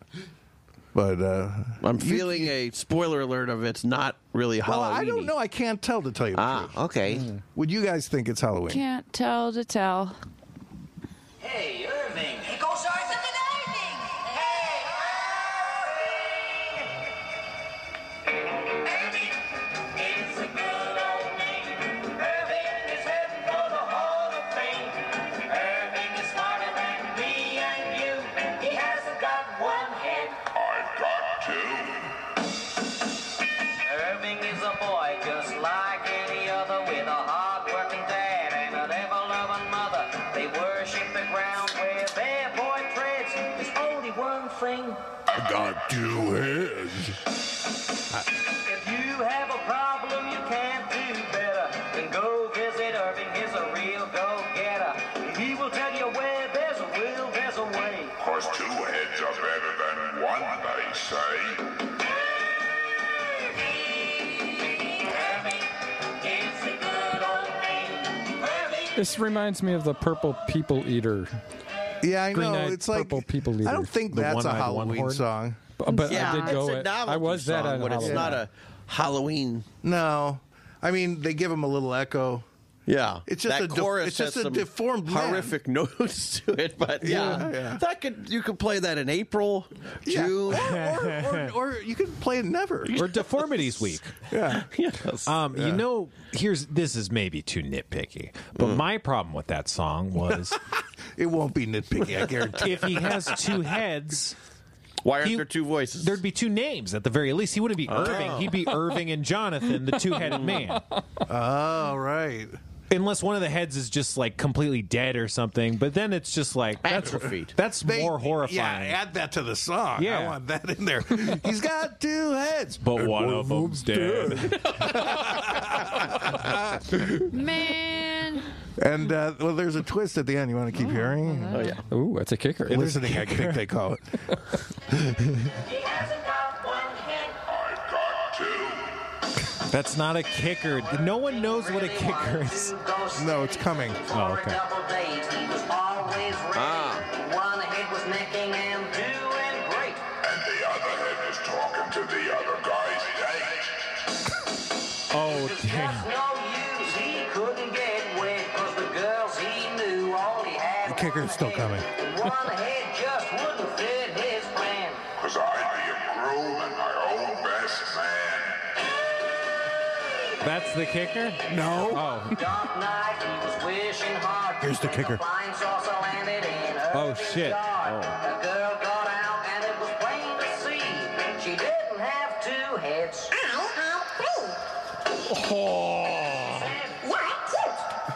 [SPEAKER 1] But uh,
[SPEAKER 6] I'm feeling a spoiler alert of it's not really
[SPEAKER 1] well,
[SPEAKER 6] Halloween.
[SPEAKER 1] I don't know. I can't tell to tell you. The truth.
[SPEAKER 6] Ah, okay.
[SPEAKER 1] Would you guys think it's Halloween?
[SPEAKER 3] Can't tell to tell.
[SPEAKER 8] Hey, Irving. He goes ours up in Irving. Hey, Irving. Irving. It's a good old name. Irving is heading for the Hall of Fame. Irving is smarter than me and you. He hasn't got one head. I've got two. Irving is a boy just like any other with a hard-working dad and a ever-loving mother. They worship the ground where their boy treads. There's only one thing.
[SPEAKER 1] I got two heads.
[SPEAKER 8] If you have a problem you can't do better, then go visit Irving. He's a real go-getter. He will tell you where there's a will, there's a way.
[SPEAKER 10] Cause two heads are better than one, they say.
[SPEAKER 8] Irving, it's a good old name. Irving.
[SPEAKER 2] This reminds me of the Purple People Eater,
[SPEAKER 1] Yeah, I know.
[SPEAKER 2] Green-eyed
[SPEAKER 1] It's like
[SPEAKER 2] purple people
[SPEAKER 1] I
[SPEAKER 2] leader.
[SPEAKER 1] don't think
[SPEAKER 4] The
[SPEAKER 1] that's a
[SPEAKER 4] one-eyed,
[SPEAKER 1] Halloween
[SPEAKER 4] one-horned?
[SPEAKER 1] song.
[SPEAKER 2] B- but
[SPEAKER 6] Yeah,
[SPEAKER 2] I did go.
[SPEAKER 6] it's a
[SPEAKER 2] at-
[SPEAKER 6] novelty
[SPEAKER 2] I was
[SPEAKER 6] song,
[SPEAKER 2] that on
[SPEAKER 6] but it's
[SPEAKER 2] Halloween.
[SPEAKER 6] not a Halloween.
[SPEAKER 1] No, I mean they give him a little echo.
[SPEAKER 6] Yeah,
[SPEAKER 1] It's just
[SPEAKER 6] that
[SPEAKER 1] a de-
[SPEAKER 6] chorus
[SPEAKER 1] it's just
[SPEAKER 6] has
[SPEAKER 1] a
[SPEAKER 6] some
[SPEAKER 1] deformed man.
[SPEAKER 6] horrific notes to it, but yeah,
[SPEAKER 1] Yeah, yeah.
[SPEAKER 6] that could you could play that in April,
[SPEAKER 1] Yeah.
[SPEAKER 6] June.
[SPEAKER 1] or, or, or, or you can play it never.
[SPEAKER 4] Or deformities week.
[SPEAKER 1] Yeah.
[SPEAKER 6] Yes.
[SPEAKER 4] Um, you know, here's this is maybe too nitpicky, but
[SPEAKER 1] Mm.
[SPEAKER 4] my problem with that song was
[SPEAKER 1] It won't be nitpicky, I guarantee.
[SPEAKER 4] if he has two heads,
[SPEAKER 6] Why aren't
[SPEAKER 4] he-
[SPEAKER 6] there two voices?
[SPEAKER 4] there'd be two names at the very least. He wouldn't be Irving; he'd be Irving and Jonathan, the two-headed man.
[SPEAKER 1] oh, right.
[SPEAKER 4] Unless one of the heads is just like completely dead or something, but then it's just like that's
[SPEAKER 6] Atrophied.
[SPEAKER 4] That's
[SPEAKER 1] They-
[SPEAKER 4] more horrifying.
[SPEAKER 1] Yeah, add that to the song. I
[SPEAKER 4] Yeah.
[SPEAKER 1] want that in there. He's got two heads.
[SPEAKER 4] but one of them's dead.
[SPEAKER 3] Man,
[SPEAKER 1] And, uh, well, there's a twist at the end. You want to keep hearing?
[SPEAKER 6] Oh,
[SPEAKER 2] Ooh, that's a kicker.
[SPEAKER 1] Listening, I think they call it.
[SPEAKER 8] He hasn't got one head.
[SPEAKER 10] I've got two.
[SPEAKER 4] That's not a kicker. No one knows what a kicker is.
[SPEAKER 1] No, it's coming.
[SPEAKER 4] Oh, okay.
[SPEAKER 8] Ah. One head was necking and doing great.
[SPEAKER 10] And the other head is talking to the other guy's date.
[SPEAKER 4] Oh,
[SPEAKER 8] It's just no use. He couldn't get wet 'cause the girls he knew all he had.
[SPEAKER 1] The kicker's
[SPEAKER 8] was
[SPEAKER 1] still
[SPEAKER 8] head.
[SPEAKER 1] coming.
[SPEAKER 8] One head just wouldn't fit his plan.
[SPEAKER 10] Cause I'd be a groom and my own best man.
[SPEAKER 4] that's the kicker.
[SPEAKER 1] No.
[SPEAKER 4] Oh,
[SPEAKER 8] Dark night, he was wishing hard.
[SPEAKER 1] Here's the
[SPEAKER 8] when
[SPEAKER 1] kicker.
[SPEAKER 8] flying saucer landed in her
[SPEAKER 4] Oh, shit. Oh.
[SPEAKER 8] yard. The girl got out and it was plain to see she didn't have two heads. And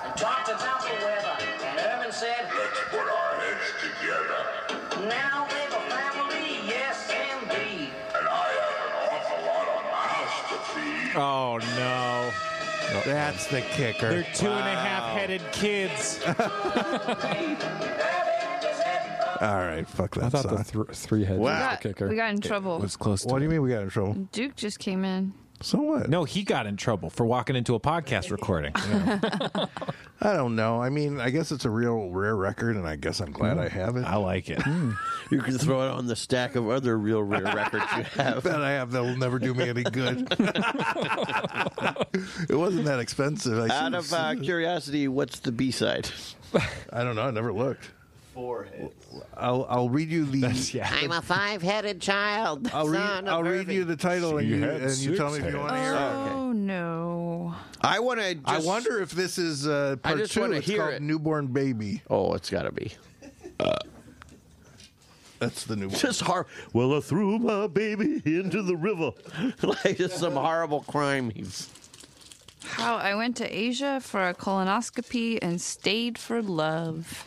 [SPEAKER 8] talked about the weather. And Herman said,
[SPEAKER 10] Let's put our heads together.
[SPEAKER 8] Now we've a family, yes indeed.
[SPEAKER 10] And I have an awful lot of mouths to feed.
[SPEAKER 4] oh no.
[SPEAKER 1] That's the
[SPEAKER 4] They're
[SPEAKER 1] kicker.
[SPEAKER 4] two and a half headed kids.
[SPEAKER 1] All right, fuck that
[SPEAKER 2] I thought
[SPEAKER 1] song.
[SPEAKER 2] the th- three heads
[SPEAKER 3] we
[SPEAKER 2] was
[SPEAKER 3] got,
[SPEAKER 2] the kicker.
[SPEAKER 3] we got in trouble.
[SPEAKER 4] close
[SPEAKER 1] what do you mean we got in trouble?
[SPEAKER 3] Duke just came in.
[SPEAKER 1] So what?
[SPEAKER 4] No, he got in trouble for walking into a podcast recording.
[SPEAKER 1] I don't know. I mean, I guess it's a real rare record, and I guess I'm glad I have it.
[SPEAKER 4] I like it.
[SPEAKER 6] you can throw it on the stack of other real rare records you have.
[SPEAKER 1] that I have that'll never do me any good. it wasn't that expensive. I,
[SPEAKER 6] Out of uh, curiosity, what's the B side?
[SPEAKER 1] I don't know. I never looked.
[SPEAKER 6] Four heads.
[SPEAKER 1] I'll I'll read you the
[SPEAKER 4] Yeah.
[SPEAKER 7] I'm a five headed child.
[SPEAKER 1] I'll read
[SPEAKER 7] son of
[SPEAKER 1] I'll read
[SPEAKER 7] Irving.
[SPEAKER 1] you the title and
[SPEAKER 9] you
[SPEAKER 1] you,
[SPEAKER 9] had
[SPEAKER 1] and you tell me
[SPEAKER 9] six
[SPEAKER 1] if you want to
[SPEAKER 3] Oh
[SPEAKER 1] hear. it.
[SPEAKER 3] no!
[SPEAKER 6] I want to.
[SPEAKER 1] I wonder if this is uh, part
[SPEAKER 6] just
[SPEAKER 1] two.
[SPEAKER 6] wanna
[SPEAKER 1] It's
[SPEAKER 6] hear
[SPEAKER 1] called
[SPEAKER 6] it.
[SPEAKER 1] Newborn Baby.
[SPEAKER 6] Oh, it's got to be.
[SPEAKER 1] That's the new one.
[SPEAKER 6] Just hor- Well, I threw my baby into the river. like just some horrible crime.
[SPEAKER 3] how I went to Asia for a colonoscopy and stayed for love.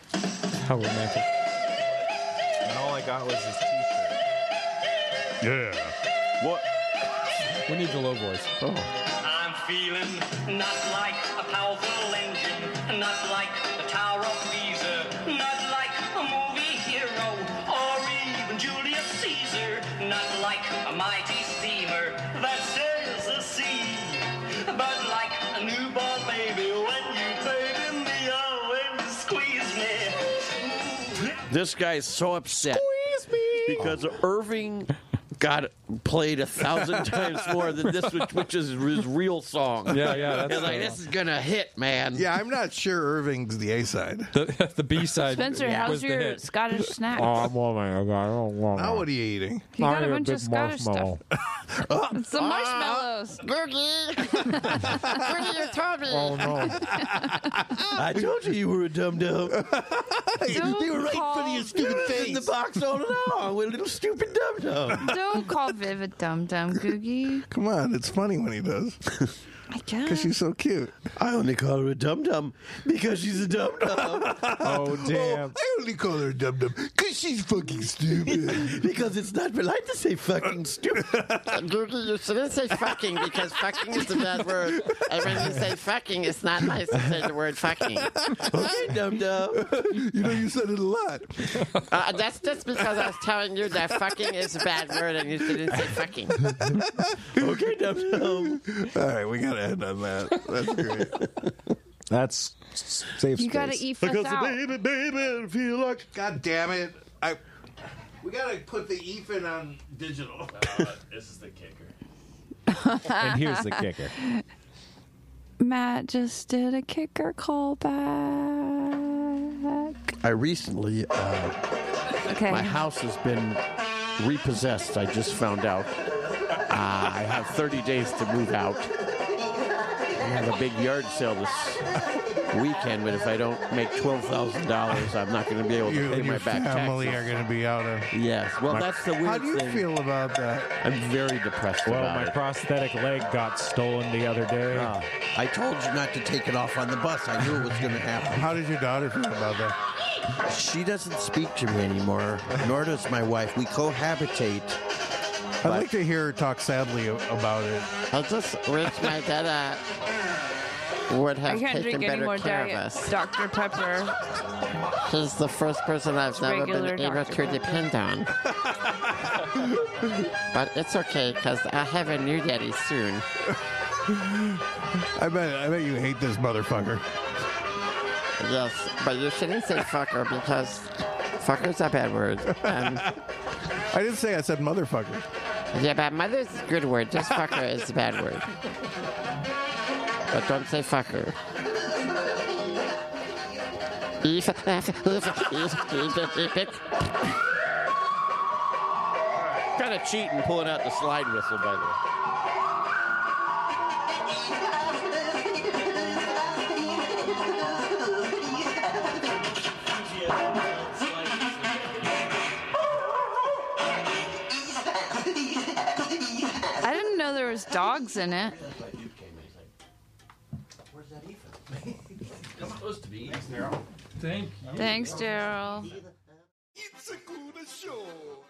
[SPEAKER 2] How romantic.
[SPEAKER 4] And all I got was this T-shirt.
[SPEAKER 1] Yeah.
[SPEAKER 9] What?
[SPEAKER 2] We need the low voice. Oh.
[SPEAKER 8] I'm feeling not like a powerful engine, not like the Tower of Pisa, not like a movie hero, or even Julius Caesar, not like a mighty steamer that sails the sea, but like a newborn baby when you baby me, oh, and you squeeze me. Ooh.
[SPEAKER 6] This guy is so upset because Irving got played a thousand times more than this, which, which is his real song.
[SPEAKER 2] Yeah, yeah. That's
[SPEAKER 6] He's like, this is gonna hit, man.
[SPEAKER 1] Yeah, I'm not sure Irving's the A side.
[SPEAKER 2] the, the B side.
[SPEAKER 3] Spencer, how's
[SPEAKER 2] was the
[SPEAKER 3] your
[SPEAKER 2] hit.
[SPEAKER 3] Scottish snack?
[SPEAKER 4] Oh, warming. I don't want
[SPEAKER 1] Now what are you eating?
[SPEAKER 3] you got a bunch of Scottish stuff. It's Some marshmallows.
[SPEAKER 7] Googie! Googie, your tummy!
[SPEAKER 4] Oh, no.
[SPEAKER 6] I told you you were a dum dum.
[SPEAKER 3] Don't
[SPEAKER 6] you were right
[SPEAKER 3] call,
[SPEAKER 6] for your stupid face in the box all along. We're little stupid dum dum.
[SPEAKER 3] Don't call Vivid Dum Dum Googie.
[SPEAKER 1] Come on, it's funny when he does
[SPEAKER 3] I
[SPEAKER 1] because
[SPEAKER 3] guess.
[SPEAKER 1] she's so cute.
[SPEAKER 6] I only call her a dum dum because she's a dum dum.
[SPEAKER 4] Oh damn.
[SPEAKER 1] I only call her Dum Dum because she's fucking stupid.
[SPEAKER 6] because it's not polite to say fucking stupid.
[SPEAKER 7] Googie, you shouldn't say fucking because fucking is a bad word. And when you say fucking, it's not nice to say the word fucking.
[SPEAKER 6] Okay, dum dum.
[SPEAKER 1] you know, you said it a lot.
[SPEAKER 7] Uh, that's just because I was telling you that fucking is a bad word and you shouldn't say fucking.
[SPEAKER 6] Okay, dum dum.
[SPEAKER 1] All right, we gotta end on that. That's great.
[SPEAKER 4] That's s- safe
[SPEAKER 3] You gotta
[SPEAKER 4] space.
[SPEAKER 3] eat fuss out.
[SPEAKER 9] baby, baby, feel like
[SPEAKER 1] God damn it! I we gotta put the E Ethan on digital.
[SPEAKER 9] this is the kicker.
[SPEAKER 4] And here's the kicker.
[SPEAKER 3] Matt just did a kicker call back.
[SPEAKER 6] I recently, uh,
[SPEAKER 3] Okay.
[SPEAKER 6] my house has been repossessed. I just found out. Uh, I have 30 days to move out. I have a big yard sale this weekend, but if I don't make $12,000, I'm not going to be able to
[SPEAKER 1] You
[SPEAKER 6] pay
[SPEAKER 1] and
[SPEAKER 6] my
[SPEAKER 1] your
[SPEAKER 6] back
[SPEAKER 1] family
[SPEAKER 6] taxes.
[SPEAKER 1] are gonna be out of.
[SPEAKER 6] Yes. Well, that's the weird
[SPEAKER 1] How do you
[SPEAKER 6] thing.
[SPEAKER 1] feel about that?
[SPEAKER 6] I'm very depressed
[SPEAKER 4] Well,
[SPEAKER 6] about
[SPEAKER 4] my
[SPEAKER 6] it.
[SPEAKER 4] prosthetic leg got stolen the other day.
[SPEAKER 6] Uh, I told you not to take it off on the bus. I knew it was going to happen.
[SPEAKER 1] How did your daughter feel about that?
[SPEAKER 6] She doesn't speak to me anymore, nor does my wife. We cohabitate.
[SPEAKER 1] I'd like to hear her talk sadly a- about it.
[SPEAKER 7] I just wish my dad uh, would
[SPEAKER 3] I
[SPEAKER 7] have
[SPEAKER 3] can't
[SPEAKER 7] taken
[SPEAKER 3] drink any
[SPEAKER 7] better
[SPEAKER 3] more
[SPEAKER 7] care
[SPEAKER 3] diet
[SPEAKER 7] of us.
[SPEAKER 3] Dr. Pepper.
[SPEAKER 7] He's the first person I've never
[SPEAKER 3] regular
[SPEAKER 7] been able
[SPEAKER 3] Dr.
[SPEAKER 7] to depend on. but it's okay because I have a new daddy soon.
[SPEAKER 1] I bet I bet you hate this motherfucker.
[SPEAKER 7] Yes, but you shouldn't say fucker because fucker's a bad word. Um,
[SPEAKER 1] I didn't say I said motherfucker.
[SPEAKER 7] yeah, but mother's a good word. Just fucker is a bad word. But don't say fucker. If- if- if- if- if- if-
[SPEAKER 6] Kind of cheating pulling out the slide whistle, by the way.
[SPEAKER 3] I didn't know there was dogs in it. Thanks, Daryl.
[SPEAKER 1] It's a good show.